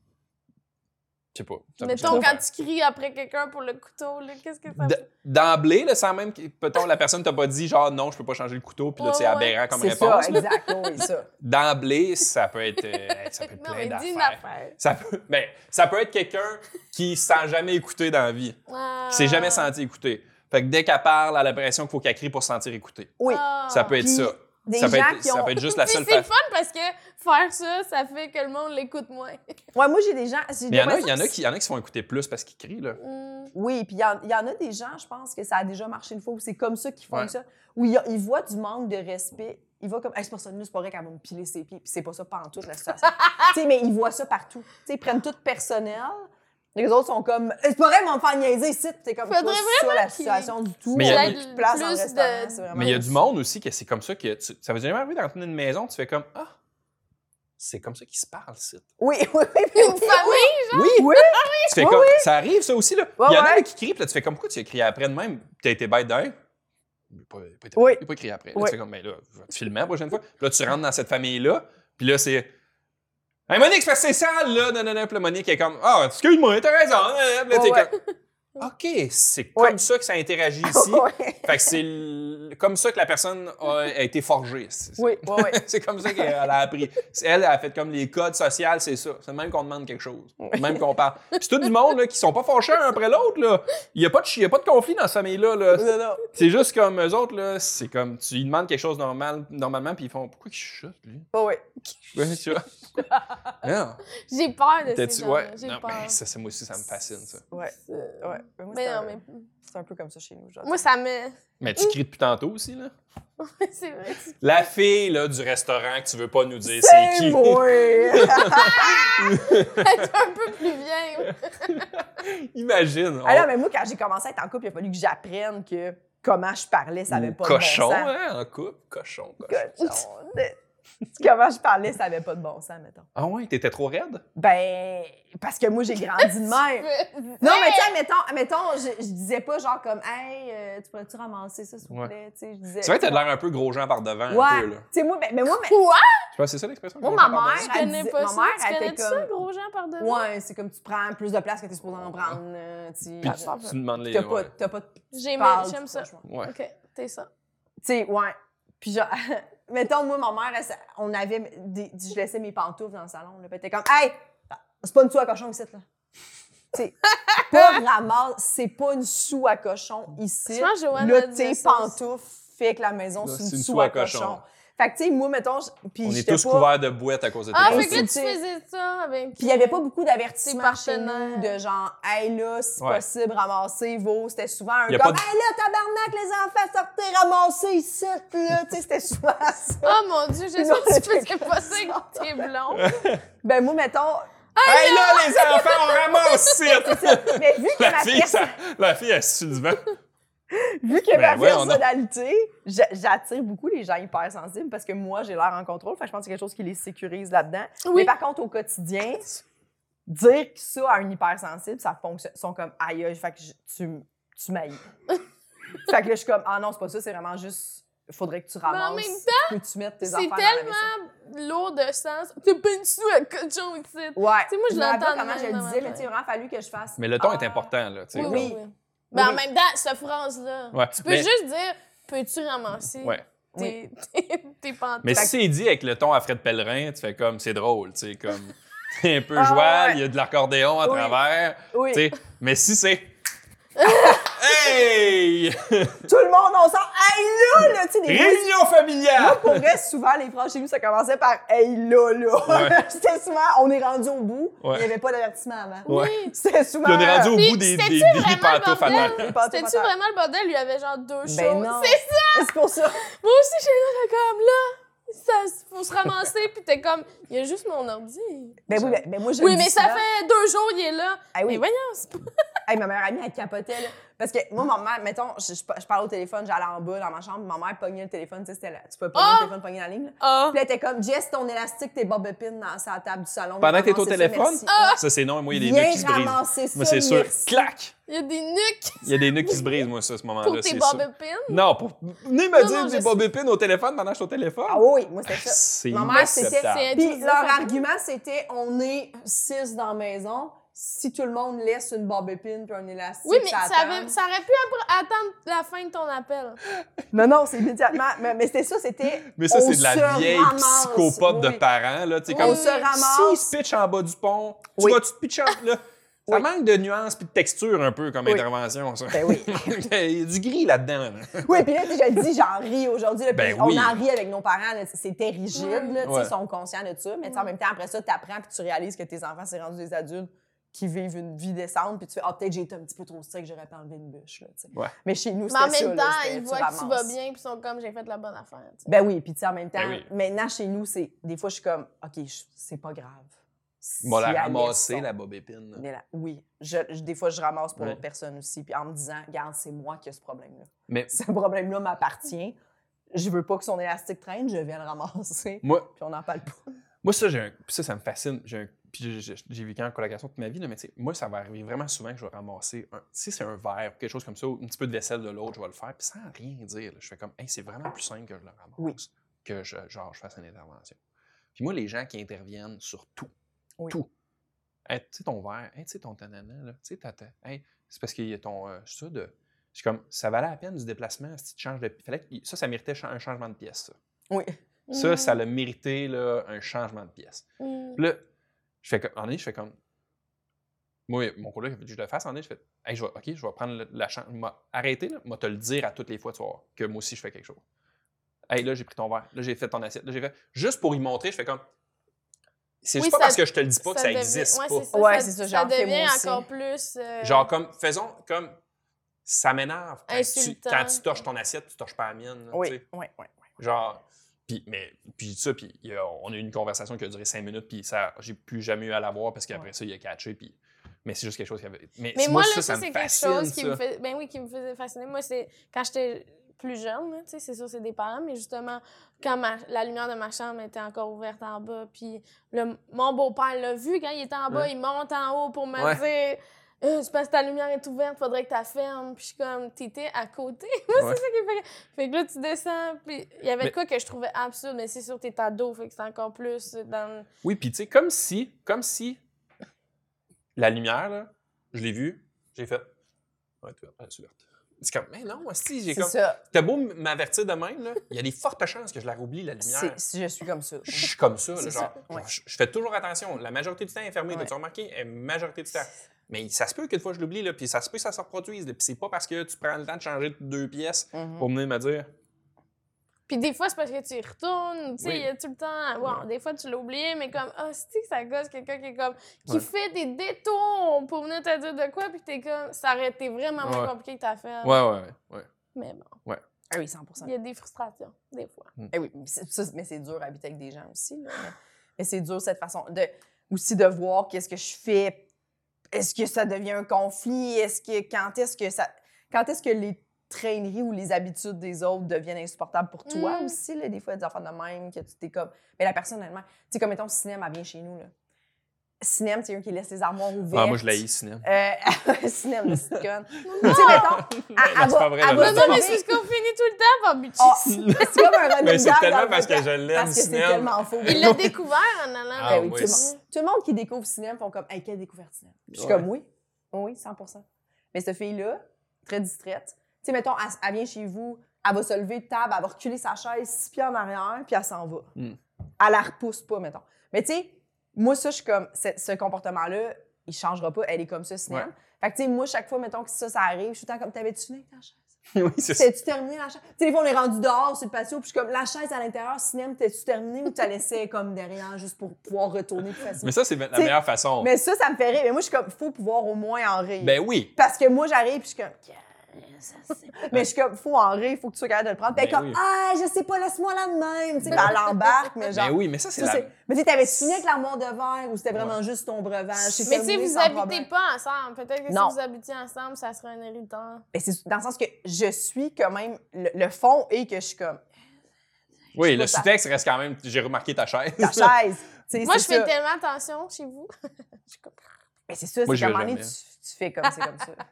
Je sais pas. ça peut être Mettons, quand plein d'affaires. tu cries après quelqu'un pour le couteau, là, qu'est-ce que ça D- D'emblée, là, sans même que peut-on la personne t'a pas dit genre non, je peux pas changer le couteau, puis là, Ouais, c'est ouais. aberrant comme C'est ça, réponse. là. exact. Oui, ça. D'emblée, ça peut être, euh, ça peut être Non, plein mais dis une d'affaires. affaire. Ça peut, ben, ça peut être quelqu'un qui se sent jamais écouté dans la vie, Ah. qui s'est Ah. jamais senti écouté. Fait que dès qu'elle parle, elle a l'impression qu'il faut qu'elle crie pour se sentir écoutée. Oui. Ça peut être Ah. Puis, ça. Des ça, peut gens être, qui ont. ça peut être juste la Ah. Puis seule c'est le façon. fun parce que faire ça, ça fait que le monde l'écoute moins. Ouais, moi, j'ai des gens. j'ai Mais il y, en a- l'impression il y en a que- qui, il y en a qui se font écouter plus parce qu'ils crient, là. Mm. Oui, puis il y, en- il y en a des gens, je pense, que ça a déjà marché une fois, où c'est comme ça qu'ils Ouais. fonctionnent, où ils, ils voient du manque de respect. Ils voient comme, hey, cette personne-là, c'est pas vrai qu'elle va me piler ses pieds, puis c'est pas ça pantoute la situation. tu sais, mais ils voient ça partout. Tu sais, ils prennent tout personnel. Les autres sont comme, c'est pas vrai, ils vont me faire niaiser ici. Puis T'es comme, Faudrait toi, c'est ça la qu'ils- situation du tout. Mais il y a- On a plus de place en plus de- restaurant, c'est vraiment Mais il y a juste- du monde aussi que c'est comme ça que. tu- ça vous est jamais arrivé d'entrer dans une maison, tu fais comme Ah, c'est comme ça qu'ils se parlent, c'est. Oui, oui, oui. Une famille, Oui! Oui. Tu fais Oui, comme. Ça arrive, ça aussi, là. Ouais, il y en a ouais. qui crient, puis là, tu fais comme Pourquoi tu as crié après de même? Puis t'as été bête d'un. Il a pas, il a pas été- Oui. il a pas crié après. Là, Oui. Tu fais comme, mais là, je vais te filmer la prochaine fois. Puis là, tu rentres dans cette famille-là, puis là, c'est. Hey, Monique, c'est parce que c'est sale, là! Non, non, non. Puis là, Monique est comme, ah, excuse-moi, t'as raison. hein. Puis là, t'es Ouais, ouais. comme, OK, c'est Ouais. comme ça que ça interagit ici. Ouais. Fait que c'est l- comme ça que la personne a, a été forgée. C'est c'est- Oui, oui, oui. c'est comme ça qu'elle a appris. C'est- Elle, elle a fait comme les codes sociaux, c'est ça. C'est même qu'on demande quelque chose. Même qu'on parle. Puis c'est tout du monde là, qui sont pas fâchés un après l'autre. là. Il n'y a, pas de chi- il y a pas de conflit dans cette famille-là. là. Non, non. C'est juste comme eux autres, là, c'est comme tu lui demandes quelque chose normal, normalement, puis ils font Pourquoi il chute, lui Oui, oui. Pourquoi il chute? Non. j'ai peur de T'as-tu- ces Ouais. gens-là. J'ai Non, peur. mais ça, c'est moi aussi, ça me fascine, ça. Ouais, C'est- ouais. Mais Euh, moi, c'est Mais non, un- mais c'est un peu comme ça chez nous. genre. moi, ça me. Mais tu cries depuis tantôt aussi, là. c'est vrai. c'est- La fille là, du restaurant que tu veux pas nous dire c'est C'est qui. moi! Être un peu plus vieille. Imagine. Ah on- non, mais moi, quand j'ai commencé à être en couple, il a fallu que j'apprenne que comment je parlais, ça avait Ou pas cochon, de bon sens. hein, en couple. Cochon, cochon. Cochon. Tu- comment je parlais, ça avait pas de bon sens, mettons. Ah ouais, t'étais trop raide? Ben, parce que moi, j'ai grandi de même. Non, mais tu sais, mettons, mettons je, je disais pas genre comme, hey, euh, tu pourrais-tu ramasser ça, s'il vous Ouais. plaît? Tu sais, je disais. C'est vrai que t'as l'air un peu gros Jean par devant, un Ouais. peu, Tu là. sais, moi, ben, mais moi, mais- Quoi? Je pense que c'est ça l'expression? Moi, gros ma Jean par mère, devant? Je connais Ben, disait- pas ma ça. mère, tu elle connais était ça, comme- gros gens par devant? ouais, c'est comme tu prends plus de place que t'es supposé en prendre. euh, tu Puis t'as tu, tu demandes les. pas, Ouais. t'as pas de J'aimais- parle, J'aime ça. franchement. Ouais. OK, t'es ça. Tu sais, ouais. Puis genre, mettons, moi, ma mère, elle, ça- on avait. des- je laissais mes pantoufles dans le salon. Là, puis elle était comme, hey, c'est pas une sou à cochon ici, là. Tu sais, pas ramasse, c'est pas une sou à cochon ici. Souvent, Joanne a Là, dit tes ça. pantoufles fait que la maison, Là, c'est une, sou à cochon. Fait que, tu sais, moi, mettons, je- puis On est j'étais tous pas- couverts de boîtes à cause de tes Ah, Ouais, fait pensées. que c'est- tu faisais ça avec. Puis il n'y avait pas beaucoup d'avertissements Tes chez nous partenaires. de genre, hey là, si Ouais. possible, ramassez vos. C'était souvent un Y a comme, pas de- hey là, tabarnak, les enfants, sortez, ramassez ici, là. tu sais, c'était souvent ça. Oh mon dieu, je sais Non, que tu mais faisais pas ça avec tes blondes. Ben, moi, mettons, Hey Ah, là, les enfants, on ramasse ici! Mais vu que La ma, fille, perso- ça, la fille, elle se tue du vent. vu que ma Ben ouais, on a- personnalité, j'a- j'attire beaucoup les gens hypersensibles parce que moi, j'ai l'air en contrôle. Fait que je pense que c'est quelque chose qui les sécurise là-dedans. Oui. Mais par contre, au quotidien, dire que ça à un hypersensible, ça fonctionne. Ils sont comme aïe, aïe, fait que je- tu, m- tu m'haïs. fait que là, je suis comme ah non, c'est pas ça, c'est vraiment juste. Faudrait que tu en ramasses. même Peux-tu mettre tes c'est affaires dans la tellement- vaisselle? L'eau de sens. T'es pas une sou à cochon ici. Ouais. Tu sais, moi, je me rappelle l'entends de comment même, je le de disais, même, mais tu sais, il a vraiment fallu que je fasse. Mais le ton est Ah. important, là. tu sais, Oui, comme- oui, oui. Mais en Oui. même temps, cette phrase-là. Ouais. Tu peux Mais- juste dire peux-tu ramasser Ouais. tes, tes, tes pantoufles? Mais Fait si c'est dit avec le ton à Fred Pellerin, tu fais comme, c'est drôle, tu sais, comme, c'est un peu Ah, joual, ouais. il y a de l'accordéon à Oui. travers, Oui. tu sais. Mais si c'est. Hey! Tout le monde, on sort. Hey là, là, tu sais, des fois, Réunion familiale! Pour vrai, souvent, les phrases chez nous, ça commençait par Hey là, là. Ouais. C'était souvent, on est rendu au bout, Ouais. il n'y avait pas d'avertissement avant. Ouais. C'était souvent. Puis on est rendu au Puis bout des, des, c'était-tu des vraiment pantoufles à normal? terre. Les pâtes aux C'était-tu patates. vraiment le bordel? Lui, il avait genre deux choses. Ben non. C'est ça! C'est pour ça. Moi aussi, j'ai là, comme là, ça, faut se ramasser, puis t'es comme, il y a juste mon ordi. Ben oui, ben, ben moi, je Oui, le dis mais ça souvent. fait deux jours, il est là. Ah oui. Mais voyons, c'est pas. Hey, ma meilleure amie, elle capotait, là. Parce que moi, ma mère, mettons, je, je, je parle au téléphone, j'allais en bas dans ma chambre, ma mère pognait le téléphone, tu sais, c'était là. Tu peux pogner Ah! le téléphone, pogner la ligne, là. Ah! Puis là, elle était comme, Jess, ton élastique, tes bob pins dans sa table du salon. Pendant que t'es au Ramasser ça, téléphone, merci. Ah! ça c'est non, moi il y a des Viens nuques qui se brisent. ramasser ça, Moi c'est sûr. merci. Clac! Il y a des nuques Il y a des nuques qui se brisent, moi, ça, à ce moment-là. pour tes Ah, c'est sûr. bob pins. Non, pour. Venez Non, me non, dire je des bob épines au téléphone pendant que je suis au téléphone. Ah oui, moi, c'était ça. C'est Ma mère, c'était- inacceptable. c'est- Puis Tout ça, leur ça fait- argument, c'était on est six dans la maison. Si tout le monde laisse une barbe épine puis un élastique, Oui, mais ça ça, attend. avait- ça aurait pu appre- attendre la fin de ton appel. Non, non, c'est immédiatement. mais mais c'était ça, c'était. Mais ça, on c'est de la se vieille ramasse. psychopop de Oui. parents, là. Tu sais, On comme. se S'ils ramasse. se pitchent en bas du pont, tu Oui. vas-tu te pitcher en. Là, ça Oui. manque de nuances puis de texture un peu comme Oui. intervention, ça. Ben oui. Il y a du gris là-dedans. là. Oui, puis là, tu sais, je le dis, j'en ris aujourd'hui. là, puis Ben on oui. en rit avec nos parents. là, C'était rigide. Là, tu sais, Ouais. Ils sont conscients de ça. Mais tu sais, en même temps, après ça, tu apprends puis tu réalises que tes enfants, c'est rendu des adultes qui vivent une vie décente. Puis tu fais, ah, peut-être j'ai été un petit peu trop strict, j'aurais pas enlevé une bûche. Là, tu sais. Ouais. Mais chez nous, Mais c'était en ça, même là, temps, c'était, ils tu voient que tu vas ramasses. bien, puis ils sont comme, j'ai fait la bonne affaire. tu sais. Ben oui, puis tu sais, en même temps, Ben oui. maintenant chez nous, c'est des fois, je suis comme, OK, je- c'est pas grave. On va Si la elle ramasser, laisse la son- bob épine. là. Mais là, oui, je, je- des fois, je ramasse pour Ouais. l'autre personne aussi, puis en me disant, regarde, c'est moi qui ai ce problème-là. Mais Ce problème-là m'appartient. Je veux pas que son élastique traîne, je vais le ramasser, moi, puis on n'en parle pas. Moi, ça, j'ai un- puis ça, ça me fascine. J'ai un- puis j'ai- j'ai- j'ai vécu en colocation toute ma vie, là, mais tu sais, moi, ça va arriver vraiment souvent que je vais ramasser, un, si c'est un verre ou quelque chose comme ça, ou un petit peu de vaisselle de l'autre, je vais le faire, puis sans rien dire. là. je fais comme, hey, c'est vraiment plus simple que je le ramasse, Oui. que je, genre, je fasse une intervention. Puis moi, les gens qui interviennent sur tout, Oui. tout, Hey, tu sais, ton verre, hey, tu sais, ton tanana, là, tu sais, ta- ta- hey, c'est parce qu'il y a ton, euh, ça de, je suis comme, ça valait la peine du déplacement si tu changes de, fallait que- ça, ça méritait cha- un changement de pièce, ça. Oui. Ça, Mm. ça Mmh. l'a mérité, là, un changement de pièce. Mm. Puis là, je fais comme, en année, je fais comme. Moi, mon collègue, il a fallu que je le fasse en année, je fais, hey, je vais, OK, je vais prendre le- la chance. m'a- Arrêtez, là, m'a te le dire à toutes les fois, tu vas voir, que moi aussi, je fais quelque chose. Hey, là, j'ai pris ton verre, là, j'ai fait ton assiette, là, j'ai fait. Juste pour y montrer, je fais comme. C'est Oui, juste pas ça- parce que je te le dis pas que ça devient- existe ouais, pas. c'est ça, Ouais, ça- c'est ça, Ça j'en fais moi devient aussi. encore plus. euh, Genre, comme, faisons comme. Ça m'énerve. Quand tu, Insultant. quand tu torches ton assiette, tu torches pas la mienne. là, Oui, tu sais. oui, oui. oui. Genre, puis, mais, puis ça, puis il y a- on a eu une conversation qui a duré cinq minutes, puis ça, j'ai plus jamais eu à la voir parce qu'après ça, il a catché, puis. Mais c'est juste quelque chose qui avait. Mais, Mais c'est- moi, là, ça, ça, ça, me c'est quelque fascine, chose qui ça. me fait... Ben oui, qui me faisait fasciner. Moi, c'est quand j'étais plus jeune, là, tu sais, c'est sûr, c'est des parents, mais justement, quand ma- la lumière de ma chambre était encore ouverte en bas, puis le... mon beau-père l'a vu quand il était en bas, Ouais. il monte en haut pour me Ouais. dire... Euh, c'est parce que ta lumière est ouverte, faudrait que tu la fermes. Puis je suis comme, t'étais à côté. Moi, Ouais. c'est ça qui me fait. Fait que là, tu descends. Puis il y avait Mais- de quoi que je trouvais absurde, mais c'est sûr, t'es ado. Fait que c'est encore plus dans. Oui, puis tu sais, comme si, comme si la lumière, là, je l'ai vue, j'ai fait. Ouais, tu vas tu C'est comme, mais non, moi, si, j'ai C'est comme. ça. T'as beau m- m'avertir de même, là, il y a des fortes chances que je la roublie, la lumière. C'est- Je suis comme ça. Je suis comme ça, là, C'est ça, genre, ouais. genre, je je fais toujours attention. La majorité du temps, elle est fermée, Ouais. tu remarqué? La majorité du temps. Mais ça se peut que des fois je l'oublie, là, puis ça se peut que ça se reproduise. là, Puis c'est pas parce que tu prends le temps de changer de deux pièces Mhm. pour venir me dire. Puis des fois, c'est parce que tu y retournes, tu sais, Oui. il y a tout le temps. wow, Ouais. Des fois, tu l'as oublié, mais comme, ah, c'est que ça gosse quelqu'un qui est comme, qui Ouais. fait des détours pour venir te dire de quoi, puis que t'es comme, ça aurait été vraiment moins Ouais. compliqué que t'as fait. ouais, ouais. Mais bon, Ah oui, 100 il y a des frustrations, des fois. Eh oui, mais c'est- ça, mais c'est dur à habiter avec des gens aussi. là, mais mais c'est dur cette façon de aussi de voir qu'est-ce que je fais. Est-ce que ça devient un conflit? Est-ce que quand est-ce que ça quand est-ce que les traîneries ou les habitudes des autres deviennent insupportables pour toi Mm. aussi là, des fois des enfants de même que tu t'es comme mais la personne elle-même, tu sais comme mettons cinéma elle vient chez nous là. Cinéma, c'est eux qui laissent les armoires ouvertes. Ah, moi, je l'ai cinéma. Euh, cinéma, c'est con. Tu sais, mettons, elle- elle, c'est va- pas vrai, elle là. va Non, non, mais donner- c'est ce qu'on finit tout le temps par butcher. Ah, c'est comme un running Mais Ben, c'est gag dans tellement le parce que podcast. je l'aime, Parce que c'est cinéma. tellement faux. Il l'a découvert en allant. Ah, vers Ben oui, oui. tout, le Butch. monde, tout le monde qui découvre le cinéma font comme Hey, quelle découverte cinéma! Puis Je suis Ouais. comme oui, oui, 100 Mais cette fille-là, très distraite, tu sais, mettons, elle, elle vient chez vous, elle va se lever de table, elle va reculer sa chaise six pieds en arrière, puis elle s'en va. Mm. Elle la repousse pas, mettons. Mais tu sais, moi, ça, je suis comme, ce ce comportement-là, il changera pas, elle est comme ça, Sinéad. Ouais. Fait que, tu sais, moi, chaque fois, mettons que ça, ça arrive, je suis tout le temps comme, t'avais-tu fini avec ta chaise? oui, c'est ça. T'es-tu terminé la chaise? Tu sais, des fois, on est rendu dehors sur le patio, puis je suis comme, la chaise à l'intérieur, cinéma, t'es-tu terminé ou t'as laissé comme derrière juste pour pouvoir retourner plus facilement? Mais ça, c'est la T'sais, meilleure façon. Mais ça, ça me fait rire. Mais moi, je suis comme, faut pouvoir au moins en rire. Ben oui. Parce que moi, j'arrive, puis je suis comme, Qu'est-ce que c'est? mais je suis comme, faut en rire, faut que tu sois capable de le prendre. Puis elle est Ben comme, oui. ah, je sais pas, laisse-moi là de même. Tu sais, Ben puis elle embarque, mais genre. Ben oui, mais ça, c'est ça, la. c'est- Mais tu sais, t'avais fini avec l'armoire de verre ou c'était vraiment juste ton breuvage? c'est Mais si terminé vous sans habitez problème. pas ensemble, peut-être que Non. si vous habitiez ensemble, ça serait un irritant. Ben, c'est dans le sens que je suis quand même le, le fond et que je suis comme Oui, sais le pas, ça- sous-texte reste quand même. J'ai remarqué ta chaise. ta chaise. Tu sais, Moi, c'est je ça. fais tellement attention chez vous. Je comprends. Mais c'est ça, Moi, c'est qu'à je un vais moment donné, jamais. tu, tu fais comme c'est comme ça.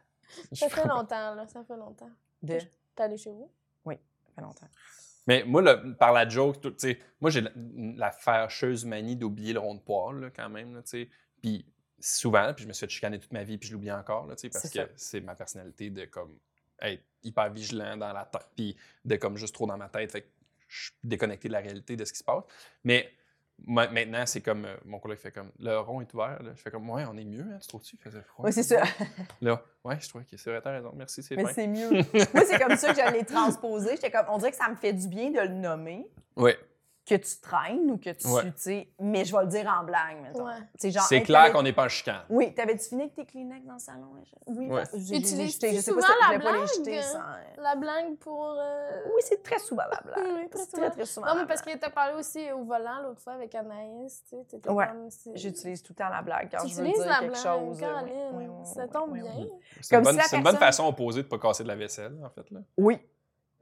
Ça fait longtemps, là. Ça fait longtemps. De, ça T'es allé chez vous? fait longtemps. Mais moi, le- par la joke, tout- tu sais, moi, j'ai la, la fâcheuse manie d'oublier le rond de poil, là, quand même, là, tu sais. Puis souvent, puis je me suis fait chicaner toute ma vie, puis je l'oublie encore, là, tu sais, parce C'est ça. que c'est ma personnalité de, comme, être hyper vigilant dans la tête, puis de, comme, juste trop dans ma tête. Fait que je suis déconnecté de la réalité, de ce qui se passe. Mais ma- maintenant, c'est comme, euh, mon collègue fait comme, le rond est ouvert, là. Je fais comme, ouais, on est mieux, hein, tu trouves-tu? Il faisait froid. Oui, c'est ça. Là, ouais, je trouve que c'est vrai, t'as raison, merci, c'est Mais fin. c'est mieux. Moi, c'est comme ça que je l'ai transposé. J'étais comme, on dirait que ça me fait du bien de le nommer, Ouais, que tu traînes ou que tu, Ouais. tu sais, mais je vais le dire en blague, mettons. Ouais. Tu sais, genre, c'est hey, clair t'avais- qu'on n'est pas en chicane. Oui, t'avais-tu fini avec tes Kleenex dans le salon? hein, je- Oui, Ouais. j'ai- j'ai- j'ai Utilises-tu jeté. Je sais pas souvent si je la voulais pas les jeter blague? sans... La blague pour. euh, Oui, c'est très souvent la blague. Oui, très C'est souvent. très, très souvent Non, la mais parce qu'il t'a parlé aussi au volant l'autre fois avec Anaïs. Tu sais, t'étais Ouais. comme. c'est- J'utilise tout le temps la blague quand je veux T'utilises dire la quelque blague, chose. euh, oui, Caroline. oui, oui, ça oui, tombe oui, bien. oui. C'est une, Comme si bonne, la c'est une bonne personne- façon opposée de ne pas casser de la vaisselle, en fait. Là. Oui.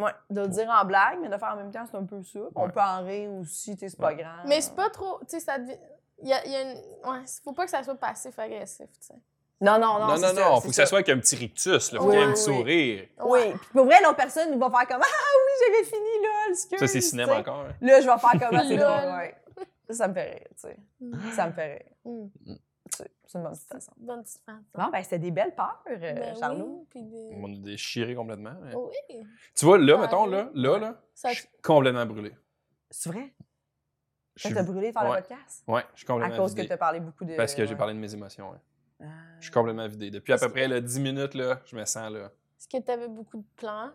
Ouais, de le dire en blague, mais de le faire en même temps, c'est un peu ça. On Ouais. peut en rire aussi, tu sais, c'est pas grave. Mais c'est pas trop. Tu sais, ça devient. Il y a, il y a une... Ouais, faut pas que ça soit passif-agressif, tu sais. Non, non, non. Non, non, c'est non, ça, faut c'est que ça soit qu'un petit rictus, là, faut Oui, qu'il y ait un oui, petit oui. sourire. Oui, Ouais. puis pour vrai, l'autre personne va faire comme Ah oui, j'avais fini, là, le Ça, c'est cinéma encore. hein. Là, je vais faire comme Ah, c'est Lol. drôle, ouais. Ça, ça me fait rire, tu sais. Ça me fait rire. Mm. tu sais. C'est une bonne petite façon. Bonne petite façon. Bon, ben, c'était des belles peurs, euh, Ben Charlot. oui, puis des- On a déchiré complètement. mais- Oui. Tu vois, là, Ça mettons, là, arrive. là, là, Ça- je suis complètement brûlé. C'est vrai? Je Ça suis... t'a brûlé de faire Ouais. le podcast? Ouais, je suis À complètement cause que vidé. t'as parlé beaucoup de. Parce que j'ai ouais. parlé de mes émotions. hein. Ah. Je suis complètement vidé. Depuis à Est-ce peu près là, 10 minutes, là, je me sens là. Est-ce que tu avais beaucoup de plans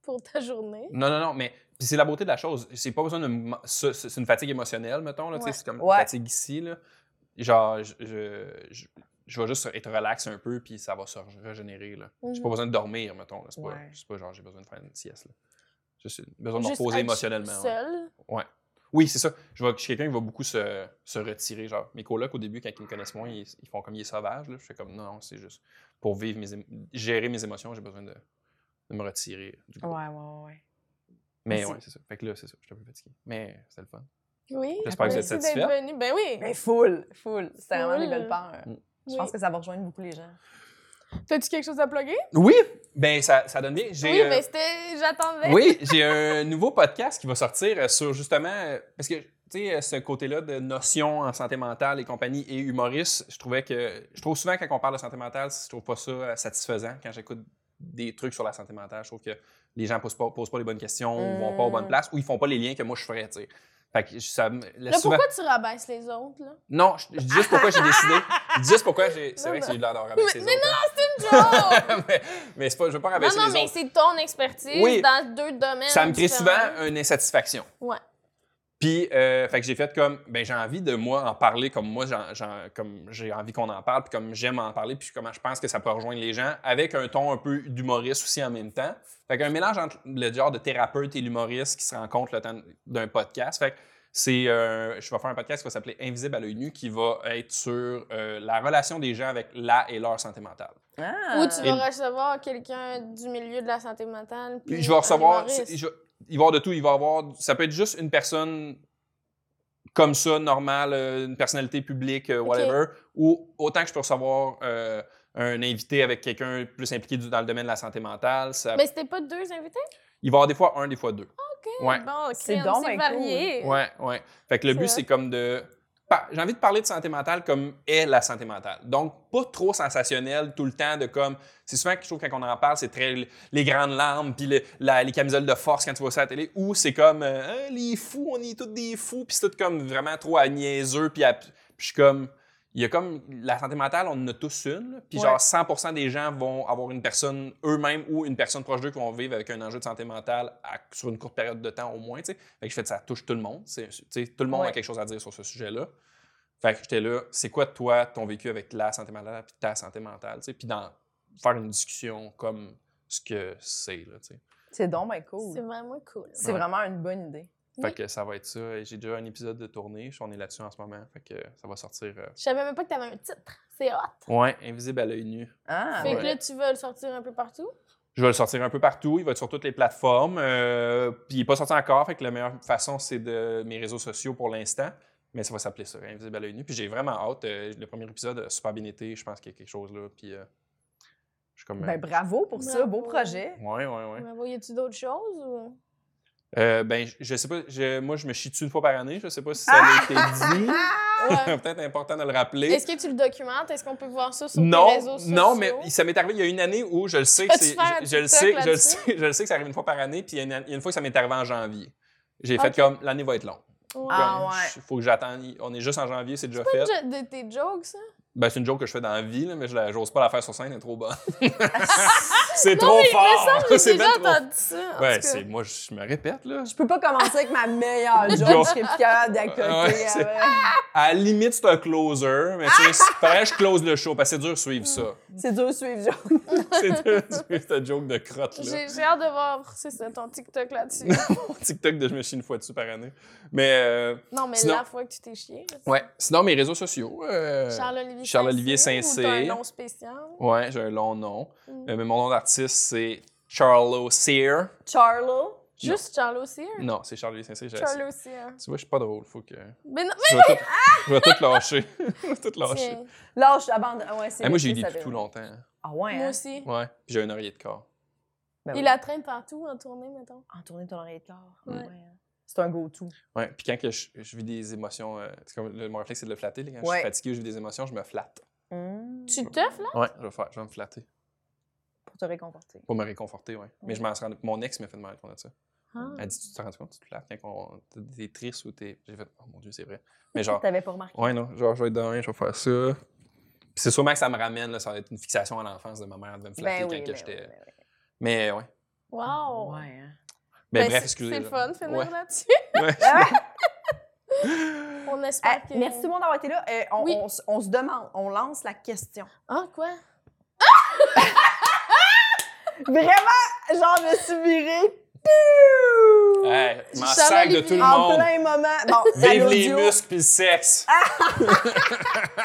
pour ta journée? Non, non, non, mais puis c'est la beauté de la chose. C'est pas besoin de. m- ça, C'est c'est une fatigue émotionnelle, mettons. là, tu sais, Ouais. C'est comme Ouais. une fatigue ici. Là. Genre, je, je, je- je vais juste être relax un peu, puis ça va se régénérer. là. J'ai pas Mhm. besoin de dormir, mettons. là. C'est pas, Ouais. c'est pas genre j'ai besoin de faire une sieste. là. Juste une- besoin de me Juste reposer être émotionnellement. ouais. Seul. Oui, c'est ça. Je vois que je suis quelqu'un qui va beaucoup se, se retirer. Genre, mes colocs, au début, quand ils me connaissent moins, ils, ils font comme il est sauvage. là. Je fais comme non, c'est juste pour vivre mes ém- gérer mes émotions, j'ai besoin de, de me retirer du groupe. Ouais, ouais, ouais, ouais. Mais Mais ouais, c'est- c'est ça. Fait que là, c'est ça. Je suis un peu fatigué. Mais c'était le fun. Oui. J'espère que vous êtes Merci satisfaite. d'être venue. Ben oui. Mais full, full. C'était vraiment des Full. belles peurs. Mm. Je pense que ça va rejoindre beaucoup les gens. T'as-tu quelque chose à plugger? Oui! Ben, ça, ça donne bien. J'ai, Oui, euh, mais c'était. J'attendais. Oui, j'ai un nouveau podcast qui va sortir euh, sur justement. euh, Parce que, tu sais, euh, ce côté-là de notions en santé mentale et compagnie et humoriste, je trouvais que. Je trouve souvent, quand on parle de santé mentale, je trouve pas ça euh, satisfaisant. Quand j'écoute des trucs sur la santé mentale, je trouve que les gens posent pas, posent pas les bonnes questions, ou vont pas aux bonnes Mm. places ou ils font pas les liens que moi je ferais, tu sais. Fait que ça me laisse Là, souvent. pourquoi tu rabaisses les autres, là? Non, je, je dis juste pourquoi j'ai décidé. Je dis juste pourquoi j'ai. C'est Non, vrai que non. j'ai eu de l'air d'en rabaisser Mais- mais les autres, hein. Joe! mais, mais c'est pas, je veux pas non, rabaisser non, les mais autres. c'est ton expertise Oui. dans deux domaines. Ça me crée différents. souvent une insatisfaction. Ouais. Puis, euh, fait que j'ai fait comme, ben j'ai envie de moi en parler comme moi, j'en- j'en- comme j'ai envie qu'on en parle, puis comme j'aime en parler, puis comment je pense que ça peut rejoindre les gens, avec un ton un peu d'humoriste aussi en même temps. Fait qu'un mélange entre le genre de thérapeute et l'humoriste qui se rencontrent le temps d'un podcast. Fait que c'est, euh, je vais faire un podcast qui va s'appeler Invisible à l'œil nu, qui va être sur euh, la relation des gens avec la et leur santé mentale. Ah! Ou tu Et- vas recevoir quelqu'un du milieu de la santé mentale. puis Puis je vais un recevoir. humoriste. c'est- je- il va y avoir de tout. Il va y avoir. Ça peut être juste une personne comme ça, normale, euh, une personnalité publique, euh, whatever. Ou autant que je peux recevoir euh, un invité avec quelqu'un plus impliqué du- dans le domaine de la santé mentale. Ça, Mais c'était pas deux invités? Il va y avoir des fois un, des fois deux. OK. Ouais. Bon, C'est crème, donc c'est ben cool. varié. Ouais, ouais. Fait que le C'est but, hot. c'est comme de. par- J'ai envie de parler de santé mentale comme est la santé mentale. Donc, pas trop sensationnel tout le temps de comme. C'est souvent que je trouve quand on en parle, c'est très l- les grandes larmes, puis le- la- les camisoles de force quand tu vois ça à la télé, ou c'est comme euh, Hein, les fous, on est tous des fous, puis c'est tout comme vraiment trop à niaiseux, puis à- puis je suis comme. il y a comme la santé mentale, on en a tous une. là. Puis Ouais. genre 100% des gens vont avoir une personne eux-mêmes ou une personne proche d'eux qui vont vivre avec un enjeu de santé mentale à- sur une courte période de temps au moins. tu sais. Fait que je fais ça touche tout le monde. C'est- tu sais, tout le monde a Ouais. quelque chose à dire sur ce sujet-là. Fait que j'étais là, c'est quoi toi ton vécu avec la santé mentale puis ta santé mentale, tu sais, puis d'en faire une discussion comme ce que c'est là, tu sais. C'est donc ben C'est cool. vraiment cool. C'est Ouais. vraiment une bonne idée. Fait Oui. que ça va être ça. Et J'ai déjà un épisode de tournée, on est là-dessus en ce moment, fait que ça va sortir. euh, Je savais même pas que t'avais un titre. C'est hot. Ouais, invisible à l'œil nu. Ah, fait que ouais. là, tu veux le sortir un peu partout. Je vais le sortir un peu partout. Il va être sur toutes les plateformes. euh, puis il n'est pas sorti encore. Fait que la meilleure façon, c'est de mes réseaux sociaux pour l'instant. Mais ça va s'appeler ça, Invisible à l'œil nu. Puis j'ai vraiment hâte. euh, le premier épisode a super bien été. Je pense qu'il y a quelque chose là. Puis euh, je suis comme. euh, Ben, bravo pour ça, beau Bravo. projet. ouais, ouais, ouais. Mais y a-tu d'autres choses ou. Euh, ben, je- je sais pas. je- moi, je me chie dessus une fois par année. Je sais pas si ça a été dit. Ouais. Peut-être important de le rappeler. Est-ce que tu le documentes? Est-ce qu'on peut voir ça sur non, tes réseaux sociaux? Non, mais ça m'est arrivé il y a une année où je le sais que Vas-tu c'est- faire un je, je le TikTok sais, je le là-dessus? sais, je le sais que ça arrive une fois par année, puis il y a une, il y a une fois que ça m'est arrivé en janvier. J'ai Ok. fait comme l'année va être longue. Ouais. Ah, Comme, ouais. je- Faut que j'attende. On est juste en janvier, c'est déjà fait. Je- de tes jokes, hein? ça? Ben, c'est une joke que je fais dans la vie, là, mais je la- j'ose pas la faire sur scène, elle est trop bonne. c'est trop Il me fort. semble que j'ai C'est déjà bien trop- entendu ça. en Ouais, tout cas. c'est moi je me répète là. Je peux pas commencer avec ma meilleure Go. joke, je serais plus capable d'accoter. Ouais, c'est- euh, À la limite c'est un closer, mais tu sais, c'est- faudrait que je close le show parce que c'est dur de suivre ça. C'est dur de suivre, genre. C'est dur de suivre cette joke de crotte là. J'ai j'ai hâte de voir c'est ça, ton TikTok là-dessus. Mon TikTok de je me chie une fois dessus par année. Mais euh, non, mais Sinon- la fois que tu t'es chié. Ouais. Sinon, mes réseaux sociaux. euh, Charles-Olivier Charles-Olivier Saint-Cyr. ou Saint-Cyr. t'as un nom spécial. Ouais, j'ai un long nom. Mm. Euh, mais mon nom d'artiste, c'est Charlo Sear. Charlo. Juste Charles Cyr. Non, c'est Charles Saint Cyr. j'ai essayé. Charles Cyr. Tu vois, je suis pas drôle. Faut que. Mais non, Je vais tout, je vais tout lâcher. je vais tout mais lâcher. tiens, Là, je abandonne. Ah Ouais, c'est Eh, moi, le j'ai eu fils, des ça toutous fait- longtemps. Ah ouais, moi hein? aussi. Ouais. Puis j'ai un oreiller de corps. Ben Il oui. la traîne partout en tournée, mettons. En tournée de ton oreille de corps. Ouais. Ouais. hein. C'est un go-to. Ouais. Puis quand que je, je vis des émotions. euh, c'est comme, le- mon réflexe, c'est de le flatter. là. Quand je Ouais. suis fatigué, je vis des émotions, je me flatte. Hmm, Tu teufles, là? Ouais. Je vais, faire- je vais me flatter. Pour te réconforter. Pour me réconforter, ouais. Mais je m'en suis rendu- Mon ex m'a fait me rendre compte de ça. Ah. Elle dit, tu te rends compte, tu te flattes quand on- t'es- t'es triste ou t'es... J'ai fait, oh mon Dieu, c'est vrai. Mais genre, T'avais pas remarqué. ouais, non, genre, je vais être dans rien, je vais faire ça. Puis c'est sûrement que ça me ramène, là, ça va être une fixation à l'enfance de ma mère de me flatter quand que ben j'étais... ben oui. Mais ouais. Wow! Ouais, hein. Mais Ben, bref, c'est- excusez C'est le fun, finir Ouais. là-dessus. Ouais. On Ah, espère Eh, que... Merci tout le monde d'avoir été là. Eh, on, Oui. on s- on se demande, on lance la question. Ah, quoi? Vraiment, genre, me suis virée. Piou! Hey, Charles m'en Euh, sac de Olivier. tout le en monde. plein Ah, moment. Bon, à Vive les l'audio, muscles puis le sexe.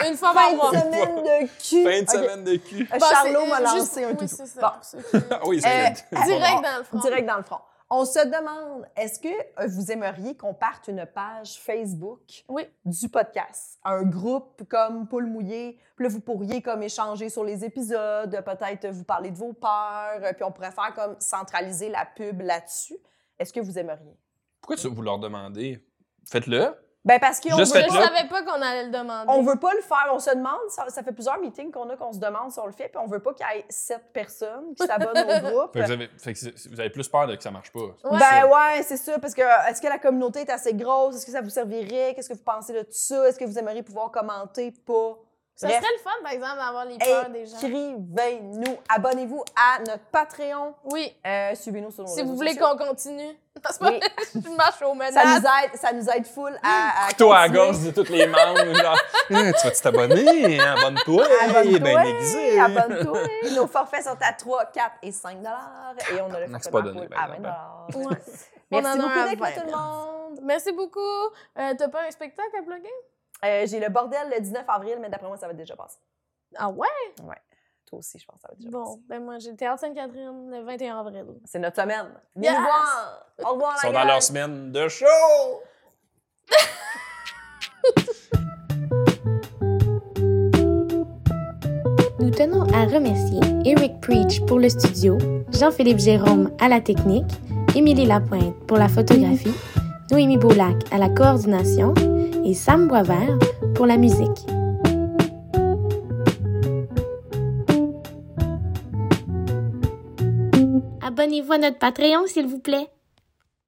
Une Fin fois par de mois. semaine de cul. fin de Ok. semaine de cul. Euh, Bon, Charlot c'est- m'a juste- lancé un Oui, toutou. c'est ça. Bon. pour ceux qui- Ah oui, c'est Euh, Direct dans le front. Direct dans le front. On se demande, est-ce que euh, vous aimeriez qu'on parte une page Facebook Oui. du podcast? Un groupe comme Poule Mouillé, puis là, vous pourriez comme échanger sur les épisodes, peut-être vous parler de vos peurs, euh, puis on pourrait faire comme centraliser la pub là-dessus. Est-ce que vous aimeriez? Pourquoi tu, vous leur demandez? Faites-le. Ben parce qu'on Juste Je veut, faites-le. savais pas qu'on allait le demander. on veut pas le faire, on se demande, ça, ça fait plusieurs meetings qu'on a qu'on se demande si on le fait, puis on veut pas qu'il y ait sept personnes qui s'abonnent au groupe. Fait que vous, avez, fait que c'est- vous avez plus peur de que ça marche pas. Ouais. Ben ouais, c'est ça, parce que euh, est-ce que la communauté est assez grosse? Est-ce que ça vous servirait? Qu'est-ce que vous pensez de tout ça? Est-ce que vous aimeriez pouvoir commenter? Pas. Ça Bref. serait le fun, par exemple, d'avoir les peurs des gens. Écrivez-nous. Abonnez-vous à notre Patreon. Oui. Euh, Suivez-nous sur nos Si réseaux vous voulez sociaux. qu'on continue. Parce que Oui. je marche au ménage. Ça nous aide, ça nous aide full à, à couteau à la continuer. gorge de toutes les membres. genre, Hein, tu vas-tu t'abonner? hein? Abonne-toi. Abonne-toi, bien aiguisé. abonne-toi. Nos forfaits sont à 3, 4 et 5 dollars. Et on a le Non, forfait c'est pas Marc donné, Poul par à 20 exemple. dollars. Ouais. On en a Merci un à beaucoup d'être là, 20. tout le monde. Merci beaucoup. Euh, T'as pas un spectacle à plugger? Euh, J'ai le bordel le 19 avril, mais d'après moi, ça va déjà passer. Ah ouais? Toi aussi, je pense que ça va déjà passer. Bon, ben moi, j'ai le Théâtre Sainte-Catherine le 21 avril. C'est notre semaine. Venez Yes! nous voir. Au revoir, Ils la sont dans gang. leur semaine de show. Nous tenons à remercier Eric Preach pour le studio, Jean-Philippe Jérôme à la technique, Émilie Lapointe pour la photographie, Noémie Boulac à la coordination et Sam Boisvert pour la musique. Abonnez-vous à notre Patreon, s'il vous plaît.